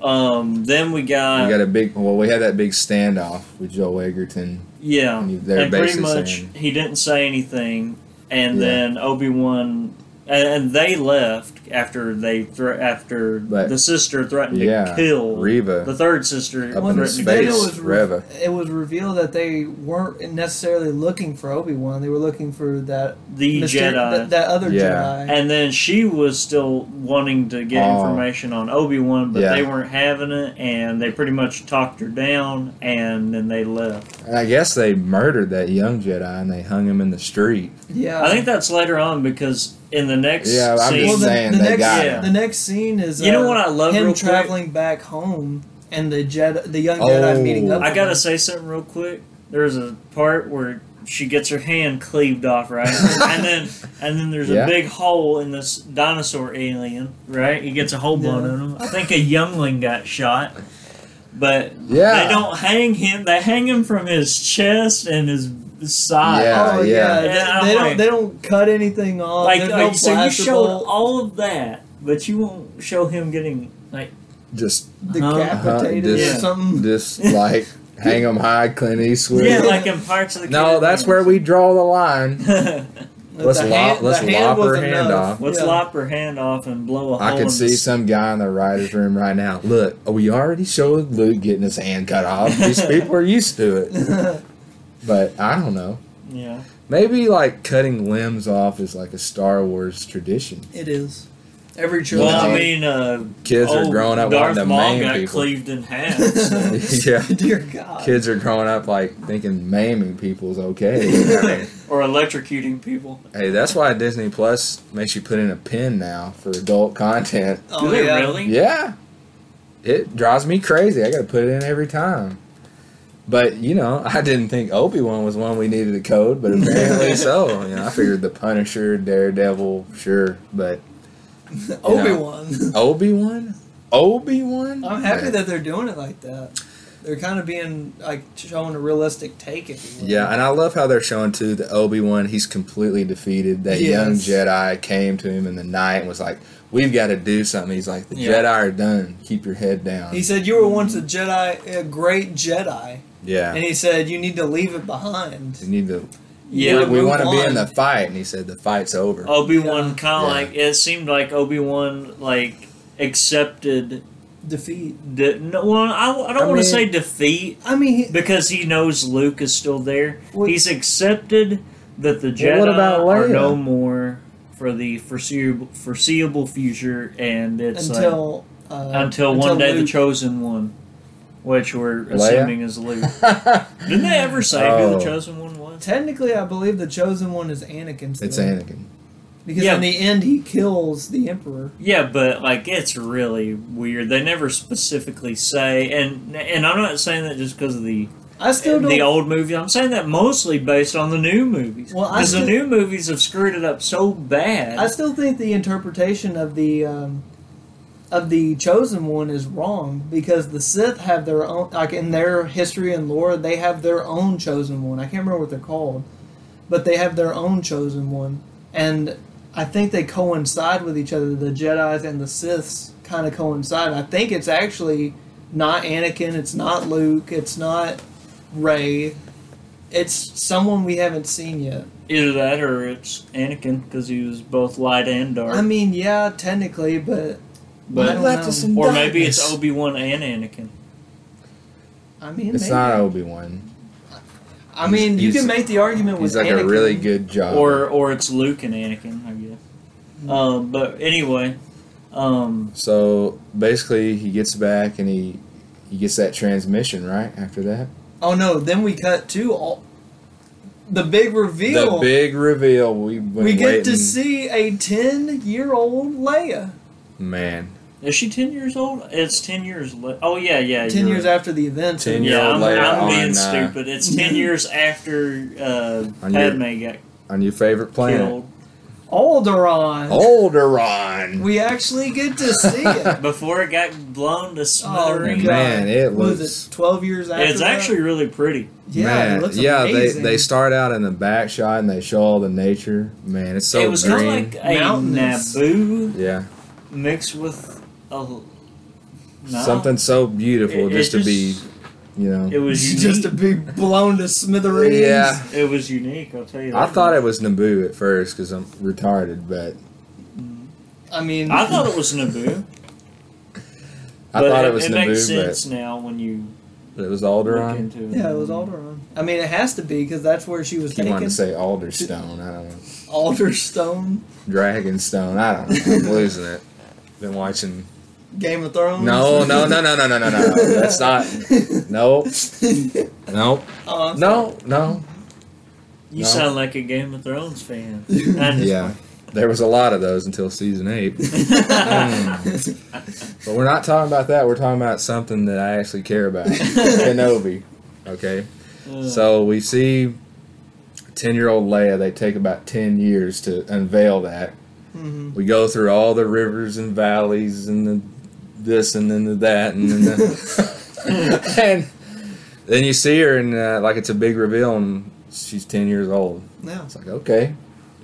[SPEAKER 2] Um, then we got,
[SPEAKER 1] we got a big. Well, we had that big standoff with Joe Egerton.
[SPEAKER 2] yeah,
[SPEAKER 1] and they're
[SPEAKER 2] and pretty
[SPEAKER 1] basically
[SPEAKER 2] much
[SPEAKER 1] saying-
[SPEAKER 2] he didn't say anything, and
[SPEAKER 1] Yeah.
[SPEAKER 2] then Obi Wan, and, and they left after they thre- after
[SPEAKER 1] But-
[SPEAKER 2] the sister threatened
[SPEAKER 1] Yeah,
[SPEAKER 2] to kill
[SPEAKER 1] Reva.
[SPEAKER 2] the third sister.
[SPEAKER 1] Up
[SPEAKER 3] Well,
[SPEAKER 1] in
[SPEAKER 2] threatened
[SPEAKER 1] his
[SPEAKER 2] to
[SPEAKER 3] then
[SPEAKER 1] face,
[SPEAKER 3] it was re-
[SPEAKER 1] Reva.
[SPEAKER 3] it was revealed that they weren't necessarily looking for Obi Wan. They were looking for that
[SPEAKER 2] kill the
[SPEAKER 3] myster-
[SPEAKER 2] Jedi,
[SPEAKER 3] that- that other
[SPEAKER 1] Yeah.
[SPEAKER 3] Jedi.
[SPEAKER 2] and then she was still wanting to get
[SPEAKER 1] Oh.
[SPEAKER 2] information on Obi Wan, but
[SPEAKER 1] Yeah.
[SPEAKER 2] they weren't having it, and they pretty much talked her down, and then they left.
[SPEAKER 1] And I guess they murdered that young Jedi and they hung him in the street.
[SPEAKER 3] yeah,
[SPEAKER 2] I think that's later on because in the next
[SPEAKER 1] Yeah, I'm
[SPEAKER 2] scene,
[SPEAKER 1] just
[SPEAKER 3] Well, the,
[SPEAKER 1] saying
[SPEAKER 3] the
[SPEAKER 1] they
[SPEAKER 3] next
[SPEAKER 1] got
[SPEAKER 2] him.
[SPEAKER 3] the next scene is
[SPEAKER 2] You know
[SPEAKER 3] uh,
[SPEAKER 2] what I love
[SPEAKER 3] him
[SPEAKER 2] real quick?
[SPEAKER 3] traveling back home and the Jedi, the young
[SPEAKER 1] Oh.
[SPEAKER 3] Jedi meeting up.
[SPEAKER 2] I
[SPEAKER 3] with
[SPEAKER 2] gotta
[SPEAKER 3] him.
[SPEAKER 2] say something real quick. There's a part where she gets her hand cleaved
[SPEAKER 1] [laughs]
[SPEAKER 2] off, right? and then and then there's
[SPEAKER 1] Yeah.
[SPEAKER 2] a big hole in this dinosaur alien, right? He gets a hole blown
[SPEAKER 3] Yeah.
[SPEAKER 2] in him. I think a youngling got shot. But
[SPEAKER 1] Yeah.
[SPEAKER 2] they don't hang him. They hang him from his chest and his side.
[SPEAKER 1] Yeah,
[SPEAKER 3] Oh
[SPEAKER 1] yeah.
[SPEAKER 3] yeah,
[SPEAKER 2] Yeah,
[SPEAKER 3] They, they
[SPEAKER 2] I'm
[SPEAKER 3] don't
[SPEAKER 2] like-
[SPEAKER 3] they don't cut anything off.
[SPEAKER 2] Like,
[SPEAKER 3] There's
[SPEAKER 2] like,
[SPEAKER 3] no
[SPEAKER 2] so you
[SPEAKER 3] blaster
[SPEAKER 2] showed
[SPEAKER 3] bolt.
[SPEAKER 2] all of that, but you won't show him getting like
[SPEAKER 1] Just,
[SPEAKER 3] decapitated
[SPEAKER 1] Huh?
[SPEAKER 3] or something.
[SPEAKER 1] Uh-huh. just like hang him high, Clint Eastwood.
[SPEAKER 2] yeah, like in parts of the
[SPEAKER 1] [laughs] no, that's where
[SPEAKER 2] [laughs]
[SPEAKER 1] we draw the line.
[SPEAKER 2] where we
[SPEAKER 3] But
[SPEAKER 1] let's
[SPEAKER 3] the
[SPEAKER 1] lop-
[SPEAKER 3] hand-
[SPEAKER 1] let's
[SPEAKER 3] the hand
[SPEAKER 1] lop
[SPEAKER 3] was
[SPEAKER 1] her hand
[SPEAKER 3] enough.
[SPEAKER 1] off.
[SPEAKER 2] Let's
[SPEAKER 3] Yeah.
[SPEAKER 2] lop her hand off and blow a hole.
[SPEAKER 1] I
[SPEAKER 2] in
[SPEAKER 1] could see
[SPEAKER 2] the-
[SPEAKER 1] some guy in the writer's room right now. Look, we already showed Luke getting his hand cut off.
[SPEAKER 2] [laughs]
[SPEAKER 1] These people are used to it. But I don't know.
[SPEAKER 2] Yeah,
[SPEAKER 1] Maybe like cutting limbs off is like a Star Wars tradition.
[SPEAKER 3] [laughs] it is every trilogy.
[SPEAKER 2] well, I
[SPEAKER 1] Yeah.
[SPEAKER 3] [laughs]
[SPEAKER 2] mean, uh,
[SPEAKER 1] Kids are
[SPEAKER 2] old
[SPEAKER 1] growing up wanting
[SPEAKER 2] Darth
[SPEAKER 1] to
[SPEAKER 2] Maul
[SPEAKER 1] maim
[SPEAKER 2] got
[SPEAKER 1] people.
[SPEAKER 2] cleaved in half.
[SPEAKER 1] [laughs] [laughs]
[SPEAKER 2] so-
[SPEAKER 1] yeah.
[SPEAKER 3] [laughs] dear God.
[SPEAKER 1] Kids are growing up like thinking maiming people is okay. I mean,
[SPEAKER 2] or electrocuting people.
[SPEAKER 1] hey, that's why Disney Plus makes you put in a pin now for adult content.
[SPEAKER 3] Oh,
[SPEAKER 2] Do they
[SPEAKER 3] yeah. [laughs]
[SPEAKER 2] really?
[SPEAKER 1] Yeah. It drives me crazy. I got to put it in every time. But, you know, I didn't think Obi Wan was one we needed to code, but apparently so. You know, I figured The Punisher, Daredevil, sure. But
[SPEAKER 3] Obi Wan.
[SPEAKER 1] Obi Wan? Obi Wan?
[SPEAKER 3] [laughs] I'm happy that they're doing it like that. They're kind of being like showing a realistic take, if you will.
[SPEAKER 1] Yeah, and I love how they're showing too that Obi Wan he's completely defeated. That
[SPEAKER 3] Yes.
[SPEAKER 1] young Jedi came to him in the night and was like, "We've got to do something." He's like, "The
[SPEAKER 2] Yeah.
[SPEAKER 1] Jedi are done. Keep your head down."
[SPEAKER 3] He said you were once a Jedi, a great Jedi,
[SPEAKER 1] yeah,
[SPEAKER 3] and he said you need to leave it behind.
[SPEAKER 1] you need to.
[SPEAKER 2] Yeah,
[SPEAKER 1] we,
[SPEAKER 3] move
[SPEAKER 1] want to be
[SPEAKER 3] on.
[SPEAKER 1] in the fight, and he said, "The fight's over." [laughs]
[SPEAKER 3] Oh.
[SPEAKER 2] Obi Wan kind of
[SPEAKER 1] Yeah.
[SPEAKER 2] like it seemed like Obi Wan like accepted.
[SPEAKER 3] defeat.
[SPEAKER 2] De- no, well, I, I don't
[SPEAKER 1] I
[SPEAKER 2] want
[SPEAKER 1] mean-
[SPEAKER 2] to say defeat
[SPEAKER 3] I mean, he,
[SPEAKER 2] because he knows Luke is still there.
[SPEAKER 3] Well-
[SPEAKER 2] He's accepted that the Jedi
[SPEAKER 1] Well, what about
[SPEAKER 2] are
[SPEAKER 1] Leia?
[SPEAKER 2] no more for the foreseeable foreseeable future, and it's like-
[SPEAKER 3] until uh,
[SPEAKER 2] until one day the
[SPEAKER 3] Luke-
[SPEAKER 2] chosen one, which we're
[SPEAKER 1] Leia?
[SPEAKER 2] assuming is Luke. Didn't they ever say who
[SPEAKER 1] Oh.
[SPEAKER 2] the chosen one was?
[SPEAKER 3] Technically, I believe the chosen one is Anakin. Still,
[SPEAKER 1] it's Anakin.
[SPEAKER 3] because
[SPEAKER 2] Yeah.
[SPEAKER 3] in the end he kills the Emperor.
[SPEAKER 2] Yeah, but like it's really weird. They never specifically say, and and I'm not saying that just because of the
[SPEAKER 3] I still don't.
[SPEAKER 2] the old movie. I'm saying that mostly based on the new movies.
[SPEAKER 3] Well, I
[SPEAKER 2] because the
[SPEAKER 3] still-
[SPEAKER 2] new movies have screwed it up so bad.
[SPEAKER 3] I still think the interpretation of the um, of the chosen one is wrong because the Sith have their own like in their history and lore they have their own chosen one. I can't remember what they're called, but they have their own chosen one, and I think they coincide with each other. The Jedi's and the Siths kind of coincide. I think it's actually not Anakin, it's not Luke, it's not Ray. It's someone we haven't seen yet.
[SPEAKER 2] Either that or it's Anakin because he was both light and dark.
[SPEAKER 3] I mean, yeah, technically, but I
[SPEAKER 2] but
[SPEAKER 3] don't know.
[SPEAKER 2] or maybe it's Obi Wan and Anakin.
[SPEAKER 3] I mean,
[SPEAKER 1] It's
[SPEAKER 3] maybe.
[SPEAKER 1] not Obi Wan.
[SPEAKER 3] I mean, you
[SPEAKER 1] He's-
[SPEAKER 3] can make the argument with
[SPEAKER 1] He's like a
[SPEAKER 3] Anakin.
[SPEAKER 1] really good job.
[SPEAKER 2] or or it's Luke and Anakin, I guess.
[SPEAKER 3] Mm.
[SPEAKER 2] Uh, but anyway, um,
[SPEAKER 1] so basically, he gets back and he he gets that transmission right after that.
[SPEAKER 3] Oh no! Then we cut to all the big reveal.
[SPEAKER 1] The big reveal. We've been
[SPEAKER 3] we get
[SPEAKER 1] waiting-
[SPEAKER 3] to see a ten-year-old Leia.
[SPEAKER 1] man.
[SPEAKER 2] is she ten years old? It's ten years. Le- oh yeah, yeah.
[SPEAKER 3] Ten
[SPEAKER 2] you're
[SPEAKER 3] years
[SPEAKER 2] right.
[SPEAKER 3] after the event.
[SPEAKER 1] 10 years.
[SPEAKER 2] Yeah, I'm,
[SPEAKER 1] Later
[SPEAKER 2] I'm being
[SPEAKER 1] on, uh,
[SPEAKER 2] stupid. It's
[SPEAKER 3] [laughs]
[SPEAKER 2] ten years after uh,
[SPEAKER 1] On your
[SPEAKER 2] Padme got
[SPEAKER 1] On your favorite planet,
[SPEAKER 2] killed.
[SPEAKER 3] Alderaan.
[SPEAKER 1] Oh. Alderaan.
[SPEAKER 3] We actually get to see it.
[SPEAKER 1] [laughs]
[SPEAKER 2] Before it got blown to
[SPEAKER 1] And
[SPEAKER 2] smithereens.
[SPEAKER 3] Oh, God.
[SPEAKER 1] man, it
[SPEAKER 3] What
[SPEAKER 1] was.
[SPEAKER 3] was it? Twelve years after.
[SPEAKER 2] it's
[SPEAKER 3] that?
[SPEAKER 2] actually really pretty.
[SPEAKER 3] yeah,
[SPEAKER 1] man,
[SPEAKER 3] it looks
[SPEAKER 1] yeah.
[SPEAKER 3] amazing.
[SPEAKER 1] They they start out in the back shot and they show all the nature. Man, it's so
[SPEAKER 2] it was
[SPEAKER 1] green.
[SPEAKER 2] kind of like a
[SPEAKER 3] Mountainous.
[SPEAKER 2] Naboo
[SPEAKER 1] yeah,
[SPEAKER 2] mixed with a no.
[SPEAKER 1] something so beautiful
[SPEAKER 2] It- it
[SPEAKER 1] just to be, you know.
[SPEAKER 2] It was unique.
[SPEAKER 3] [laughs] just a big blown to smithereens.
[SPEAKER 1] yeah,
[SPEAKER 2] it was unique. I'll tell you.
[SPEAKER 1] I
[SPEAKER 2] that
[SPEAKER 1] thought
[SPEAKER 2] much.
[SPEAKER 1] it was Naboo at first because I'm retarded, but
[SPEAKER 3] I mean,
[SPEAKER 2] I thought it
[SPEAKER 1] [laughs]
[SPEAKER 2] was Naboo.
[SPEAKER 1] I
[SPEAKER 2] but
[SPEAKER 1] thought it was
[SPEAKER 2] it makes sense
[SPEAKER 1] Naboo,
[SPEAKER 2] now when you
[SPEAKER 1] but it was
[SPEAKER 2] look
[SPEAKER 1] Alderaan.
[SPEAKER 2] into it.
[SPEAKER 3] [laughs] Yeah, it was Alderaan. I mean, it has to be because that's where she was
[SPEAKER 1] He wanted
[SPEAKER 3] taken.
[SPEAKER 1] to say Alderstone. I don't know.
[SPEAKER 3] Alderstone,
[SPEAKER 1] Dragonstone. I don't know.
[SPEAKER 2] [laughs]
[SPEAKER 1] I'm losing it. Been watching.
[SPEAKER 3] Game of Thrones.
[SPEAKER 1] No, no, no, no, no, no, no, no. That's not. No, no,
[SPEAKER 3] [laughs] Oh, I'm
[SPEAKER 1] no, no.
[SPEAKER 2] You
[SPEAKER 1] No.
[SPEAKER 2] sound like a Game of Thrones
[SPEAKER 3] [laughs]
[SPEAKER 2] fan. I [laughs] just-
[SPEAKER 1] Yeah, there was a lot of those until season eight.
[SPEAKER 3] [laughs] Mm-hmm.
[SPEAKER 1] Mm. But we're not talking about that. We're talking about something that I actually care about. Kenobi. Okay.
[SPEAKER 2] Uh,
[SPEAKER 1] So we see ten year old Leia, they take about ten years to unveil that.
[SPEAKER 3] Mhm.
[SPEAKER 1] We go through all the rivers and valleys and the this and then the that and then the [laughs] and then you see her and uh, like it's a big reveal and she's ten years old.
[SPEAKER 3] Yeah.
[SPEAKER 1] It's like okay,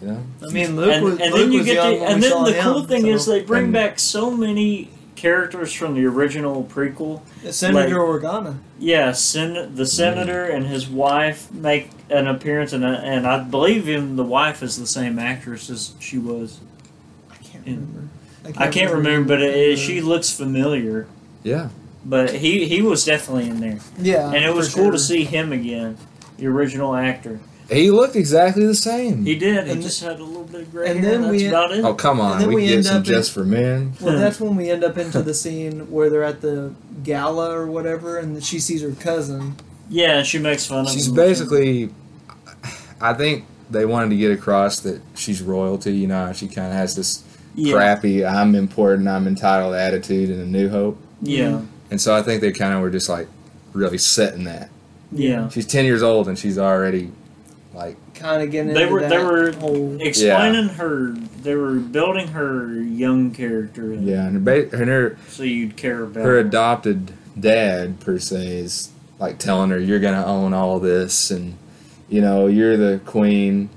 [SPEAKER 1] you know.
[SPEAKER 3] I mean, Luke
[SPEAKER 2] and,
[SPEAKER 3] was.
[SPEAKER 2] and
[SPEAKER 3] Luke
[SPEAKER 2] then you
[SPEAKER 3] was
[SPEAKER 2] get
[SPEAKER 3] young
[SPEAKER 2] the,
[SPEAKER 3] when
[SPEAKER 2] and
[SPEAKER 3] we
[SPEAKER 2] then
[SPEAKER 3] saw
[SPEAKER 2] the
[SPEAKER 3] him,
[SPEAKER 2] cool thing
[SPEAKER 3] so-
[SPEAKER 2] is they bring
[SPEAKER 1] And-
[SPEAKER 2] back so many characters from the original prequel.
[SPEAKER 3] Senator Organa.
[SPEAKER 2] Yeah, sen-
[SPEAKER 3] Hmm.
[SPEAKER 2] the senator and his wife make an appearance, and uh, and I believe even the wife is the same actress as she was.
[SPEAKER 3] I can't
[SPEAKER 2] Yeah.
[SPEAKER 3] remember.
[SPEAKER 2] I can't remember, but it, it- she looks familiar.
[SPEAKER 1] Yeah,
[SPEAKER 2] But he he was definitely in there,
[SPEAKER 3] Yeah,
[SPEAKER 2] and it was
[SPEAKER 3] Uh, for
[SPEAKER 2] cool to
[SPEAKER 3] sure.
[SPEAKER 2] see him again, the original actor.
[SPEAKER 1] he looked exactly the same.
[SPEAKER 2] He did. He
[SPEAKER 3] And
[SPEAKER 2] just had a little bit of gray
[SPEAKER 3] and
[SPEAKER 2] hair.
[SPEAKER 3] then
[SPEAKER 2] That's
[SPEAKER 3] we-
[SPEAKER 2] about it.
[SPEAKER 1] oh come
[SPEAKER 3] And
[SPEAKER 1] on,
[SPEAKER 3] then
[SPEAKER 1] we,
[SPEAKER 3] we
[SPEAKER 1] can
[SPEAKER 3] end
[SPEAKER 1] get some
[SPEAKER 3] up
[SPEAKER 1] just for men.
[SPEAKER 3] Well, that's when we end up into the scene where they're at the gala or whatever, and she sees her cousin.
[SPEAKER 2] Yeah, she makes fun of
[SPEAKER 1] She's
[SPEAKER 2] him.
[SPEAKER 1] basically, I think they wanted to get across that she's royalty. You know, she kind of has this
[SPEAKER 2] yeah,
[SPEAKER 1] crappy "I'm important, I'm entitled" attitude in A New Hope,
[SPEAKER 2] Yeah,
[SPEAKER 3] Mm-hmm.
[SPEAKER 1] and so I think they kind of were just like really setting that.
[SPEAKER 2] yeah.
[SPEAKER 1] She's ten years old and she's already like
[SPEAKER 3] Kind of getting
[SPEAKER 2] They
[SPEAKER 3] into
[SPEAKER 2] were- they
[SPEAKER 3] that
[SPEAKER 2] were-
[SPEAKER 3] whole.
[SPEAKER 2] Explaining her, they were building her young character, in,
[SPEAKER 1] yeah, and her ba- and her
[SPEAKER 2] so you'd care about
[SPEAKER 1] her adopted dad per se is like telling her you're gonna own all this and you know you're the queen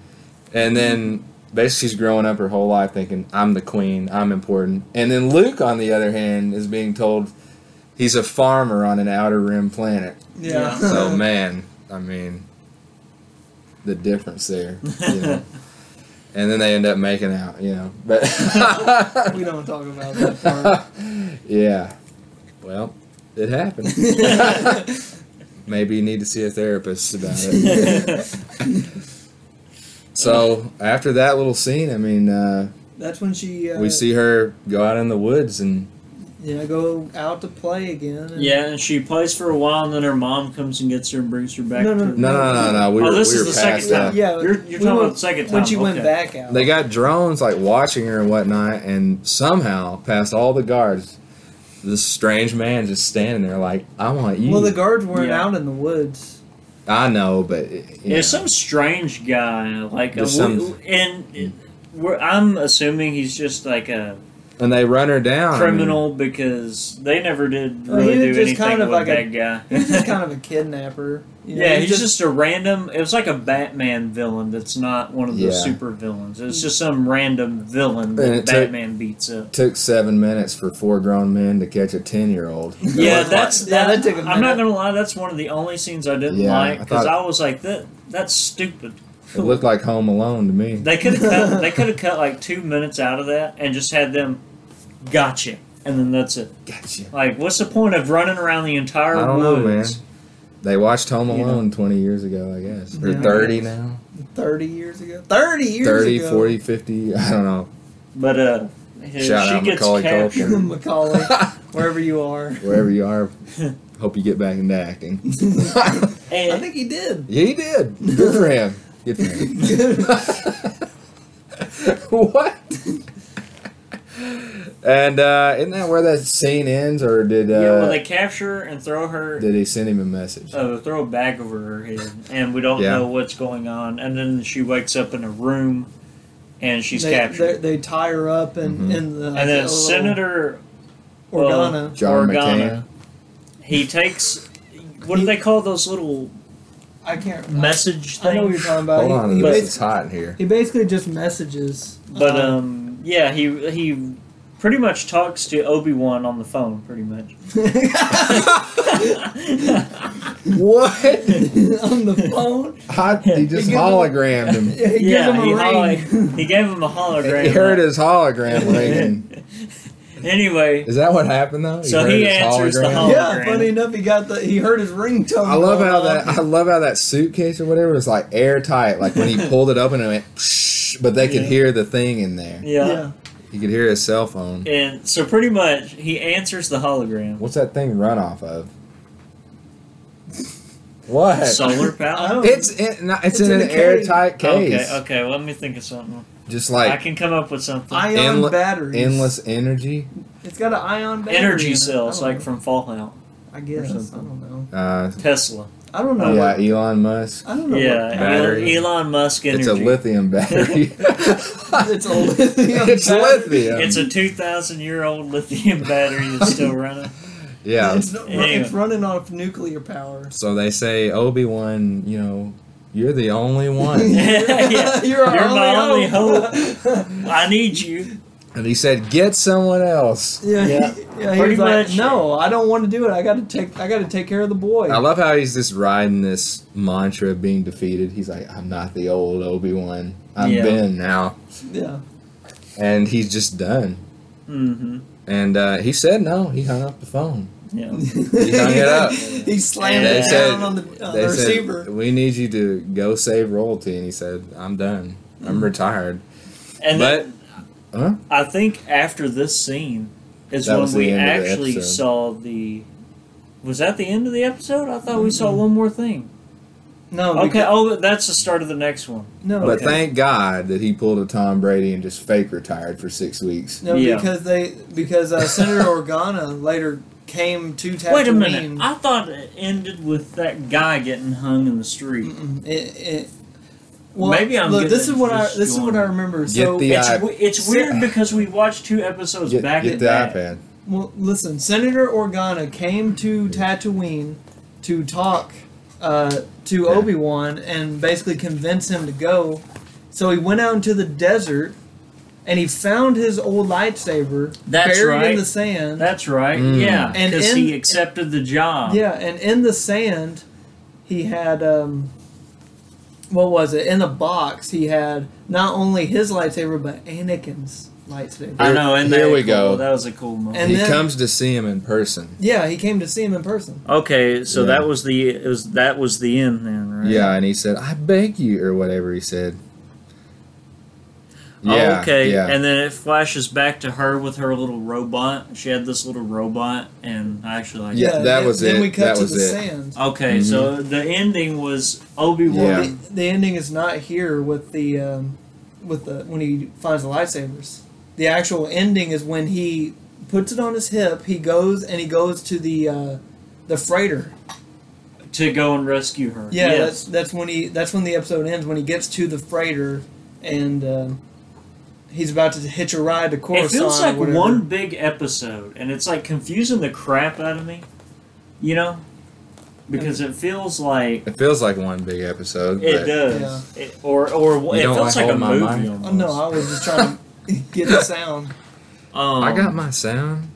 [SPEAKER 1] and then basically she's growing up her whole life thinking i'm the queen i'm important and then luke on the other hand is being told he's a farmer on an outer rim planet [laughs]
[SPEAKER 3] Yeah.
[SPEAKER 2] Yeah.
[SPEAKER 1] so man i mean the difference there you know? and then they end up making out you know but [laughs]
[SPEAKER 3] [laughs] we don't talk about that part.
[SPEAKER 1] [laughs] yeah. Well, it
[SPEAKER 3] [laughs]
[SPEAKER 1] happened. Maybe you need to see a therapist about
[SPEAKER 2] [laughs]
[SPEAKER 1] it. [laughs] So after that little scene, I mean, uh,
[SPEAKER 3] That's when she. Uh,
[SPEAKER 1] we see her go out in the woods and
[SPEAKER 3] Yeah, go out to play again. and-
[SPEAKER 2] Yeah, and she plays for a while, and then her mom comes and gets her and brings her back.
[SPEAKER 3] No, no,
[SPEAKER 2] to-
[SPEAKER 1] no, no, no, no. We
[SPEAKER 2] oh,
[SPEAKER 1] were,
[SPEAKER 2] this
[SPEAKER 1] we
[SPEAKER 2] is
[SPEAKER 1] were
[SPEAKER 2] the
[SPEAKER 1] past
[SPEAKER 2] second
[SPEAKER 1] that.
[SPEAKER 2] time.
[SPEAKER 3] Yeah,
[SPEAKER 2] you're, you're talking
[SPEAKER 3] we were-
[SPEAKER 2] about the second time.
[SPEAKER 3] When she went
[SPEAKER 2] okay.
[SPEAKER 3] back out.
[SPEAKER 1] They got drones like watching her and whatnot, and somehow past all the guards, this strange man just standing there like, "I want you."
[SPEAKER 3] well, the guards weren't
[SPEAKER 2] Yeah.
[SPEAKER 3] out in the woods.
[SPEAKER 1] I know, but it- you
[SPEAKER 2] Yeah,
[SPEAKER 1] know.
[SPEAKER 2] some strange guy, like a,
[SPEAKER 1] There's some-
[SPEAKER 2] and we're, I'm assuming he's just like a
[SPEAKER 1] and they run her down. I mean,
[SPEAKER 2] criminal because they never did
[SPEAKER 3] Well,
[SPEAKER 2] really
[SPEAKER 3] he was
[SPEAKER 2] do
[SPEAKER 3] just
[SPEAKER 2] anything
[SPEAKER 3] kind of
[SPEAKER 2] with
[SPEAKER 3] like a-
[SPEAKER 2] that guy.
[SPEAKER 3] He's
[SPEAKER 2] [laughs]
[SPEAKER 3] just kind of a kidnapper. You know,
[SPEAKER 2] yeah, he's just, a random. It was like a Batman villain that's not one of the
[SPEAKER 1] Yeah.
[SPEAKER 2] super villains. It's just some random villain
[SPEAKER 1] And
[SPEAKER 2] that
[SPEAKER 1] it took-
[SPEAKER 2] Batman beats up.
[SPEAKER 1] took seven minutes for four grown men to catch a ten year old.
[SPEAKER 2] Yeah, that's
[SPEAKER 3] Yeah,
[SPEAKER 2] that.
[SPEAKER 3] that took a
[SPEAKER 2] I'm not
[SPEAKER 3] minute.
[SPEAKER 2] gonna lie, that's one of the only scenes I didn't
[SPEAKER 1] Yeah,
[SPEAKER 2] like
[SPEAKER 1] I
[SPEAKER 2] because I,
[SPEAKER 1] thought-
[SPEAKER 2] was like that. That's stupid.
[SPEAKER 1] It looked like Home Alone to me.
[SPEAKER 2] They could have
[SPEAKER 1] [laughs]
[SPEAKER 2] cut. They could have cut like two minutes out of that and just had them. Gotcha, and then that's it.
[SPEAKER 1] Gotcha.
[SPEAKER 2] Like, what's the point of running around the entire
[SPEAKER 1] I don't know,
[SPEAKER 2] woods?
[SPEAKER 1] They watched Home
[SPEAKER 2] You know.
[SPEAKER 1] Alone 20 years ago, I guess. Or
[SPEAKER 3] Yeah.
[SPEAKER 1] 30 now?
[SPEAKER 3] 30 years ago. 30 years
[SPEAKER 1] 30,
[SPEAKER 3] ago.
[SPEAKER 1] 40, 50. I don't
[SPEAKER 2] [laughs]
[SPEAKER 1] know.
[SPEAKER 2] But uh, she
[SPEAKER 1] Shout out
[SPEAKER 2] gets
[SPEAKER 1] Macaulay
[SPEAKER 2] captured.
[SPEAKER 3] [laughs] Macaulay, wherever
[SPEAKER 1] [laughs]
[SPEAKER 3] you are.
[SPEAKER 1] Wherever you are, hope you get back into acting.
[SPEAKER 2] [laughs]
[SPEAKER 1] yeah,
[SPEAKER 3] I
[SPEAKER 2] And
[SPEAKER 3] think he did.
[SPEAKER 1] he did. Good for him. Good for him.
[SPEAKER 2] [laughs]
[SPEAKER 1] what? and uh, isn't that where that scene ends, or did uh,
[SPEAKER 2] yeah, well, they capture her and throw her
[SPEAKER 1] did he send him a message?
[SPEAKER 2] uh, throw a bag over her head, and we don't
[SPEAKER 1] Yeah.
[SPEAKER 2] know what's going on. And then she wakes up in a room, and she's
[SPEAKER 3] they, They,
[SPEAKER 2] captured.
[SPEAKER 3] they tie her up and
[SPEAKER 1] Mhm.
[SPEAKER 3] in the
[SPEAKER 2] And then
[SPEAKER 3] the
[SPEAKER 2] Senator
[SPEAKER 3] little
[SPEAKER 2] well,
[SPEAKER 3] Organa.
[SPEAKER 1] John
[SPEAKER 2] Organa. he takes what do they call those little
[SPEAKER 3] I can't remember.
[SPEAKER 2] message
[SPEAKER 3] I know what you're
[SPEAKER 2] things?
[SPEAKER 3] talking about.
[SPEAKER 1] McCain. Hold
[SPEAKER 3] He-
[SPEAKER 1] on,
[SPEAKER 3] he,
[SPEAKER 1] this
[SPEAKER 3] basi-
[SPEAKER 1] is hot in here.
[SPEAKER 3] he basically just messages. uh,
[SPEAKER 2] But um, yeah, he he pretty much talks to Obi Wan on the phone, pretty much.
[SPEAKER 1] [laughs] what?
[SPEAKER 3] [laughs] on the phone,
[SPEAKER 1] Hot? He just
[SPEAKER 3] He gives him-
[SPEAKER 1] hologrammed him.
[SPEAKER 3] yeah, he
[SPEAKER 2] [laughs]
[SPEAKER 3] gives
[SPEAKER 2] yeah,
[SPEAKER 3] him a
[SPEAKER 2] he,
[SPEAKER 3] ring.
[SPEAKER 2] hollo-
[SPEAKER 3] [laughs]
[SPEAKER 2] he gave him a hologram.
[SPEAKER 1] He heard his hologram ringing.
[SPEAKER 2] Anyway,
[SPEAKER 1] Is that what happened though?
[SPEAKER 2] So
[SPEAKER 1] heard
[SPEAKER 2] he
[SPEAKER 1] his
[SPEAKER 2] answers the hologram.
[SPEAKER 3] yeah, funny enough, he got the he heard his ringtone.
[SPEAKER 1] I love
[SPEAKER 3] going
[SPEAKER 1] how
[SPEAKER 3] off.
[SPEAKER 1] that [laughs] I love how that suitcase or whatever was like airtight. Like when
[SPEAKER 2] [laughs]
[SPEAKER 1] he pulled it open and it went, psh, but they could
[SPEAKER 2] Yeah.
[SPEAKER 1] hear the thing in there.
[SPEAKER 2] yeah.
[SPEAKER 1] You could hear his cell phone.
[SPEAKER 2] and so pretty much he answers the hologram.
[SPEAKER 1] What's that thing run off of? What?
[SPEAKER 2] Solar
[SPEAKER 3] I
[SPEAKER 2] power.
[SPEAKER 1] [laughs]
[SPEAKER 3] don't.
[SPEAKER 1] It's in, no, it's,
[SPEAKER 3] It's
[SPEAKER 1] in,
[SPEAKER 3] in
[SPEAKER 1] an
[SPEAKER 3] a cave.
[SPEAKER 1] airtight case.
[SPEAKER 2] Okay, okay. Let me think of something.
[SPEAKER 1] Just
[SPEAKER 2] I
[SPEAKER 1] like
[SPEAKER 2] can come up with something.
[SPEAKER 3] ion
[SPEAKER 1] endle-
[SPEAKER 3] batteries.
[SPEAKER 1] endless energy.
[SPEAKER 3] It's got an ion battery. in
[SPEAKER 2] Energy
[SPEAKER 3] it.
[SPEAKER 2] cells,
[SPEAKER 3] I don't
[SPEAKER 2] like from Fallout.
[SPEAKER 3] know. I guess. I
[SPEAKER 2] something.
[SPEAKER 3] don't know.
[SPEAKER 1] Uh,
[SPEAKER 2] Tesla.
[SPEAKER 3] I don't know.
[SPEAKER 1] yeah,
[SPEAKER 3] What,
[SPEAKER 1] Elon Musk.
[SPEAKER 3] I don't know.
[SPEAKER 2] Yeah,
[SPEAKER 1] Battery.
[SPEAKER 2] Elon, Elon Musk energy.
[SPEAKER 1] It's a lithium battery.
[SPEAKER 3] What, [laughs] it's a
[SPEAKER 1] [laughs]
[SPEAKER 3] lithium.
[SPEAKER 1] it's
[SPEAKER 3] battery.
[SPEAKER 1] lithium.
[SPEAKER 2] It's a 2,000 year old lithium [laughs] battery that's still running.
[SPEAKER 1] yeah.
[SPEAKER 3] [laughs] It's, not-
[SPEAKER 2] Anyway.
[SPEAKER 3] it's running off nuclear power.
[SPEAKER 1] so they say Obi Wan, you know, you're the only
[SPEAKER 3] [laughs]
[SPEAKER 1] one,
[SPEAKER 2] [laughs] Yeah.
[SPEAKER 3] You're, our
[SPEAKER 2] You're my only
[SPEAKER 3] hope.
[SPEAKER 2] I need you.
[SPEAKER 1] and he said, "Get someone else."
[SPEAKER 3] [laughs] yeah, he-
[SPEAKER 2] Yeah.
[SPEAKER 3] [laughs] yeah. he
[SPEAKER 2] Pretty
[SPEAKER 3] was like,
[SPEAKER 2] much.
[SPEAKER 3] no, I don't want to do it. I got to take. I got to take care of the boy.
[SPEAKER 1] I love how he's just riding this mantra of being defeated. He's like, "I'm not the old Obi Wan. I'm
[SPEAKER 2] Yeah.
[SPEAKER 1] Ben now,"
[SPEAKER 3] yeah,
[SPEAKER 1] and he's just done.
[SPEAKER 2] Mm-hmm.
[SPEAKER 1] And uh, he said no. He hung up the phone.
[SPEAKER 2] Yeah.
[SPEAKER 1] He hung it up.
[SPEAKER 3] [laughs] he slammed
[SPEAKER 2] They
[SPEAKER 3] it
[SPEAKER 1] said-
[SPEAKER 3] down on the, on
[SPEAKER 1] They
[SPEAKER 3] Uh, the
[SPEAKER 1] said,
[SPEAKER 3] receiver.
[SPEAKER 1] "We need you to go save royalty," and he said, "I'm done.
[SPEAKER 3] Mm-hmm.
[SPEAKER 1] I'm retired."
[SPEAKER 2] And
[SPEAKER 1] But
[SPEAKER 2] then
[SPEAKER 1] huh?
[SPEAKER 2] I think after this scene is
[SPEAKER 1] That was
[SPEAKER 2] when
[SPEAKER 1] the
[SPEAKER 2] we
[SPEAKER 1] end of the
[SPEAKER 2] actually
[SPEAKER 1] episode.
[SPEAKER 2] saw the. Was that the end of the episode? I thought we
[SPEAKER 3] Mm-hmm.
[SPEAKER 2] saw one more thing.
[SPEAKER 3] No,
[SPEAKER 2] Okay.
[SPEAKER 3] because-
[SPEAKER 2] Oh, that's the start of the next one.
[SPEAKER 3] no,
[SPEAKER 1] but
[SPEAKER 2] Okay.
[SPEAKER 1] thank God that he pulled a Tom Brady and just fake retired for six weeks.
[SPEAKER 3] no,
[SPEAKER 2] Yeah.
[SPEAKER 3] because they because uh, Senator Organa later came to Tatooine.
[SPEAKER 2] Wait a minute. I thought it ended with that guy getting hung in the street.
[SPEAKER 3] Mm-mm. It, it, well,
[SPEAKER 2] Maybe I'm
[SPEAKER 3] look. This is
[SPEAKER 2] getting
[SPEAKER 3] what I
[SPEAKER 2] just
[SPEAKER 3] this is what I
[SPEAKER 2] going-
[SPEAKER 3] remember.
[SPEAKER 1] Get
[SPEAKER 3] So
[SPEAKER 1] the
[SPEAKER 2] It's,
[SPEAKER 1] I-
[SPEAKER 2] w- it's weird because we watched two episodes
[SPEAKER 1] Get,
[SPEAKER 2] back
[SPEAKER 1] get
[SPEAKER 2] to
[SPEAKER 1] the
[SPEAKER 2] back.
[SPEAKER 1] iPad.
[SPEAKER 3] Well, listen, Senator Organa came to Tatooine to talk uh, to
[SPEAKER 1] Yeah.
[SPEAKER 3] Obi Wan and basically convince him to go. So he went out into the desert and he found his old lightsaber
[SPEAKER 2] That's
[SPEAKER 3] buried
[SPEAKER 2] right.
[SPEAKER 3] in the sand.
[SPEAKER 2] That's right.
[SPEAKER 1] Mm.
[SPEAKER 2] Yeah,
[SPEAKER 3] And
[SPEAKER 2] because
[SPEAKER 3] in-
[SPEAKER 2] he accepted the job.
[SPEAKER 3] yeah, and in the sand, he had um, what was it? In the box, he had not only his lightsaber but Anakin's lightsaber.
[SPEAKER 2] I know. And
[SPEAKER 1] Here
[SPEAKER 2] that-
[SPEAKER 1] we go.
[SPEAKER 2] That was a cool moment.
[SPEAKER 3] And
[SPEAKER 1] he
[SPEAKER 3] then-
[SPEAKER 1] comes to see him in person.
[SPEAKER 3] yeah, he came to see him in person.
[SPEAKER 2] Okay, so
[SPEAKER 1] Yeah.
[SPEAKER 2] that was the it was that was the end then, right?
[SPEAKER 1] Yeah, and he said, "I beg you," or whatever he said.
[SPEAKER 2] Oh,
[SPEAKER 1] Yeah.
[SPEAKER 2] okay.
[SPEAKER 1] Yeah.
[SPEAKER 2] And then it flashes back to her with her little robot. She had this little robot, and I actually like.
[SPEAKER 1] Yeah,
[SPEAKER 2] it.
[SPEAKER 1] that
[SPEAKER 3] then-
[SPEAKER 1] was
[SPEAKER 3] then
[SPEAKER 1] it.
[SPEAKER 3] we cut
[SPEAKER 1] That
[SPEAKER 3] to
[SPEAKER 1] was
[SPEAKER 3] the
[SPEAKER 1] it.
[SPEAKER 3] sand.
[SPEAKER 2] Okay, so the ending was Obi
[SPEAKER 1] Yeah.
[SPEAKER 2] Wan.
[SPEAKER 3] the, the ending is not here with the um, with the when he finds the lightsabers. The actual ending is when he puts it on his hip. He goes and he goes to the uh, the freighter.
[SPEAKER 2] to go and rescue her.
[SPEAKER 3] Yeah,
[SPEAKER 2] yes.
[SPEAKER 3] that's that's when he that's when the episode ends. When he gets to the freighter and um, he's about to hitch a ride to
[SPEAKER 2] It
[SPEAKER 3] Coruscant.
[SPEAKER 2] feels
[SPEAKER 3] or
[SPEAKER 2] like
[SPEAKER 3] whatever.
[SPEAKER 2] one big episode, and it's like confusing the crap out of me. You know, because it feels like
[SPEAKER 1] It feels like one big episode.
[SPEAKER 2] it
[SPEAKER 1] but
[SPEAKER 2] does, It- or or it
[SPEAKER 1] don't
[SPEAKER 2] feels
[SPEAKER 1] like
[SPEAKER 2] like a
[SPEAKER 1] hold my
[SPEAKER 2] movie.
[SPEAKER 1] mind?
[SPEAKER 3] Oh,
[SPEAKER 2] almost.
[SPEAKER 3] no, I was just trying
[SPEAKER 2] [laughs]
[SPEAKER 3] to get the sound.
[SPEAKER 2] Um,
[SPEAKER 1] I got my sound,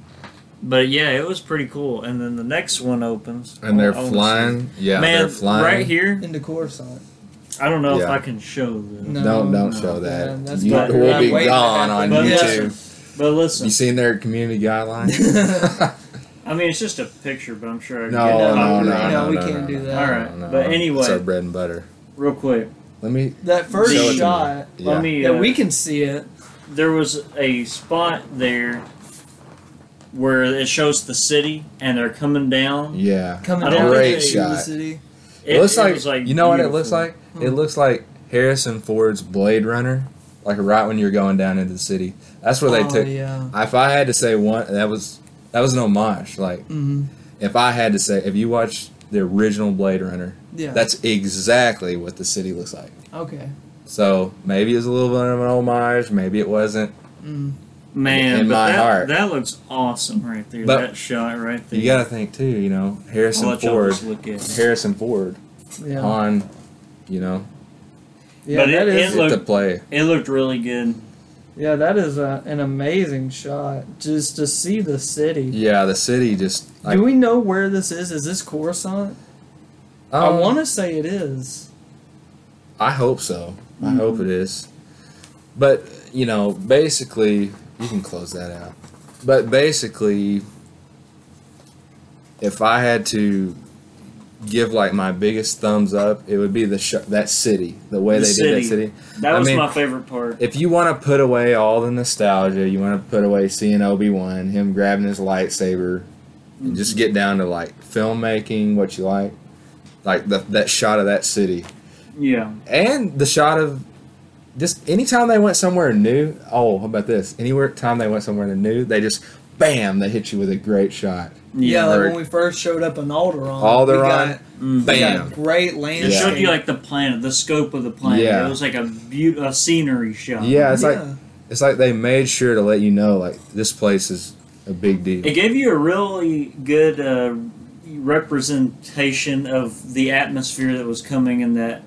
[SPEAKER 2] But yeah, it was pretty cool. And then the next one opens,
[SPEAKER 1] and they're
[SPEAKER 2] Oh, I wanna see.
[SPEAKER 1] flying. Yeah,
[SPEAKER 2] Man,
[SPEAKER 1] they're flying.
[SPEAKER 2] right here.
[SPEAKER 3] Into Coruscant.
[SPEAKER 2] I don't know if
[SPEAKER 1] Yeah.
[SPEAKER 2] I can show this,
[SPEAKER 3] No.
[SPEAKER 1] Don't don't
[SPEAKER 2] No,
[SPEAKER 1] show
[SPEAKER 3] yeah,
[SPEAKER 1] that.
[SPEAKER 3] that's
[SPEAKER 1] you
[SPEAKER 2] not-
[SPEAKER 1] will
[SPEAKER 2] I'm
[SPEAKER 1] be
[SPEAKER 3] waiting to
[SPEAKER 1] gone
[SPEAKER 3] happen.
[SPEAKER 1] on
[SPEAKER 2] But
[SPEAKER 1] YouTube.
[SPEAKER 2] listen, but
[SPEAKER 1] You [laughs]
[SPEAKER 2] listen,
[SPEAKER 1] seen their community guidelines?
[SPEAKER 2] I mean, it's just a picture, but I'm sure.
[SPEAKER 1] No,
[SPEAKER 2] I could
[SPEAKER 1] no,
[SPEAKER 2] pop
[SPEAKER 1] Oh, no,
[SPEAKER 2] it
[SPEAKER 1] no,
[SPEAKER 2] up.
[SPEAKER 1] no,
[SPEAKER 3] we
[SPEAKER 1] no,
[SPEAKER 3] can't
[SPEAKER 1] no,
[SPEAKER 3] do
[SPEAKER 1] no.
[SPEAKER 2] [laughs]
[SPEAKER 3] that.
[SPEAKER 2] All
[SPEAKER 1] I
[SPEAKER 2] right,
[SPEAKER 1] don't know.
[SPEAKER 2] but anyway,
[SPEAKER 1] it's our bread and butter.
[SPEAKER 2] real quick,
[SPEAKER 1] Let me.
[SPEAKER 3] That first
[SPEAKER 1] show it to me.
[SPEAKER 3] shot.
[SPEAKER 1] Yeah.
[SPEAKER 2] let me.
[SPEAKER 3] Yeah,
[SPEAKER 2] uh,
[SPEAKER 3] we can see it.
[SPEAKER 2] there was a spot there where it shows the city and they're coming down.
[SPEAKER 1] Yeah.
[SPEAKER 3] Coming
[SPEAKER 2] I
[SPEAKER 3] down
[SPEAKER 2] don't
[SPEAKER 1] Great
[SPEAKER 3] the
[SPEAKER 1] shot.
[SPEAKER 3] city.
[SPEAKER 1] It, looks like,
[SPEAKER 2] was,
[SPEAKER 1] you know what it
[SPEAKER 2] beautiful.
[SPEAKER 1] looks like. It looks like Harrison Ford's Blade Runner, like right when you're going down into the city. That's where they
[SPEAKER 3] oh,
[SPEAKER 1] took.
[SPEAKER 3] Yeah.
[SPEAKER 1] If I had to say one, that was that was an homage. Like
[SPEAKER 3] hmm
[SPEAKER 1] if I had to say, if you watch the original Blade Runner,
[SPEAKER 3] Yeah.
[SPEAKER 1] that's exactly what the city looks like.
[SPEAKER 3] okay.
[SPEAKER 1] So maybe it's a little bit of an homage, maybe it wasn't.
[SPEAKER 3] Mm.
[SPEAKER 2] Man,
[SPEAKER 1] in
[SPEAKER 2] but
[SPEAKER 1] my
[SPEAKER 2] that,
[SPEAKER 1] heart.
[SPEAKER 2] that looks awesome right there.
[SPEAKER 1] But
[SPEAKER 2] that shot right there.
[SPEAKER 1] You got to think too, you know,
[SPEAKER 2] I'll
[SPEAKER 1] Harrison
[SPEAKER 2] let y'all
[SPEAKER 1] Ford,
[SPEAKER 2] just look at. it.
[SPEAKER 1] Harrison Ford
[SPEAKER 3] Yeah.
[SPEAKER 1] on, you know,
[SPEAKER 3] yeah,
[SPEAKER 2] But
[SPEAKER 3] that
[SPEAKER 2] it-
[SPEAKER 3] is-
[SPEAKER 1] it
[SPEAKER 2] looked-
[SPEAKER 1] to play.
[SPEAKER 2] It looked really good.
[SPEAKER 3] yeah, that is a, an amazing shot just to see the city.
[SPEAKER 1] Yeah, the city just. Like,
[SPEAKER 3] Do we know where this is? Is this Coruscant? I
[SPEAKER 1] um,
[SPEAKER 3] want to say it is.
[SPEAKER 1] I hope so. I hope it is. But you know, basically, you can close that out. But basically, if I had to give like my biggest thumbs up, it would be the sh- that city, the way
[SPEAKER 2] The
[SPEAKER 1] they did that
[SPEAKER 2] city.
[SPEAKER 1] city.
[SPEAKER 2] That
[SPEAKER 1] I
[SPEAKER 2] was
[SPEAKER 1] mean-
[SPEAKER 2] my favorite part.
[SPEAKER 1] If you want to put away all the nostalgia, you want to put away seeing Obi Wan, him grabbing his lightsaber, and just get down to like filmmaking, what you like, like the, that shot of that city
[SPEAKER 2] Yeah.
[SPEAKER 1] and the shot of just anytime they went somewhere new. Oh, how about this? Anywhere time they went somewhere new, they just bam, they hit you with a great shot.
[SPEAKER 3] Yeah, like
[SPEAKER 1] or-
[SPEAKER 3] when we first showed up in Alderaan. we
[SPEAKER 1] Alderaan,
[SPEAKER 3] got,
[SPEAKER 2] Mm.
[SPEAKER 3] we
[SPEAKER 1] bam.
[SPEAKER 3] got great
[SPEAKER 2] It
[SPEAKER 3] landscape.
[SPEAKER 1] Yeah.
[SPEAKER 2] showed you like the planet, the scope of the planet.
[SPEAKER 1] Yeah.
[SPEAKER 2] It was like a beau- a scenery shot.
[SPEAKER 1] Yeah, it's like
[SPEAKER 3] Yeah.
[SPEAKER 1] it's like they made sure to let you know like this place is a big deal.
[SPEAKER 2] It gave you a really good uh, representation of the atmosphere that was coming in that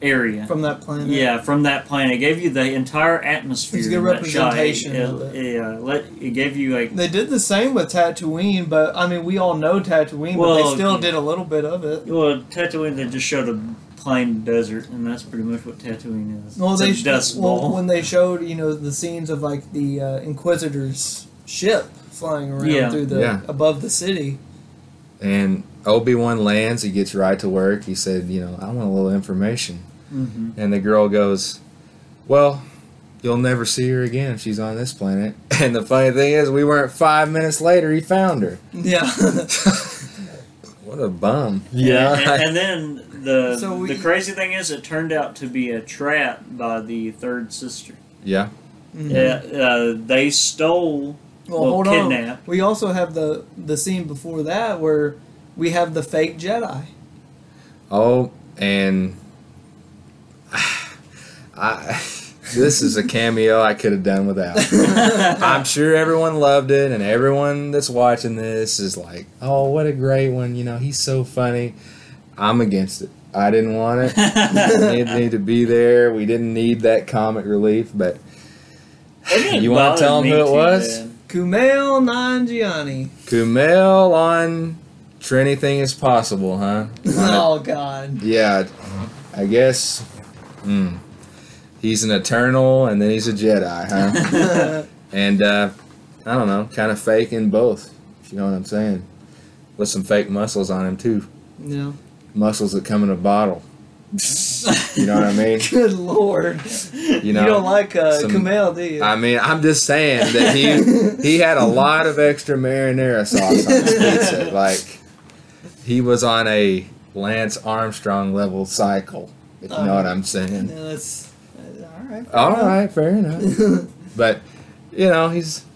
[SPEAKER 2] area.
[SPEAKER 3] from that planet.
[SPEAKER 2] yeah, from that planet, it gave you the entire atmosphere.
[SPEAKER 3] It's a good
[SPEAKER 2] in that shot.
[SPEAKER 3] representation of it.
[SPEAKER 2] Yeah, let, it gave you like
[SPEAKER 3] They did the same with Tatooine, but I mean, we all know Tatooine, but
[SPEAKER 2] Well,
[SPEAKER 3] they still
[SPEAKER 2] yeah.
[SPEAKER 3] did a little bit of it.
[SPEAKER 2] well, Tatooine. They just showed a plain desert, and that's pretty much what Tatooine is.
[SPEAKER 3] Well,
[SPEAKER 2] it's
[SPEAKER 3] they
[SPEAKER 2] a dust
[SPEAKER 3] well,
[SPEAKER 2] bowl.
[SPEAKER 3] when they showed you know the scenes of like the uh, Inquisitor's ship flying around
[SPEAKER 2] Yeah.
[SPEAKER 3] through the
[SPEAKER 1] Yeah.
[SPEAKER 3] above the city. [laughs]
[SPEAKER 1] and Obi Wan lands. He gets right to work. He said, you know, I want a little information.
[SPEAKER 2] hmm
[SPEAKER 1] And the girl goes, well. You'll never see her again. She's on this planet. [laughs] And the funny thing is, we weren't five minutes later. He found her. [laughs]
[SPEAKER 3] Yeah,
[SPEAKER 1] What a bum. [laughs]
[SPEAKER 2] Yeah,
[SPEAKER 1] You know?
[SPEAKER 2] and, and then the
[SPEAKER 3] So we-
[SPEAKER 2] the crazy thing is, it turned out to be a trap by the third sister.
[SPEAKER 1] yeah. Mm-hmm.
[SPEAKER 2] Yeah, uh, they
[SPEAKER 1] [laughs]
[SPEAKER 2] stole,
[SPEAKER 3] Well,
[SPEAKER 2] well,
[SPEAKER 3] hold on.
[SPEAKER 2] kidnapped.
[SPEAKER 3] We also have the the scene before that where we have the fake
[SPEAKER 2] [laughs]
[SPEAKER 3] Jedi.
[SPEAKER 1] Oh, and [sighs] I this is a cameo I could have done without. I'm sure everyone loved it, and everyone that's watching this is like, "Oh, what a great one!" You know, he's so funny. I'm against it. I didn't want it.
[SPEAKER 2] [laughs]
[SPEAKER 1] it didn't need to be there. We didn't need that comic relief, but You wanna
[SPEAKER 2] want to
[SPEAKER 1] tell 'em who it was?
[SPEAKER 3] Kumail Nanjiani.
[SPEAKER 1] Kumail on for anything is possible, huh?
[SPEAKER 3] Oh [laughs] God.
[SPEAKER 1] Yeah, I guess. Mm, he's an eternal, and then he's a Jedi, huh?
[SPEAKER 3] [laughs]
[SPEAKER 1] and uh, I don't know, kind of fake in both. If you know what I'm saying, with some fake muscles on him too.
[SPEAKER 3] no.
[SPEAKER 1] Muscles that come in a bottle. You know what I
[SPEAKER 3] [laughs]
[SPEAKER 1] mean?
[SPEAKER 3] Good Lord.
[SPEAKER 1] You
[SPEAKER 3] You,
[SPEAKER 1] know.
[SPEAKER 3] don't like uh,
[SPEAKER 1] some-
[SPEAKER 3] Kumail, do you?
[SPEAKER 1] I mean, I'm just saying that he
[SPEAKER 3] [laughs]
[SPEAKER 1] he had a lot of extra marinara sauce on his
[SPEAKER 3] [laughs]
[SPEAKER 1] pizza. Like he was on a Lance Armstrong level cycle. If you
[SPEAKER 3] Uh-huh.
[SPEAKER 1] know what I'm saying.
[SPEAKER 3] No, that's uh, all right. fair
[SPEAKER 1] All
[SPEAKER 3] enough.
[SPEAKER 1] right, fair enough. [laughs] but you know, he's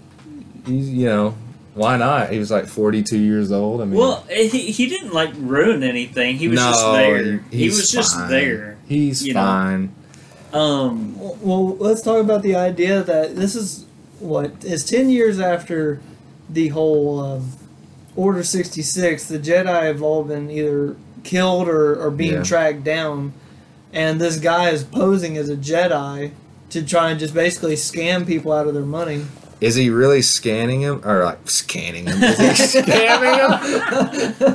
[SPEAKER 1] he's you know, why not? He was like forty two years old. I mean,
[SPEAKER 2] Well, eh, he, he didn't like ruin anything. He was
[SPEAKER 1] no,
[SPEAKER 2] just there.
[SPEAKER 1] he-
[SPEAKER 2] He
[SPEAKER 1] he's
[SPEAKER 2] was just
[SPEAKER 1] fine.
[SPEAKER 2] there.
[SPEAKER 1] He's
[SPEAKER 2] you know.
[SPEAKER 1] fine.
[SPEAKER 2] Um,
[SPEAKER 3] [laughs] Well, well, let's talk about the idea that this is what is ten years after the whole um, Order sixty six. The Jedi have all been either killed or, or being
[SPEAKER 1] Yeah.
[SPEAKER 3] tracked down, and this guy is posing as a Jedi to try and just basically scam people out of their money.
[SPEAKER 1] Is he really scanning him or like scanning him? Is
[SPEAKER 2] [laughs]
[SPEAKER 1] he
[SPEAKER 3] [laughs]
[SPEAKER 1] scamming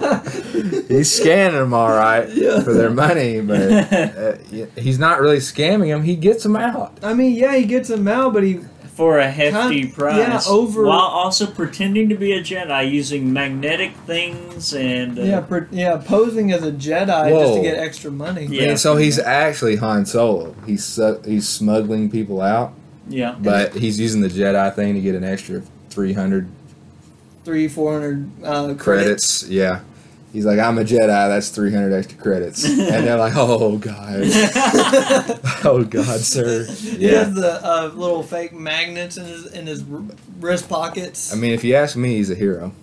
[SPEAKER 1] him? he's scanning them all
[SPEAKER 2] [laughs]
[SPEAKER 1] right
[SPEAKER 3] Yeah.
[SPEAKER 1] for their money, but uh, y- he's not really scamming him. He gets them out.
[SPEAKER 3] I mean, yeah, he gets him out, but he
[SPEAKER 2] for a hefty
[SPEAKER 3] Kind-
[SPEAKER 2] price.
[SPEAKER 3] yeah, over-
[SPEAKER 2] while also pretending to be a Jedi using magnetic things and uh,
[SPEAKER 3] Yeah, per, yeah, posing as a Jedi just
[SPEAKER 1] Whoa.
[SPEAKER 3] to get extra money.
[SPEAKER 2] Yeah.
[SPEAKER 1] And so he's actually Han Solo. He's su- he's smuggling people out,
[SPEAKER 2] yeah.
[SPEAKER 1] but he's using the Jedi thing to get an extra three hundred
[SPEAKER 3] Three, four hundred uh, credits. [laughs]
[SPEAKER 1] credits. Yeah. He's like, I'm a Jedi. That's 300 extra credits. And they're like, oh, God. [laughs] oh, God, sir.
[SPEAKER 3] He
[SPEAKER 1] Yeah.
[SPEAKER 3] has the uh, little fake magnets in his in his wr- wrist pockets.
[SPEAKER 1] I mean, if you ask me, he's a hero.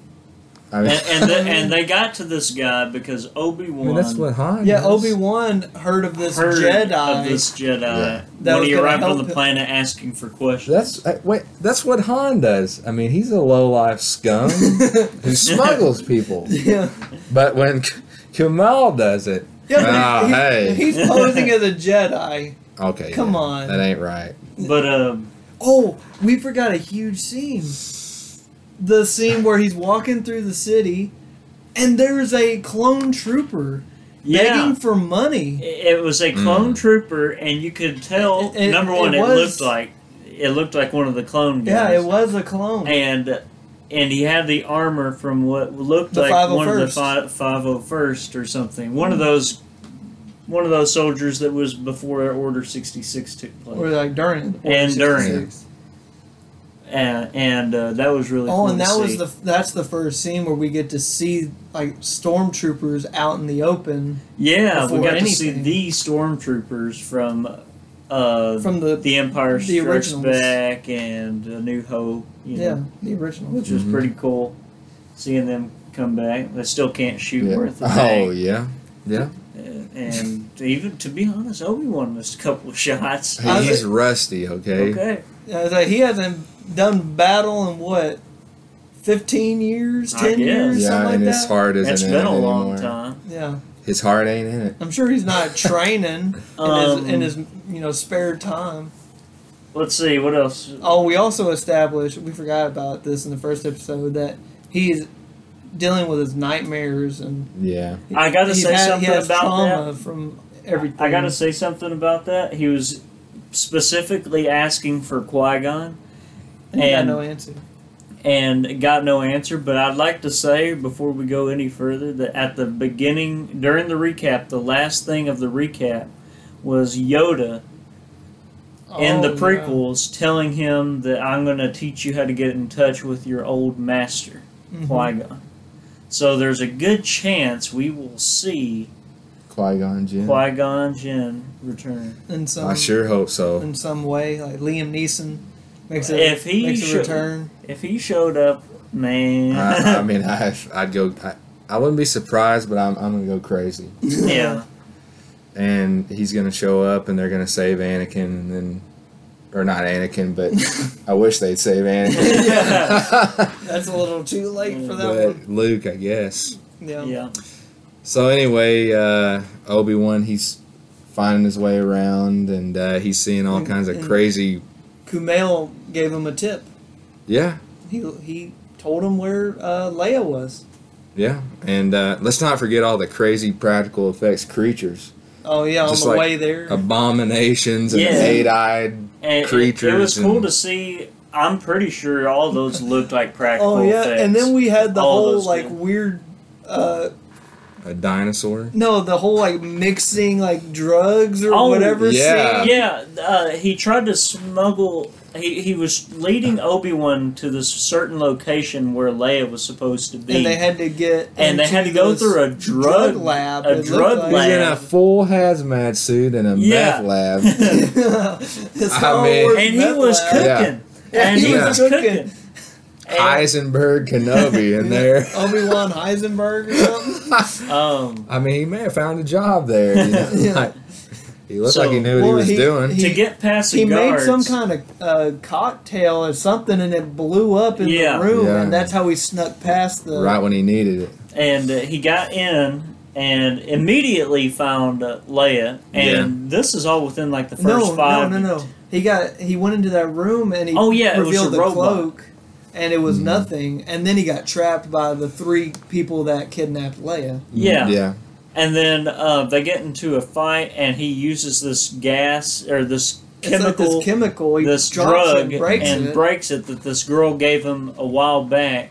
[SPEAKER 1] I mean,
[SPEAKER 2] and and, the, and they got to this guy because
[SPEAKER 1] [laughs]
[SPEAKER 2] Obi
[SPEAKER 1] I
[SPEAKER 2] Wan.
[SPEAKER 1] mean, that's what Han
[SPEAKER 3] yeah,
[SPEAKER 1] is.
[SPEAKER 3] Obi Wan heard of this
[SPEAKER 2] heard
[SPEAKER 3] Jedi.
[SPEAKER 2] of this Jedi
[SPEAKER 1] Yeah.
[SPEAKER 3] That
[SPEAKER 2] when
[SPEAKER 3] was
[SPEAKER 2] he
[SPEAKER 3] gonna
[SPEAKER 2] arrived on
[SPEAKER 3] help
[SPEAKER 2] the
[SPEAKER 3] him.
[SPEAKER 2] planet asking for questions.
[SPEAKER 1] That's uh, wait. That's what Han does. I mean, he's a low life
[SPEAKER 3] [laughs]
[SPEAKER 1] scum who smuggles people.
[SPEAKER 3] yeah,
[SPEAKER 1] But when K- Kamal does it,
[SPEAKER 3] yeah. but
[SPEAKER 1] Ah,
[SPEAKER 3] he's,
[SPEAKER 1] hey.
[SPEAKER 3] he's posing as a Jedi.
[SPEAKER 1] okay,
[SPEAKER 3] Come
[SPEAKER 1] yeah,
[SPEAKER 3] on.
[SPEAKER 1] that ain't right.
[SPEAKER 2] but um,
[SPEAKER 3] Oh, we forgot a huge scene. The scene where he's walking through the city, and there's a clone trooper
[SPEAKER 2] yeah,
[SPEAKER 3] begging for money.
[SPEAKER 2] it was a clone trooper, and you could tell.
[SPEAKER 3] It- it-
[SPEAKER 2] number one,
[SPEAKER 3] it
[SPEAKER 2] it,
[SPEAKER 3] was-
[SPEAKER 2] looked like it looked like one of the clone
[SPEAKER 3] Yeah,
[SPEAKER 2] guys.
[SPEAKER 3] it was a clone.
[SPEAKER 2] and and he had the armor from what looked
[SPEAKER 3] The
[SPEAKER 2] like one of the
[SPEAKER 3] 501st.
[SPEAKER 2] five oh first or something. One of those, one of those soldiers that was before Order sixty six took place.
[SPEAKER 3] Or like during.
[SPEAKER 2] And during.
[SPEAKER 3] 66.
[SPEAKER 2] and and uh, that was really
[SPEAKER 3] Oh,
[SPEAKER 2] cool
[SPEAKER 3] and
[SPEAKER 2] to
[SPEAKER 3] that was
[SPEAKER 2] see.
[SPEAKER 3] the that's the first scene where we get to see like stormtroopers out in the open
[SPEAKER 2] yeah we
[SPEAKER 3] before
[SPEAKER 2] got to see
[SPEAKER 3] anything.
[SPEAKER 2] the stormtroopers from uh
[SPEAKER 3] from the
[SPEAKER 2] the Empire
[SPEAKER 3] the
[SPEAKER 2] Strikes
[SPEAKER 3] originals.
[SPEAKER 2] Back and A New Hope you know,
[SPEAKER 3] yeah the original.
[SPEAKER 2] which was
[SPEAKER 1] Mhm.
[SPEAKER 2] pretty cool seeing them come back they still can't shoot
[SPEAKER 1] Yeah.
[SPEAKER 2] worth a
[SPEAKER 1] Oh
[SPEAKER 2] thing
[SPEAKER 1] yeah, yeah.
[SPEAKER 2] and even to be honest Obi-Wan missed a couple of [laughs] shots
[SPEAKER 3] I was
[SPEAKER 1] He's rusty. Okay.
[SPEAKER 2] okay
[SPEAKER 3] Yeah, it's like he hasn't done battle in what fifteen years,
[SPEAKER 2] I guess.
[SPEAKER 3] ten years,
[SPEAKER 1] Yeah,
[SPEAKER 3] something
[SPEAKER 1] and
[SPEAKER 3] like
[SPEAKER 1] his
[SPEAKER 3] that.
[SPEAKER 1] heart isn't
[SPEAKER 2] that's
[SPEAKER 1] in
[SPEAKER 2] been
[SPEAKER 1] it
[SPEAKER 2] a long
[SPEAKER 1] anymore.
[SPEAKER 2] time
[SPEAKER 3] Yeah,
[SPEAKER 1] His heart ain't in it.
[SPEAKER 3] I'm sure he's not [laughs] training
[SPEAKER 2] Um,
[SPEAKER 3] in his in his you know spare time.
[SPEAKER 2] let's see what else
[SPEAKER 3] Oh, we also established we forgot about this in the first episode that he's dealing with his nightmares and
[SPEAKER 1] Yeah.
[SPEAKER 2] I gotta
[SPEAKER 3] he's
[SPEAKER 2] say
[SPEAKER 3] had-
[SPEAKER 2] something
[SPEAKER 3] he has
[SPEAKER 2] about
[SPEAKER 3] trauma
[SPEAKER 2] that.
[SPEAKER 3] from everything.
[SPEAKER 2] I gotta say something about that he was specifically asking for Qui-Gon
[SPEAKER 3] and he got
[SPEAKER 2] and-
[SPEAKER 3] no answer.
[SPEAKER 2] and got no answer. But I'd like to say before we go any further that at the beginning, during the recap, the last thing of the recap was Yoda in
[SPEAKER 3] Oh,
[SPEAKER 2] the
[SPEAKER 3] yeah.
[SPEAKER 2] prequels telling him that I'm going to teach you how to get in touch with your old master,
[SPEAKER 3] Mhm.
[SPEAKER 2] Qui Gon. So there's a good chance we will see
[SPEAKER 1] Qui Gon Jinn.
[SPEAKER 2] Qui Gon Jinn return.
[SPEAKER 3] in some
[SPEAKER 1] I sure hope so.
[SPEAKER 3] in some way, like Liam Neeson makes a
[SPEAKER 2] If he
[SPEAKER 3] makes a
[SPEAKER 2] should-
[SPEAKER 3] return.
[SPEAKER 2] If he showed up, man, [laughs]
[SPEAKER 1] I, I mean, I I'd go. I, I wouldn't be surprised, but I'm I'm gonna go crazy.
[SPEAKER 2] yeah,
[SPEAKER 1] And he's gonna show up, and they're gonna save Anakin, and then, or not Anakin, but I wish they'd save Anakin.
[SPEAKER 2] Yeah.
[SPEAKER 3] [laughs] That's a little too late for that one.
[SPEAKER 1] [laughs] but Luke, I guess.
[SPEAKER 3] Yeah.
[SPEAKER 2] yeah.
[SPEAKER 1] So anyway, uh, Obi Wan he's finding his way around, and uh, he's seeing all
[SPEAKER 3] And-
[SPEAKER 1] kinds of
[SPEAKER 3] and-
[SPEAKER 1] crazy.
[SPEAKER 3] Kumail gave him a tip.
[SPEAKER 1] Yeah,
[SPEAKER 3] He he told him where uh, Leia was.
[SPEAKER 1] yeah, and uh, let's not forget all the crazy practical effects creatures,
[SPEAKER 3] Oh yeah, on
[SPEAKER 1] Just
[SPEAKER 3] the
[SPEAKER 1] like
[SPEAKER 3] way there.
[SPEAKER 1] abominations, and
[SPEAKER 2] Yeah.
[SPEAKER 1] eight-eyed.
[SPEAKER 2] And it- It,
[SPEAKER 1] creatures
[SPEAKER 2] was cool
[SPEAKER 1] and-
[SPEAKER 2] to see. I'm pretty sure all those looked like practical
[SPEAKER 3] oh yeah,
[SPEAKER 2] effects.
[SPEAKER 3] and then we had the
[SPEAKER 2] All
[SPEAKER 3] whole
[SPEAKER 2] those
[SPEAKER 3] like
[SPEAKER 2] people.
[SPEAKER 3] weird. Uh,
[SPEAKER 1] A dinosaur.
[SPEAKER 3] no, the whole like mixing like drugs or
[SPEAKER 2] Oh,
[SPEAKER 3] whatever.
[SPEAKER 1] yeah.
[SPEAKER 3] Scene.
[SPEAKER 2] yeah, uh, he tried to smuggle. He, he was leading Obi Wan to this certain location where Leia was supposed to be,
[SPEAKER 3] And they had to get
[SPEAKER 2] and they had to
[SPEAKER 3] into
[SPEAKER 2] go
[SPEAKER 3] this
[SPEAKER 2] through a drug,
[SPEAKER 3] drug lab.
[SPEAKER 2] a
[SPEAKER 3] it
[SPEAKER 2] drug
[SPEAKER 3] looked
[SPEAKER 1] He's
[SPEAKER 2] lab.
[SPEAKER 1] in a full hazmat suit in a
[SPEAKER 2] Yeah.
[SPEAKER 1] meth lab.
[SPEAKER 3] [laughs] It's
[SPEAKER 1] I
[SPEAKER 3] Star
[SPEAKER 1] mean-
[SPEAKER 3] Wars
[SPEAKER 2] and he
[SPEAKER 3] meth
[SPEAKER 2] was
[SPEAKER 3] lab.
[SPEAKER 1] Yeah.
[SPEAKER 2] cooking,
[SPEAKER 3] Yeah,
[SPEAKER 2] and
[SPEAKER 3] he
[SPEAKER 2] he
[SPEAKER 1] was
[SPEAKER 2] was
[SPEAKER 3] cooking.
[SPEAKER 2] cooking. And,
[SPEAKER 1] Heisenberg Kenobi
[SPEAKER 3] [laughs]
[SPEAKER 1] in there.
[SPEAKER 3] Obi Wan Heisenberg or
[SPEAKER 2] [laughs]
[SPEAKER 3] something.
[SPEAKER 2] um,
[SPEAKER 1] [laughs] I mean, he may have found a job there. you know,
[SPEAKER 3] [laughs] Yeah.
[SPEAKER 1] like- [laughs] he looked
[SPEAKER 2] So-
[SPEAKER 1] like he knew what he
[SPEAKER 3] Well,
[SPEAKER 1] was
[SPEAKER 3] he-
[SPEAKER 1] doing.
[SPEAKER 3] he-
[SPEAKER 2] to get past the
[SPEAKER 3] He made
[SPEAKER 2] guards,
[SPEAKER 3] some kind of uh, cocktail or something, and it blew up in
[SPEAKER 2] Yeah.
[SPEAKER 3] the room,
[SPEAKER 1] Yeah.
[SPEAKER 3] and that's how he snuck past the.
[SPEAKER 1] right when he needed it. Mm,
[SPEAKER 2] and uh, he got in. And immediately found uh, Leia, and this is all within like the first
[SPEAKER 3] no,
[SPEAKER 2] five.
[SPEAKER 3] no, no, no. He got. He went into that room, and he.
[SPEAKER 2] Oh, yeah, it was
[SPEAKER 3] revealed
[SPEAKER 2] a
[SPEAKER 3] the
[SPEAKER 2] robot.
[SPEAKER 3] cloak, and it was
[SPEAKER 1] Hmm.
[SPEAKER 3] nothing. And then he got trapped by the three people that kidnapped Leia.
[SPEAKER 2] Yeah,
[SPEAKER 1] Yeah.
[SPEAKER 2] And then uh, they get into a fight, and he uses this gas or this
[SPEAKER 3] it's like
[SPEAKER 2] chemical-
[SPEAKER 3] this chemical. He
[SPEAKER 2] this
[SPEAKER 3] drops it
[SPEAKER 2] drug
[SPEAKER 3] and breaks
[SPEAKER 2] and
[SPEAKER 3] it.
[SPEAKER 2] breaks it that this girl gave him a while back,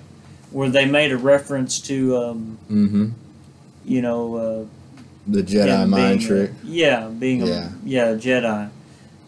[SPEAKER 2] where they made a reference to um,
[SPEAKER 1] Mm-hmm.
[SPEAKER 2] you know
[SPEAKER 1] The
[SPEAKER 2] uh,
[SPEAKER 1] Jedi
[SPEAKER 2] him
[SPEAKER 1] mind
[SPEAKER 2] being-
[SPEAKER 1] trick.
[SPEAKER 2] yeah, being
[SPEAKER 1] Yeah.
[SPEAKER 2] a yeah Jedi.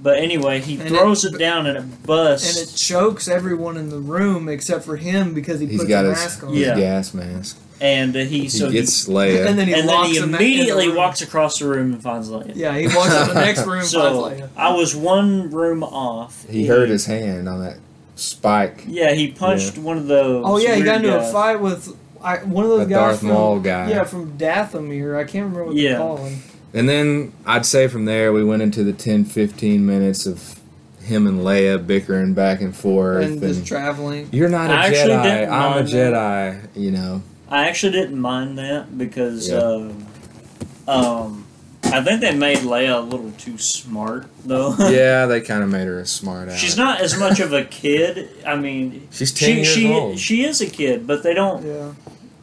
[SPEAKER 2] But anyway, he
[SPEAKER 3] And it-
[SPEAKER 2] throws it, down and it
[SPEAKER 3] and it
[SPEAKER 2] busts.
[SPEAKER 3] chokes everyone in the room except for him because he
[SPEAKER 1] He's
[SPEAKER 3] puts
[SPEAKER 1] got
[SPEAKER 3] a
[SPEAKER 1] his,
[SPEAKER 3] mask on.
[SPEAKER 1] his
[SPEAKER 2] Yeah.
[SPEAKER 1] gas mask.
[SPEAKER 2] And, uh, he so
[SPEAKER 1] he gets
[SPEAKER 3] And
[SPEAKER 1] Leia.
[SPEAKER 3] [laughs] then he,
[SPEAKER 2] he, and then
[SPEAKER 3] locks
[SPEAKER 2] he
[SPEAKER 3] him back in the
[SPEAKER 2] immediately
[SPEAKER 3] room.
[SPEAKER 2] walks across the room and finds Leia.
[SPEAKER 3] Yeah, he walks to the next
[SPEAKER 2] [laughs]
[SPEAKER 3] room.
[SPEAKER 2] so
[SPEAKER 3] finds Leia.
[SPEAKER 2] I was one room off.
[SPEAKER 1] he hurt his hand on that spike.
[SPEAKER 2] Yeah, he punched one of those.
[SPEAKER 3] Oh yeah, he
[SPEAKER 2] weird
[SPEAKER 3] got into
[SPEAKER 2] guys.
[SPEAKER 3] a fight with I, one of those
[SPEAKER 1] A
[SPEAKER 3] guys
[SPEAKER 1] Darth
[SPEAKER 3] from
[SPEAKER 1] Maul guy.
[SPEAKER 3] yeah from Dathomir. I can't remember what
[SPEAKER 2] Yeah.
[SPEAKER 3] they call him.
[SPEAKER 1] And then I'd say from there we went into the 10, 15 minutes of him and Leia bickering back and forth. And
[SPEAKER 3] And just traveling.
[SPEAKER 1] you're not a
[SPEAKER 2] I actually
[SPEAKER 1] Jedi.
[SPEAKER 2] didn't
[SPEAKER 1] I'm a
[SPEAKER 2] mind
[SPEAKER 1] Jedi. You
[SPEAKER 3] [laughs]
[SPEAKER 1] know.
[SPEAKER 2] I actually didn't mind that because
[SPEAKER 1] Yeah.
[SPEAKER 2] um um, I think they made Leia a little too smart though.
[SPEAKER 1] [laughs] yeah, they kind of made her a smart ass.
[SPEAKER 2] [laughs] she's not as much of a kid. I mean,
[SPEAKER 1] She's ten
[SPEAKER 2] she
[SPEAKER 1] years
[SPEAKER 2] she
[SPEAKER 1] old.
[SPEAKER 2] she is a kid, but they don't
[SPEAKER 3] Yeah,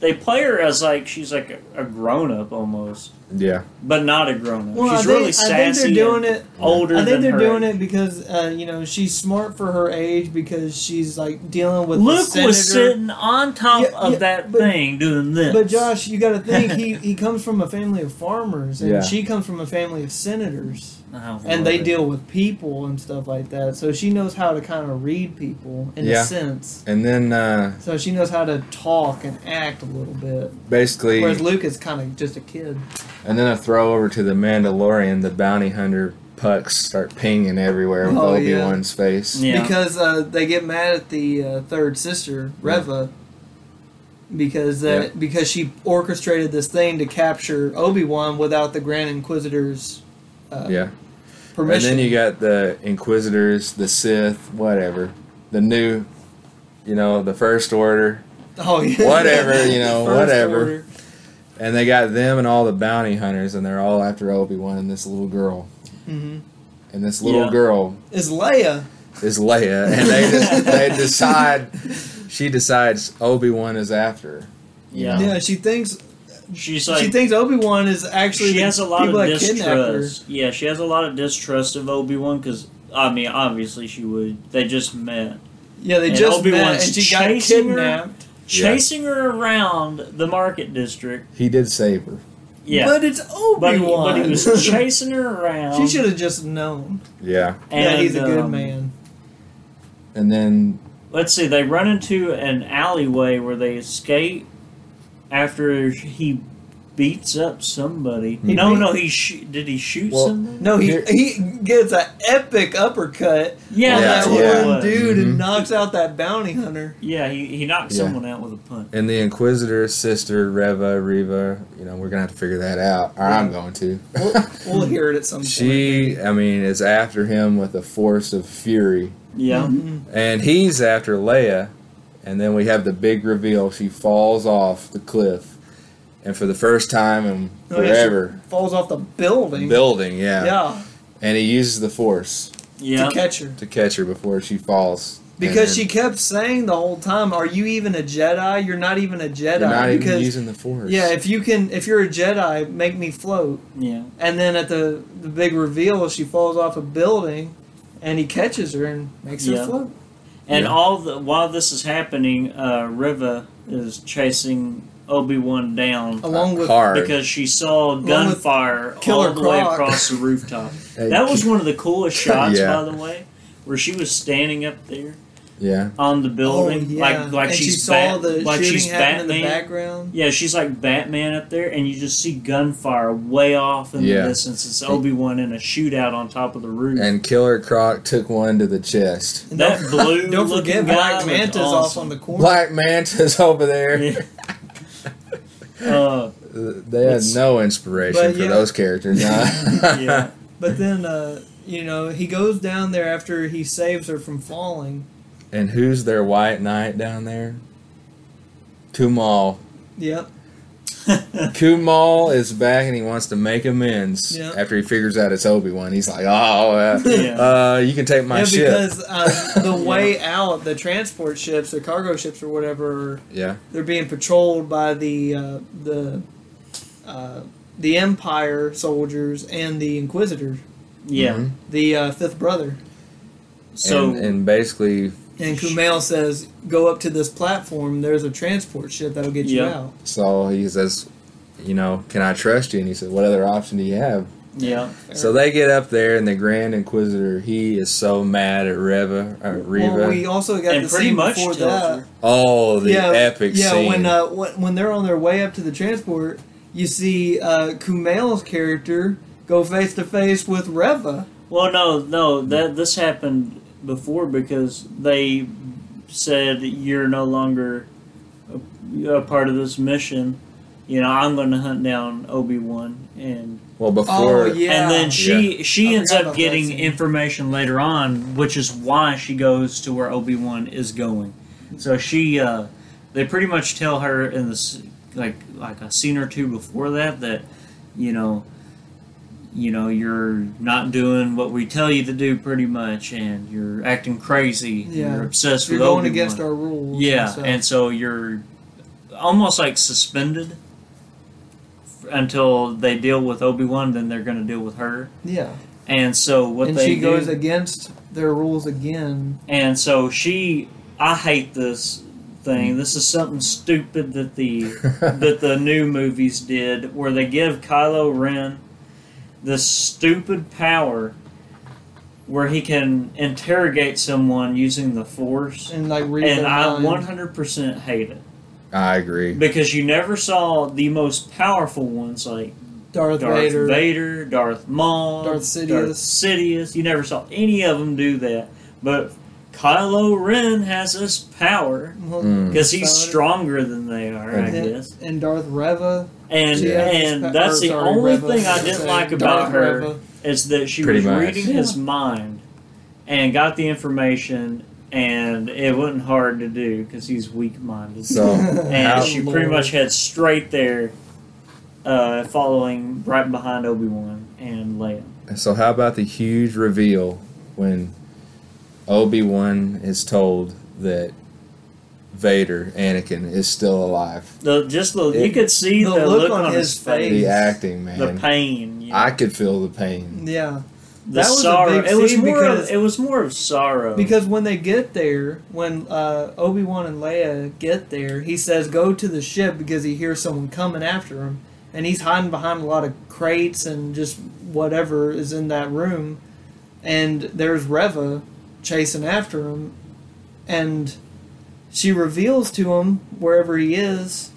[SPEAKER 2] they play her as like she's like a, a grown up almost,
[SPEAKER 1] yeah.
[SPEAKER 2] but not a grown up.
[SPEAKER 3] well,
[SPEAKER 2] she's
[SPEAKER 3] I think,
[SPEAKER 2] really
[SPEAKER 3] I think
[SPEAKER 2] sassy.
[SPEAKER 3] they're doing it.
[SPEAKER 2] Older
[SPEAKER 3] I think
[SPEAKER 2] than
[SPEAKER 3] they're
[SPEAKER 2] her
[SPEAKER 3] doing
[SPEAKER 2] age.
[SPEAKER 3] it because uh, you know she's smart for her age because she's like dealing with the
[SPEAKER 2] Luke was
[SPEAKER 3] senator.
[SPEAKER 2] sitting on top
[SPEAKER 3] Yeah,
[SPEAKER 2] of
[SPEAKER 3] yeah,
[SPEAKER 2] that
[SPEAKER 3] but-
[SPEAKER 2] thing doing this.
[SPEAKER 3] But Josh, you got to think he
[SPEAKER 2] [laughs]
[SPEAKER 3] he comes from a family of farmers, and
[SPEAKER 1] Yeah.
[SPEAKER 3] she comes from a family of senators,
[SPEAKER 2] Oh,
[SPEAKER 3] and they
[SPEAKER 1] Right.
[SPEAKER 3] deal with people and stuff like that. So she knows how to kind of read people in
[SPEAKER 1] Yeah.
[SPEAKER 3] a sense.
[SPEAKER 1] And then uh,
[SPEAKER 3] So she knows how to talk and act a little bit,
[SPEAKER 1] basically,
[SPEAKER 3] whereas Luke is kind of just a kid.
[SPEAKER 1] and then a throw over to the Mandalorian, the bounty hunter pucks start pinging everywhere with
[SPEAKER 3] Oh,
[SPEAKER 1] Obi
[SPEAKER 3] yeah.
[SPEAKER 1] Wan's face.
[SPEAKER 2] Yeah.
[SPEAKER 3] Because uh, they get mad at the uh, third sister Reva because uh,
[SPEAKER 1] Yeah.
[SPEAKER 3] because she orchestrated this thing to capture Obi Wan without the Grand Inquisitor's uh,
[SPEAKER 1] Yeah. And
[SPEAKER 3] permission.
[SPEAKER 1] then you got the Inquisitors, the Sith, whatever. The new, you know, the First Order,
[SPEAKER 3] oh yeah,
[SPEAKER 1] whatever, you know,
[SPEAKER 3] First
[SPEAKER 1] whatever.
[SPEAKER 3] order.
[SPEAKER 1] and they got them and all the bounty hunters, and they're all after Obi Wan and this little girl.
[SPEAKER 3] Mhm.
[SPEAKER 1] And this little
[SPEAKER 2] Yeah.
[SPEAKER 1] girl
[SPEAKER 3] is Leia.
[SPEAKER 1] is
[SPEAKER 3] [laughs]
[SPEAKER 1] Leia, and they just, they decide. She decides Obi Wan is after. her.
[SPEAKER 2] yeah.
[SPEAKER 3] Yeah, she thinks
[SPEAKER 2] she's like
[SPEAKER 3] she thinks Obi Wan is actually
[SPEAKER 2] she
[SPEAKER 3] the
[SPEAKER 2] has a lot
[SPEAKER 3] people
[SPEAKER 2] of
[SPEAKER 3] that kidnapped her.
[SPEAKER 2] distrust. Yeah, she has a lot of distrust of Obi Wan because I mean, obviously she would. They just met,
[SPEAKER 3] Yeah, they
[SPEAKER 2] And
[SPEAKER 3] just
[SPEAKER 2] Obi-Wan's
[SPEAKER 3] met and she got
[SPEAKER 2] chasing her.
[SPEAKER 3] kidnapped.
[SPEAKER 1] Yeah.
[SPEAKER 2] chasing her around the market district.
[SPEAKER 1] He did save her.
[SPEAKER 2] Yeah,
[SPEAKER 3] but it's
[SPEAKER 2] but
[SPEAKER 3] Obi
[SPEAKER 2] he,
[SPEAKER 3] Wan.
[SPEAKER 2] but he was chasing her around.
[SPEAKER 3] [laughs] she should have just known.
[SPEAKER 1] Yeah.
[SPEAKER 2] And,
[SPEAKER 3] yeah, he's a good
[SPEAKER 2] um,
[SPEAKER 3] man.
[SPEAKER 1] And then
[SPEAKER 2] Let's see. They run into an alleyway where they escape after he beats up somebody.
[SPEAKER 1] He
[SPEAKER 2] no,
[SPEAKER 3] beat-
[SPEAKER 2] no, he sh- did he shoot
[SPEAKER 1] Well,
[SPEAKER 2] somebody?
[SPEAKER 3] No, he
[SPEAKER 1] here-
[SPEAKER 3] he gets an epic uppercut
[SPEAKER 2] Yeah,
[SPEAKER 3] on
[SPEAKER 1] Yeah,
[SPEAKER 2] that's
[SPEAKER 3] that
[SPEAKER 2] what
[SPEAKER 1] yeah.
[SPEAKER 2] it
[SPEAKER 3] one
[SPEAKER 2] was.
[SPEAKER 3] dude
[SPEAKER 1] Mhm.
[SPEAKER 3] and knocks out that bounty hunter.
[SPEAKER 2] Yeah, he, he knocked
[SPEAKER 1] Yeah.
[SPEAKER 2] someone out with a punch.
[SPEAKER 1] and the Inquisitor's sister Reva, Reva. You know, we're gonna have to figure that out, or I'm going to.
[SPEAKER 3] We'll, we'll hear it at some
[SPEAKER 1] She, I mean, is after him with a force of fury,
[SPEAKER 2] Yeah.
[SPEAKER 3] point. Mhm.
[SPEAKER 1] and he's after Leia. And then we have the big reveal: she falls off the cliff, and for the first time in
[SPEAKER 3] Oh, yeah, she
[SPEAKER 1] forever,
[SPEAKER 3] falls off the building.
[SPEAKER 1] building, yeah.
[SPEAKER 3] Yeah,
[SPEAKER 1] And he uses the force
[SPEAKER 2] Yeah.
[SPEAKER 3] to catch her.
[SPEAKER 1] to catch her before she falls.
[SPEAKER 3] Because she
[SPEAKER 1] And
[SPEAKER 3] kept saying the whole time, "Are you even a Jedi? You're not even a Jedi."
[SPEAKER 1] you're not
[SPEAKER 3] because
[SPEAKER 1] even using the force.
[SPEAKER 3] yeah, if you can, if you're a Jedi, make me float.
[SPEAKER 2] Yeah.
[SPEAKER 3] And then at the the big reveal, she falls off a building, and he catches her and makes
[SPEAKER 2] Yeah.
[SPEAKER 3] her float.
[SPEAKER 2] And
[SPEAKER 1] Yeah.
[SPEAKER 2] all the while this is happening, uh, Riva is chasing Obi Wan down
[SPEAKER 3] Along with
[SPEAKER 1] hard.
[SPEAKER 2] because she saw
[SPEAKER 3] with
[SPEAKER 2] gunfire all
[SPEAKER 3] Killer
[SPEAKER 2] the way
[SPEAKER 3] Croc.
[SPEAKER 2] across the
[SPEAKER 1] [laughs]
[SPEAKER 2] rooftop.
[SPEAKER 1] Hey,
[SPEAKER 2] that was one of the coolest shots,
[SPEAKER 1] Yeah.
[SPEAKER 2] by the way, where she was standing up there
[SPEAKER 1] yeah.
[SPEAKER 2] on the building,
[SPEAKER 3] oh, yeah.
[SPEAKER 2] like like
[SPEAKER 3] and
[SPEAKER 2] she's
[SPEAKER 3] she saw
[SPEAKER 2] Bat-
[SPEAKER 3] the
[SPEAKER 2] like
[SPEAKER 3] shooting
[SPEAKER 2] she's
[SPEAKER 3] happen in the
[SPEAKER 2] Batman.
[SPEAKER 3] background.
[SPEAKER 2] Yeah, she's like Batman up there, and you just see gunfire way off in
[SPEAKER 1] Yeah.
[SPEAKER 2] the distance. It's Obi Wan in a shootout on top of the roof.
[SPEAKER 1] And Killer Croc took one to the chest.
[SPEAKER 3] And
[SPEAKER 2] that
[SPEAKER 3] don't-
[SPEAKER 2] blue.
[SPEAKER 3] [laughs] Don't
[SPEAKER 2] looking
[SPEAKER 3] forget,
[SPEAKER 2] guy
[SPEAKER 3] Black
[SPEAKER 2] looked
[SPEAKER 3] Manta's off
[SPEAKER 2] awesome.
[SPEAKER 3] on the corner.
[SPEAKER 1] Black Manta's [laughs] over there.
[SPEAKER 2] [laughs] Yeah. Uh, [laughs]
[SPEAKER 1] They had
[SPEAKER 2] It's-
[SPEAKER 1] no inspiration
[SPEAKER 3] But
[SPEAKER 1] for
[SPEAKER 3] yeah.
[SPEAKER 1] those
[SPEAKER 3] [laughs]
[SPEAKER 1] characters. huh?
[SPEAKER 2] yeah.
[SPEAKER 3] But then, uh, you know, he goes down there after he saves her from falling.
[SPEAKER 1] [laughs] And who's their white knight down there? Kumal.
[SPEAKER 3] Yep.
[SPEAKER 1] Kumal is back and he wants to make amends
[SPEAKER 3] Yeah.
[SPEAKER 1] after he figures out it's Obi Wan. He's like, oh, uh,
[SPEAKER 2] Yeah.
[SPEAKER 1] uh, you can take my
[SPEAKER 3] [laughs] yeah,
[SPEAKER 1] ship.
[SPEAKER 3] because
[SPEAKER 1] [laughs]
[SPEAKER 3] uh, the way out, the transport ships, the cargo ships, or whatever,
[SPEAKER 1] yeah,
[SPEAKER 3] they're being patrolled by the uh, the uh, the Empire soldiers and the Inquisitor
[SPEAKER 2] Yeah.
[SPEAKER 1] Mhm.
[SPEAKER 3] the uh, fifth brother.
[SPEAKER 2] So
[SPEAKER 1] and, and basically,
[SPEAKER 3] And Kumail says, "Go up to this platform. There's a transport ship that'll get you
[SPEAKER 2] Yeah.
[SPEAKER 3] out."
[SPEAKER 1] Saul he says, you know, can I trust you? And he said, what other option do you have?
[SPEAKER 2] yeah,
[SPEAKER 1] So they get up there, and the Grand Inquisitor he is so mad at Reva, uh, Reva.
[SPEAKER 3] Well, we also got
[SPEAKER 2] and
[SPEAKER 3] the
[SPEAKER 2] pretty
[SPEAKER 3] scene
[SPEAKER 2] much
[SPEAKER 3] before
[SPEAKER 2] tells
[SPEAKER 3] that.
[SPEAKER 2] her.
[SPEAKER 1] oh, the
[SPEAKER 3] yeah,
[SPEAKER 1] epic
[SPEAKER 3] yeah,
[SPEAKER 1] scene!
[SPEAKER 3] when uh, when when they're on their way up to the transport, you see uh, Kumail's character go face to face with Reva.
[SPEAKER 2] Well, no, no, that this happened before because they said you're no longer a, a part of this mission. You know, I'm going to hunt down Obi Wan, and
[SPEAKER 1] well, before
[SPEAKER 3] oh yeah,
[SPEAKER 2] and then she she
[SPEAKER 3] I
[SPEAKER 2] ends
[SPEAKER 3] forgot
[SPEAKER 2] up
[SPEAKER 3] about that
[SPEAKER 2] getting
[SPEAKER 3] scene.
[SPEAKER 2] information later on, which is why she goes to where Obi Wan is going. So she, uh, they pretty much tell her in this like like a scene or two before that that you know you know you're not doing what we tell you to do pretty much and you're acting crazy
[SPEAKER 3] Yeah.
[SPEAKER 2] you're obsessed
[SPEAKER 3] you're
[SPEAKER 2] with
[SPEAKER 3] going
[SPEAKER 2] Obi-Wan.
[SPEAKER 3] against our rules.
[SPEAKER 2] yeah
[SPEAKER 3] so-
[SPEAKER 2] and so you're almost like suspended f- until they deal with Obi-Wan then they're going to deal with her
[SPEAKER 3] yeah,
[SPEAKER 2] and so what
[SPEAKER 3] and
[SPEAKER 2] they
[SPEAKER 3] she
[SPEAKER 2] do,
[SPEAKER 3] goes against their rules again.
[SPEAKER 2] and so she, I hate this thing. This is something stupid that the that the new movies did, where they give Kylo Ren this stupid power, where he can interrogate someone using the Force.
[SPEAKER 3] And like, read
[SPEAKER 2] And
[SPEAKER 3] their
[SPEAKER 2] I
[SPEAKER 3] mind.
[SPEAKER 2] 100% hate it
[SPEAKER 1] [laughs] I agree.
[SPEAKER 2] because you never saw the most powerful ones like
[SPEAKER 3] Darth,
[SPEAKER 2] Darth Vader,
[SPEAKER 3] Vader.
[SPEAKER 2] Darth Maul,
[SPEAKER 3] Darth Sidious.
[SPEAKER 2] Darth Sidious. You never saw any of them do that. But Kylo Ren has this power
[SPEAKER 3] Well,
[SPEAKER 1] Mm.
[SPEAKER 2] because he's
[SPEAKER 3] Solid.
[SPEAKER 2] stronger than they are, I
[SPEAKER 3] Yeah.
[SPEAKER 2] guess.
[SPEAKER 3] and Darth Reva.
[SPEAKER 2] And
[SPEAKER 1] Yeah.
[SPEAKER 2] and that's the only thing I didn't like about her is that she
[SPEAKER 1] Pretty
[SPEAKER 2] was
[SPEAKER 1] much.
[SPEAKER 2] reading his mind and got the information, and it wasn't hard to do because he's weak-minded.
[SPEAKER 1] So
[SPEAKER 2] and
[SPEAKER 1] How-
[SPEAKER 2] she pretty much had straight there, uh, following right behind Obi Wan and Leia.
[SPEAKER 1] so how about the huge reveal when Obi Wan is told that Vader Anakin is still alive?
[SPEAKER 2] The just the
[SPEAKER 1] It-
[SPEAKER 2] you could see
[SPEAKER 3] The
[SPEAKER 2] the,
[SPEAKER 3] look
[SPEAKER 2] look,
[SPEAKER 3] on
[SPEAKER 2] on,
[SPEAKER 3] his
[SPEAKER 2] his,
[SPEAKER 3] face.
[SPEAKER 2] face,
[SPEAKER 1] The acting, man.
[SPEAKER 2] the pain. You know,
[SPEAKER 1] I could feel the pain.
[SPEAKER 3] Yeah,
[SPEAKER 2] the
[SPEAKER 3] that was a
[SPEAKER 2] sorrow.
[SPEAKER 3] big
[SPEAKER 2] it was
[SPEAKER 3] scene
[SPEAKER 2] more.
[SPEAKER 3] because-
[SPEAKER 2] of, it was more of sorrow.
[SPEAKER 3] because when they get there, when uh, Obi Wan and Leia get there, he says go to the ship because he hears someone coming after him, and he's hiding behind a lot of crates and just whatever is in that room, and there's Reva chasing after him, and she reveals to him wherever he is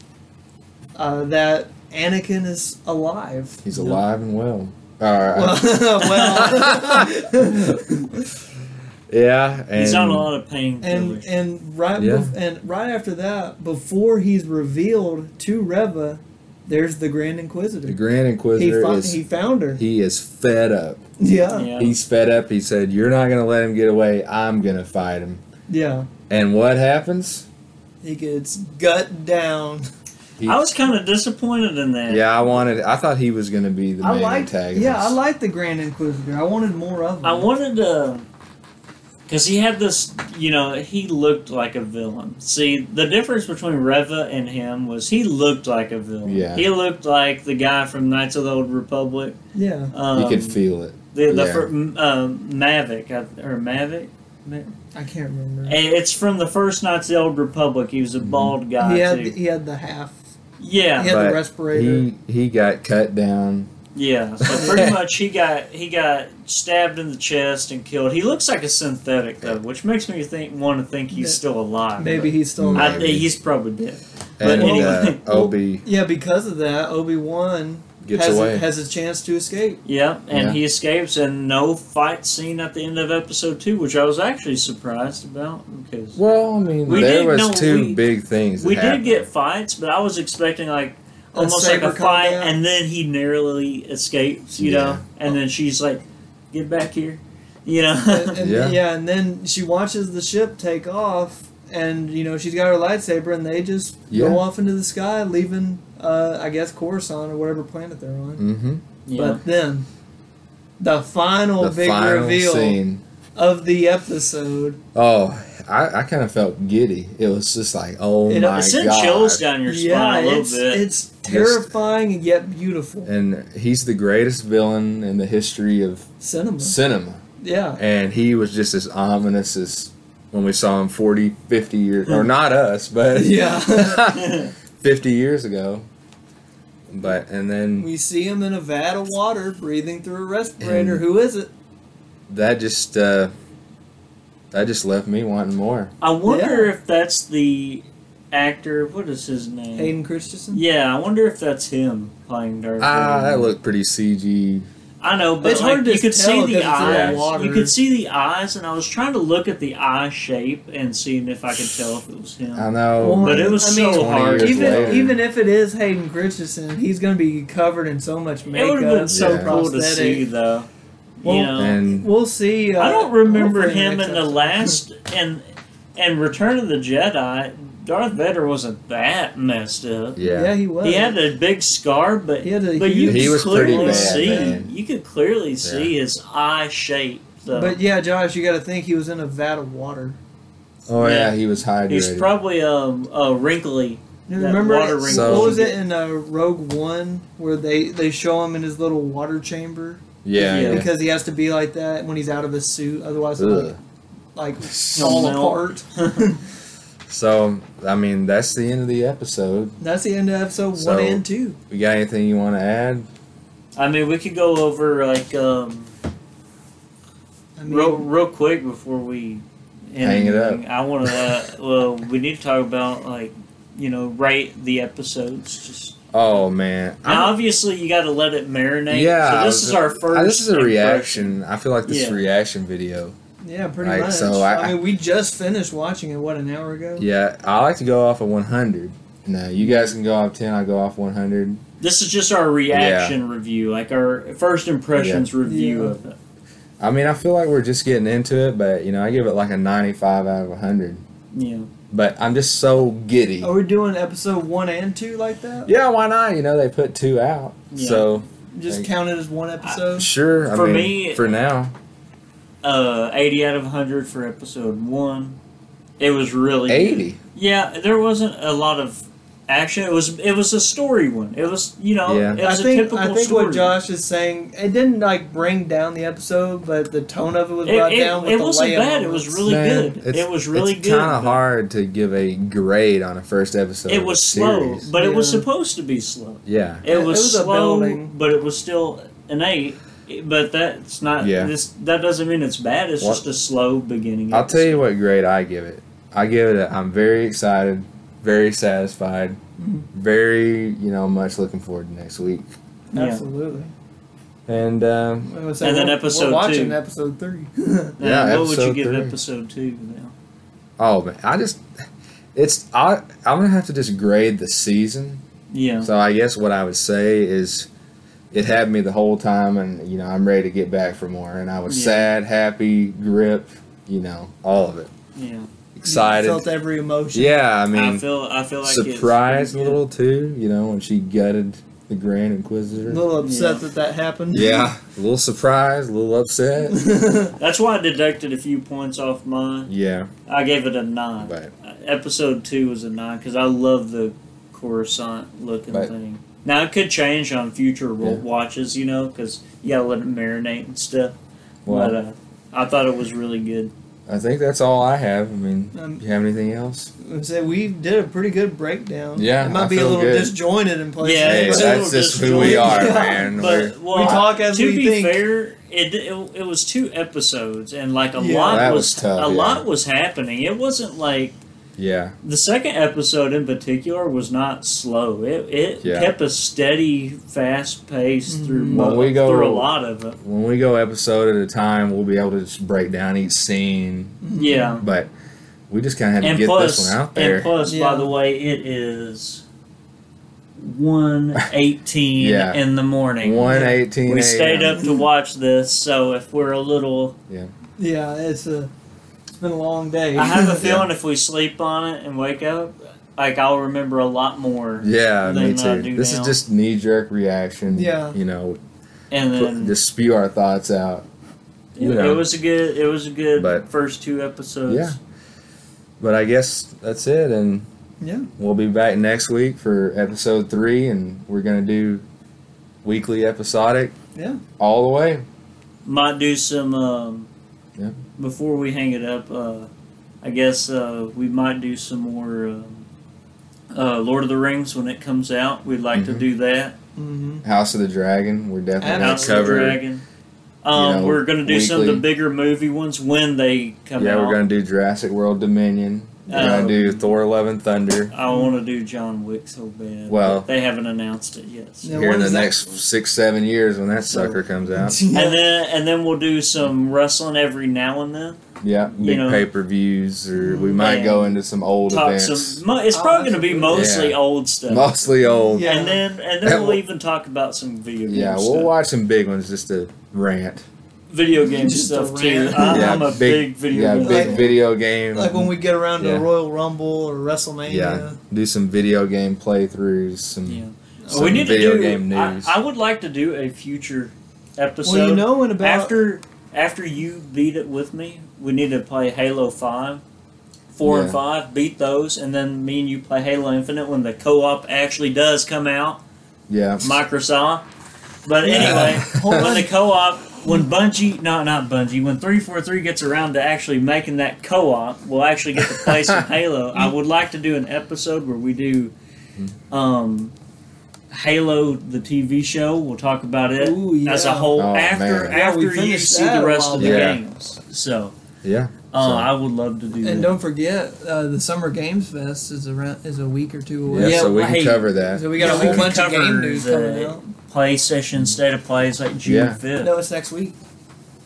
[SPEAKER 3] uh, that Anakin is alive.
[SPEAKER 1] He's alive and well. All right.
[SPEAKER 3] [laughs] Well, [laughs] well,
[SPEAKER 1] [laughs]
[SPEAKER 3] [laughs]
[SPEAKER 1] yeah. And
[SPEAKER 2] he's on a lot of pain.
[SPEAKER 3] and
[SPEAKER 2] killers.
[SPEAKER 3] and right
[SPEAKER 1] Yeah.
[SPEAKER 3] bef- and right after that, before he's revealed to Reva, there's the Grand
[SPEAKER 1] the
[SPEAKER 3] Inquisitor.
[SPEAKER 1] Grand
[SPEAKER 3] He,
[SPEAKER 1] Inquisitor
[SPEAKER 3] fi-
[SPEAKER 1] is
[SPEAKER 3] he found her.
[SPEAKER 1] he is fed up.
[SPEAKER 3] yeah, yeah,
[SPEAKER 2] yeah.
[SPEAKER 1] He's fed up. He said, "You're not gonna let him get away. I'm gonna fight him." And what happens?
[SPEAKER 3] He gets gut down.
[SPEAKER 1] He,
[SPEAKER 2] I was kind of disappointed in that.
[SPEAKER 1] yeah, I wanted. I thought he was gonna be the
[SPEAKER 3] I
[SPEAKER 1] main
[SPEAKER 3] liked.
[SPEAKER 1] antagonist.
[SPEAKER 3] Yeah, I liked the Grand Inquisitor. I wanted more of him.
[SPEAKER 2] I wanted to, because he had this, you know, he looked like a villain. See, the difference between Reva and him was he looked like a villain.
[SPEAKER 1] Yeah.
[SPEAKER 2] He looked like the guy from Knights of the Old Republic.
[SPEAKER 3] yeah,
[SPEAKER 2] Um,
[SPEAKER 1] you could feel it.
[SPEAKER 2] the, the
[SPEAKER 1] yeah.
[SPEAKER 2] fir- m um, Mavic I- or Mavic. Ma-
[SPEAKER 3] I can't remember.
[SPEAKER 2] And It's from the first Knights of the Old Republic. He was
[SPEAKER 1] Mm-hmm.
[SPEAKER 2] a bald guy
[SPEAKER 3] he had
[SPEAKER 2] too.
[SPEAKER 3] he had the half.
[SPEAKER 2] yeah,
[SPEAKER 3] He had
[SPEAKER 1] But
[SPEAKER 3] the respirator.
[SPEAKER 1] He he got cut down.
[SPEAKER 2] yeah. So pretty much he got he got stabbed in the chest and killed. He looks like a synthetic though, which makes me think want to think he's
[SPEAKER 3] Yeah.
[SPEAKER 2] still alive.
[SPEAKER 3] Maybe he's still.
[SPEAKER 2] I,
[SPEAKER 1] Maybe.
[SPEAKER 2] he's probably dead. But
[SPEAKER 1] And
[SPEAKER 2] [laughs] anyway.
[SPEAKER 1] uh, Obi
[SPEAKER 3] yeah, because of that, Obi Wan
[SPEAKER 1] gets
[SPEAKER 3] has
[SPEAKER 1] away.
[SPEAKER 3] A, has a chance to escape.
[SPEAKER 2] Yeah, and
[SPEAKER 1] Yeah.
[SPEAKER 2] he escapes, and no fight scene at the end of episode two, which I was actually surprised about because
[SPEAKER 1] well, I mean,
[SPEAKER 2] We
[SPEAKER 1] there
[SPEAKER 2] did-
[SPEAKER 1] was
[SPEAKER 2] no,
[SPEAKER 1] two
[SPEAKER 2] we-
[SPEAKER 1] big things. that
[SPEAKER 2] we did
[SPEAKER 1] happened.
[SPEAKER 2] get fights, but I was expecting like
[SPEAKER 3] A
[SPEAKER 2] almost like
[SPEAKER 3] saber
[SPEAKER 2] a fight,
[SPEAKER 3] combat.
[SPEAKER 2] and then he narrowly escapes, you
[SPEAKER 1] Yeah.
[SPEAKER 2] know, and then she's like, "Get back here," you [laughs]
[SPEAKER 3] and,
[SPEAKER 2] know.
[SPEAKER 3] and-
[SPEAKER 1] Yeah.
[SPEAKER 3] yeah. and then she watches the ship take off, and you know she's got her lightsaber, and they just
[SPEAKER 1] Yeah.
[SPEAKER 3] go off into the sky, leaving uh, I guess Coruscant or whatever planet they're on.
[SPEAKER 1] Mm-hmm.
[SPEAKER 2] yeah.
[SPEAKER 3] But then, the final
[SPEAKER 1] The
[SPEAKER 3] big
[SPEAKER 1] final
[SPEAKER 3] reveal
[SPEAKER 1] scene.
[SPEAKER 3] of the episode.
[SPEAKER 1] Oh, I, I kind of felt giddy. It was just like, oh
[SPEAKER 3] It-
[SPEAKER 1] my
[SPEAKER 2] It sent
[SPEAKER 1] god!
[SPEAKER 2] chills down your spine
[SPEAKER 3] yeah,
[SPEAKER 2] a little
[SPEAKER 3] it's
[SPEAKER 2] bit. [laughs]
[SPEAKER 3] it's terrifying and yet beautiful
[SPEAKER 1] And he's the greatest villain in the history of
[SPEAKER 3] cinema.
[SPEAKER 1] cinema.
[SPEAKER 3] Yeah,
[SPEAKER 1] And he was just as ominous as when we saw him 40, 50 years, or not us, but
[SPEAKER 3] Yeah.
[SPEAKER 1] 50 years ago. But and then
[SPEAKER 3] we see him in a vat of water breathing through a respirator. Who is it?
[SPEAKER 1] that just uh, that just left me wanting more.
[SPEAKER 2] I wonder
[SPEAKER 3] Yeah.
[SPEAKER 2] if that's the actor. What is his name?
[SPEAKER 3] Hayden Christensen.
[SPEAKER 2] Yeah, I wonder if that's him playing Darth
[SPEAKER 1] Ah,
[SPEAKER 2] Vader.
[SPEAKER 1] that looked pretty CG.
[SPEAKER 2] I know, but
[SPEAKER 3] It's
[SPEAKER 2] like,
[SPEAKER 3] hard to
[SPEAKER 2] you could
[SPEAKER 3] tell
[SPEAKER 2] see
[SPEAKER 3] 'cause
[SPEAKER 2] the
[SPEAKER 3] it's in
[SPEAKER 2] eyes.
[SPEAKER 3] water.
[SPEAKER 2] You could see the eyes, and I was trying to look at the eye shape and seeing if I could tell if it was him.
[SPEAKER 1] I know,
[SPEAKER 3] Well,
[SPEAKER 2] but it was
[SPEAKER 3] I mean,
[SPEAKER 2] so
[SPEAKER 1] 20
[SPEAKER 2] hard.
[SPEAKER 1] years
[SPEAKER 3] Even
[SPEAKER 1] later.
[SPEAKER 3] even if it is Hayden Christensen, he's going to be covered in so much
[SPEAKER 2] it
[SPEAKER 3] makeup.
[SPEAKER 2] would have been so
[SPEAKER 1] Yeah.
[SPEAKER 2] cool to see,
[SPEAKER 3] prosthetic.
[SPEAKER 2] though.
[SPEAKER 3] Well,
[SPEAKER 2] you know,
[SPEAKER 1] and
[SPEAKER 3] We'll see. Uh,
[SPEAKER 2] I don't remember
[SPEAKER 3] hopefully
[SPEAKER 2] him
[SPEAKER 3] next
[SPEAKER 2] in the
[SPEAKER 3] episode.
[SPEAKER 2] last and and Return of the Jedi. Darth Vader wasn't that messed up.
[SPEAKER 3] Yeah,
[SPEAKER 1] yeah,
[SPEAKER 3] he was.
[SPEAKER 2] He had a big scar, but
[SPEAKER 3] He had a
[SPEAKER 2] but you
[SPEAKER 3] huge- He
[SPEAKER 2] could
[SPEAKER 1] was pretty
[SPEAKER 2] clearly
[SPEAKER 1] bad,
[SPEAKER 2] see
[SPEAKER 1] man.
[SPEAKER 2] you could clearly see his eye shape. Though.
[SPEAKER 3] But yeah, Josh, you got to think he was in a vat of water.
[SPEAKER 1] oh yeah,
[SPEAKER 2] Yeah.
[SPEAKER 1] he was hydrated.
[SPEAKER 2] he's probably um uh, wrinkly.
[SPEAKER 3] You
[SPEAKER 2] That
[SPEAKER 3] remember
[SPEAKER 2] water
[SPEAKER 3] it-
[SPEAKER 1] ring.
[SPEAKER 3] what was
[SPEAKER 2] So-
[SPEAKER 3] it in uh, Rogue One where they they show him in his little water chamber
[SPEAKER 1] yeah,
[SPEAKER 2] Yeah.
[SPEAKER 1] yeah.
[SPEAKER 3] because he has to be like that when he's out of his suit, otherwise
[SPEAKER 1] Ugh.
[SPEAKER 3] he'll like
[SPEAKER 2] He'll
[SPEAKER 3] fall
[SPEAKER 2] melt.
[SPEAKER 3] apart.
[SPEAKER 2] [laughs]
[SPEAKER 1] So I mean, that's the end of the episode.
[SPEAKER 3] That's the end of episode
[SPEAKER 1] So-
[SPEAKER 3] one and two.
[SPEAKER 1] We got anything you want to add?
[SPEAKER 2] I mean, we could go over like um
[SPEAKER 3] I mean,
[SPEAKER 2] real real quick before we end
[SPEAKER 1] Hang it up.
[SPEAKER 2] anything. I want to. Uh, well, we need to talk about like you know rate the episodes. Just
[SPEAKER 1] Oh man,
[SPEAKER 2] now,
[SPEAKER 1] I'm-
[SPEAKER 2] obviously, you got to let it marinate.
[SPEAKER 1] yeah. I
[SPEAKER 2] So this
[SPEAKER 1] was-
[SPEAKER 2] is our
[SPEAKER 1] I-
[SPEAKER 2] first.
[SPEAKER 1] This is a
[SPEAKER 2] impression.
[SPEAKER 1] reaction. I feel like this is a
[SPEAKER 2] Yeah.
[SPEAKER 1] reaction video.
[SPEAKER 3] yeah, pretty
[SPEAKER 1] Like,
[SPEAKER 3] much.
[SPEAKER 1] so
[SPEAKER 3] I,
[SPEAKER 1] I-
[SPEAKER 3] mean, we just finished watching it what an hour ago.
[SPEAKER 1] Yeah, I like to go off of 100. No, you guys can go off 10. I go off 100.
[SPEAKER 2] This is just our reaction review, like our first impressions review
[SPEAKER 3] Yeah.
[SPEAKER 2] of it.
[SPEAKER 1] I mean, I feel like we're just getting into it, but you know, I give it like a 95 out of 100.
[SPEAKER 2] Yeah.
[SPEAKER 1] But I'm just so giddy.
[SPEAKER 2] Oh,
[SPEAKER 3] Are we doing episode one and two like that?
[SPEAKER 1] Yeah, why not? You know, they put two out,
[SPEAKER 2] Yeah.
[SPEAKER 1] so
[SPEAKER 3] Just
[SPEAKER 1] Thank-
[SPEAKER 3] count it as one episode.
[SPEAKER 1] sure. I
[SPEAKER 2] For
[SPEAKER 1] mean,
[SPEAKER 2] me-
[SPEAKER 1] for now,
[SPEAKER 2] Uh, 80 out of 100 for episode one. It was really
[SPEAKER 1] 80.
[SPEAKER 2] Yeah, there wasn't a lot of action. It was it was a story one. It was you know
[SPEAKER 1] Yeah.
[SPEAKER 2] it
[SPEAKER 3] I
[SPEAKER 2] was a
[SPEAKER 3] think
[SPEAKER 2] typical
[SPEAKER 3] I think
[SPEAKER 2] story.
[SPEAKER 3] what Josh is saying it didn't like bring down the episode, but the tone of it was
[SPEAKER 2] it,
[SPEAKER 3] brought
[SPEAKER 2] it-
[SPEAKER 3] down. With
[SPEAKER 2] it
[SPEAKER 3] the
[SPEAKER 2] wasn't
[SPEAKER 3] layout.
[SPEAKER 2] bad. It was really
[SPEAKER 1] Man,
[SPEAKER 2] good. It was really
[SPEAKER 1] it's
[SPEAKER 2] good.
[SPEAKER 1] kind of hard to give a grade on a first episode.
[SPEAKER 2] It
[SPEAKER 1] of a
[SPEAKER 2] was slow,
[SPEAKER 1] series.
[SPEAKER 2] but it was
[SPEAKER 3] Yeah.
[SPEAKER 2] supposed to be slow.
[SPEAKER 1] yeah,
[SPEAKER 2] It was,
[SPEAKER 3] It- it was a
[SPEAKER 2] slow,
[SPEAKER 3] building.
[SPEAKER 2] but it was still an eight. But that's not.
[SPEAKER 1] Yeah.
[SPEAKER 2] This that doesn't mean it's bad. It's
[SPEAKER 1] What-
[SPEAKER 2] just a slow beginning.
[SPEAKER 1] I'll tell you what grade I give it. I give it. A, I'm very excited, very satisfied,
[SPEAKER 2] Mm-hmm.
[SPEAKER 3] Mhm.
[SPEAKER 1] very you know much looking forward to next week.
[SPEAKER 2] Yeah.
[SPEAKER 3] Absolutely.
[SPEAKER 1] And um,
[SPEAKER 3] I would say
[SPEAKER 2] And then
[SPEAKER 3] we're-
[SPEAKER 2] episode
[SPEAKER 3] we're watching
[SPEAKER 2] two.
[SPEAKER 3] episode three. [laughs]
[SPEAKER 2] Now,
[SPEAKER 1] yeah,
[SPEAKER 2] Uh, what would you
[SPEAKER 1] episode
[SPEAKER 2] give
[SPEAKER 1] three.
[SPEAKER 2] episode two now?
[SPEAKER 1] oh man, I just it's I I'm gonna have to just grade the season.
[SPEAKER 2] Yeah.
[SPEAKER 1] So I guess what I would say is. It had me the whole time, and you know I'm ready to get back for more. And I was
[SPEAKER 2] Yeah.
[SPEAKER 1] sad, happy, grip, you know, all of it,
[SPEAKER 2] Yeah.
[SPEAKER 1] excited.
[SPEAKER 3] felt every emotion.
[SPEAKER 1] Yeah, I
[SPEAKER 2] I,
[SPEAKER 1] mean,
[SPEAKER 2] feel. I feel like it's
[SPEAKER 1] surprised a
[SPEAKER 2] pretty good.
[SPEAKER 1] little too. You know, when she gutted the Grand
[SPEAKER 3] A
[SPEAKER 1] Inquisitor.
[SPEAKER 3] little upset
[SPEAKER 2] Yeah.
[SPEAKER 3] that that happened. [laughs]
[SPEAKER 1] Yeah, a little surprised, a little upset.
[SPEAKER 2] [laughs] That's why I deducted a few points off mine.
[SPEAKER 1] yeah,
[SPEAKER 2] I gave it a nine.
[SPEAKER 1] but
[SPEAKER 2] Uh, Episode two was a nine because I love the Coruscant looking
[SPEAKER 1] Right.
[SPEAKER 2] thing. Now it could change on future wa-
[SPEAKER 1] Yeah.
[SPEAKER 2] watches, you know, because you gotta let it marinate and stuff.
[SPEAKER 1] well,
[SPEAKER 2] But uh, I thought it was really good.
[SPEAKER 1] I think that's all I have. I mean,
[SPEAKER 3] Um,
[SPEAKER 1] you have anything else?
[SPEAKER 3] I would say we did a pretty good breakdown.
[SPEAKER 1] Yeah,
[SPEAKER 3] it might
[SPEAKER 1] I
[SPEAKER 3] be a
[SPEAKER 1] feel
[SPEAKER 3] little
[SPEAKER 1] good.
[SPEAKER 3] disjointed in places.
[SPEAKER 2] Yeah,
[SPEAKER 1] Hey,
[SPEAKER 2] it's
[SPEAKER 3] but-
[SPEAKER 2] a little
[SPEAKER 1] that's just who we
[SPEAKER 2] disjointed. [laughs]
[SPEAKER 1] are,
[SPEAKER 3] Yeah.
[SPEAKER 1] man. We're-
[SPEAKER 2] But well,
[SPEAKER 3] We talk as
[SPEAKER 2] to
[SPEAKER 3] we
[SPEAKER 2] be
[SPEAKER 3] think.
[SPEAKER 2] fair, it, it it was two episodes, and like a
[SPEAKER 3] Yeah.
[SPEAKER 2] lot
[SPEAKER 1] That was
[SPEAKER 2] was,
[SPEAKER 1] tough,
[SPEAKER 2] a
[SPEAKER 1] yeah.
[SPEAKER 2] lot was happening. It wasn't like
[SPEAKER 1] yeah,
[SPEAKER 2] the second episode in particular was not slow. It it
[SPEAKER 1] Yeah.
[SPEAKER 2] kept a steady, fast pace through
[SPEAKER 1] When
[SPEAKER 3] Mhm.
[SPEAKER 2] mo-
[SPEAKER 1] we go-
[SPEAKER 2] through a lot of it.
[SPEAKER 1] when we go episode at a time, we'll be able to just break down each scene.
[SPEAKER 3] Mm-hmm.
[SPEAKER 2] Yeah,
[SPEAKER 1] But we just kind of have
[SPEAKER 2] and
[SPEAKER 1] to get
[SPEAKER 2] plus,
[SPEAKER 1] this one out
[SPEAKER 2] and
[SPEAKER 1] there.
[SPEAKER 2] plus,
[SPEAKER 3] Yeah.
[SPEAKER 2] by the way, it is
[SPEAKER 1] [laughs]
[SPEAKER 2] one eighteen
[SPEAKER 1] Yeah.
[SPEAKER 2] in the morning.
[SPEAKER 1] One eighteen.
[SPEAKER 2] We stayed up to watch this, so if we're a little,
[SPEAKER 3] yeah, it's a it's been a long day.
[SPEAKER 2] I
[SPEAKER 3] [laughs]
[SPEAKER 2] have a
[SPEAKER 1] Yeah.
[SPEAKER 2] feeling if we sleep on it and wake up, like I'll remember a lot more.
[SPEAKER 1] Yeah, me
[SPEAKER 2] than I
[SPEAKER 1] too.
[SPEAKER 2] uh, do
[SPEAKER 1] This
[SPEAKER 2] now.
[SPEAKER 1] is just knee jerk reaction.
[SPEAKER 3] Yeah.
[SPEAKER 1] you know,
[SPEAKER 2] And
[SPEAKER 1] put-
[SPEAKER 2] then
[SPEAKER 1] just spew our thoughts out.
[SPEAKER 2] it,
[SPEAKER 1] you know.
[SPEAKER 2] it was a good, it was a good
[SPEAKER 1] But-
[SPEAKER 2] first two episodes.
[SPEAKER 1] Yeah. But I guess that's it, and
[SPEAKER 3] Yeah.
[SPEAKER 1] we'll be back next week for episode three, and we're gonna do weekly episodic.
[SPEAKER 3] Yeah.
[SPEAKER 1] all the way.
[SPEAKER 2] Might do some. Um,
[SPEAKER 1] Yeah.
[SPEAKER 2] Before we hang it up, uh, I guess uh, we might do some more um, uh, Lord of the Rings when it comes out. We'd like
[SPEAKER 1] Mhm.
[SPEAKER 2] to do that.
[SPEAKER 3] Mm-hmm.
[SPEAKER 1] House of the Dragon, we're definitely gonna
[SPEAKER 2] House of the
[SPEAKER 1] cover.
[SPEAKER 2] Dragon. Um,
[SPEAKER 1] know,
[SPEAKER 2] we're gonna do some of the
[SPEAKER 1] weekly.
[SPEAKER 2] bigger movie ones when they come
[SPEAKER 1] yeah,
[SPEAKER 2] out.
[SPEAKER 1] we're gonna do Jurassic World Dominion. We're
[SPEAKER 2] Um,
[SPEAKER 1] gonna do Thor: Love and Thunder.
[SPEAKER 2] I want to do John Wick so bad.
[SPEAKER 1] Well-
[SPEAKER 2] but they haven't announced it yet. so-
[SPEAKER 3] Yeah,
[SPEAKER 1] here in
[SPEAKER 3] when
[SPEAKER 1] the
[SPEAKER 3] is that-
[SPEAKER 1] next six, seven years when that sucker comes
[SPEAKER 2] [laughs]
[SPEAKER 3] [laughs]
[SPEAKER 1] out.
[SPEAKER 2] And then and then we'll do some wrestling every now and then.
[SPEAKER 1] Yeah, big
[SPEAKER 2] know, Mm,
[SPEAKER 1] pay per views, or we might
[SPEAKER 2] and
[SPEAKER 1] go into some old
[SPEAKER 2] Talk
[SPEAKER 1] events,
[SPEAKER 2] some. mo- It's
[SPEAKER 3] Oh,
[SPEAKER 2] probably
[SPEAKER 3] that's
[SPEAKER 2] going to be
[SPEAKER 3] good.
[SPEAKER 2] mostly
[SPEAKER 1] Yeah.
[SPEAKER 2] old stuff.
[SPEAKER 1] [laughs] mostly old. Yeah,
[SPEAKER 3] Yeah.
[SPEAKER 2] And then and
[SPEAKER 1] That
[SPEAKER 2] then we'll
[SPEAKER 1] will-
[SPEAKER 2] even talk about some video game
[SPEAKER 1] we'll
[SPEAKER 2] stuff.
[SPEAKER 1] watch some big ones just to rant.
[SPEAKER 2] video game
[SPEAKER 3] Just
[SPEAKER 2] stuff
[SPEAKER 3] a
[SPEAKER 2] too.
[SPEAKER 3] rant.
[SPEAKER 2] I,
[SPEAKER 1] yeah,
[SPEAKER 2] I'm a big, video
[SPEAKER 1] yeah,
[SPEAKER 2] game.
[SPEAKER 1] big
[SPEAKER 2] fan.
[SPEAKER 1] video game.
[SPEAKER 3] Like when we get around
[SPEAKER 1] Yeah.
[SPEAKER 3] to Royal Rumble or WrestleMania.
[SPEAKER 1] yeah, do some video game playthroughs. Some
[SPEAKER 2] Yeah.
[SPEAKER 1] some
[SPEAKER 2] we need
[SPEAKER 1] video
[SPEAKER 2] to do.
[SPEAKER 1] game news.
[SPEAKER 2] I, I would like to do a future episode.
[SPEAKER 3] Well, you know, in about
[SPEAKER 2] after after you beat it with me, we need to play Halo Five, four and
[SPEAKER 1] Yeah.
[SPEAKER 2] five. Beat those, and then me and you play Halo Infinite when the co-op actually does come out.
[SPEAKER 1] yeah,
[SPEAKER 2] Microsoft. But
[SPEAKER 3] Yeah.
[SPEAKER 2] anyway,
[SPEAKER 3] Hold
[SPEAKER 2] when
[SPEAKER 3] on.
[SPEAKER 2] the co-op, when Bungie, no, not Bungie, when three four three gets around to actually making that co-op, we'll actually get to play
[SPEAKER 3] [laughs]
[SPEAKER 2] some Halo. I would like to do an episode where we do, um, Halo the TV show. We'll talk about it
[SPEAKER 3] Ooh, yeah.
[SPEAKER 2] as a whole
[SPEAKER 1] Oh,
[SPEAKER 2] after
[SPEAKER 1] man.
[SPEAKER 3] Yeah, we
[SPEAKER 2] after you
[SPEAKER 3] finished
[SPEAKER 2] see
[SPEAKER 3] that
[SPEAKER 2] the
[SPEAKER 3] a
[SPEAKER 2] rest
[SPEAKER 3] while
[SPEAKER 2] of the
[SPEAKER 1] back.
[SPEAKER 2] games. So,
[SPEAKER 1] yeah.
[SPEAKER 2] uh,
[SPEAKER 1] So-
[SPEAKER 2] I would love to do
[SPEAKER 3] And
[SPEAKER 2] that.
[SPEAKER 3] don't forget, uh, the Summer Games Fest is around is a week or two away.
[SPEAKER 1] Yeah, so we can
[SPEAKER 2] hey,
[SPEAKER 1] cover that.
[SPEAKER 3] So we got
[SPEAKER 1] Yeah,
[SPEAKER 3] a
[SPEAKER 1] we
[SPEAKER 3] whole
[SPEAKER 1] can
[SPEAKER 3] bunch of
[SPEAKER 2] cover
[SPEAKER 3] game news
[SPEAKER 2] the-
[SPEAKER 3] coming out.
[SPEAKER 2] PlayStation State of Play is like June
[SPEAKER 1] Yeah.
[SPEAKER 2] fifth.
[SPEAKER 3] No, it's next week.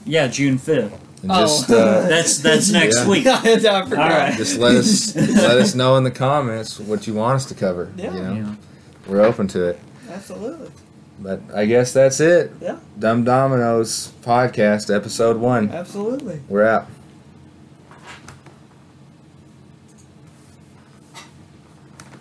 [SPEAKER 2] Yeah, June fifth.
[SPEAKER 1] And
[SPEAKER 3] Oh.
[SPEAKER 1] just uh,
[SPEAKER 2] That's
[SPEAKER 3] [laughs]
[SPEAKER 2] that's next
[SPEAKER 1] Yeah.
[SPEAKER 2] week.
[SPEAKER 3] I forgot.
[SPEAKER 2] All right.
[SPEAKER 1] just let
[SPEAKER 3] [laughs]
[SPEAKER 1] us let us know in the comments what you want us to cover.
[SPEAKER 3] Yeah.
[SPEAKER 1] You know?
[SPEAKER 2] Yeah.
[SPEAKER 1] We're open to it.
[SPEAKER 3] Absolutely.
[SPEAKER 1] But I guess that's it.
[SPEAKER 3] Yeah.
[SPEAKER 1] Dumb Dominoes podcast episode 1.
[SPEAKER 3] Absolutely.
[SPEAKER 1] We're out.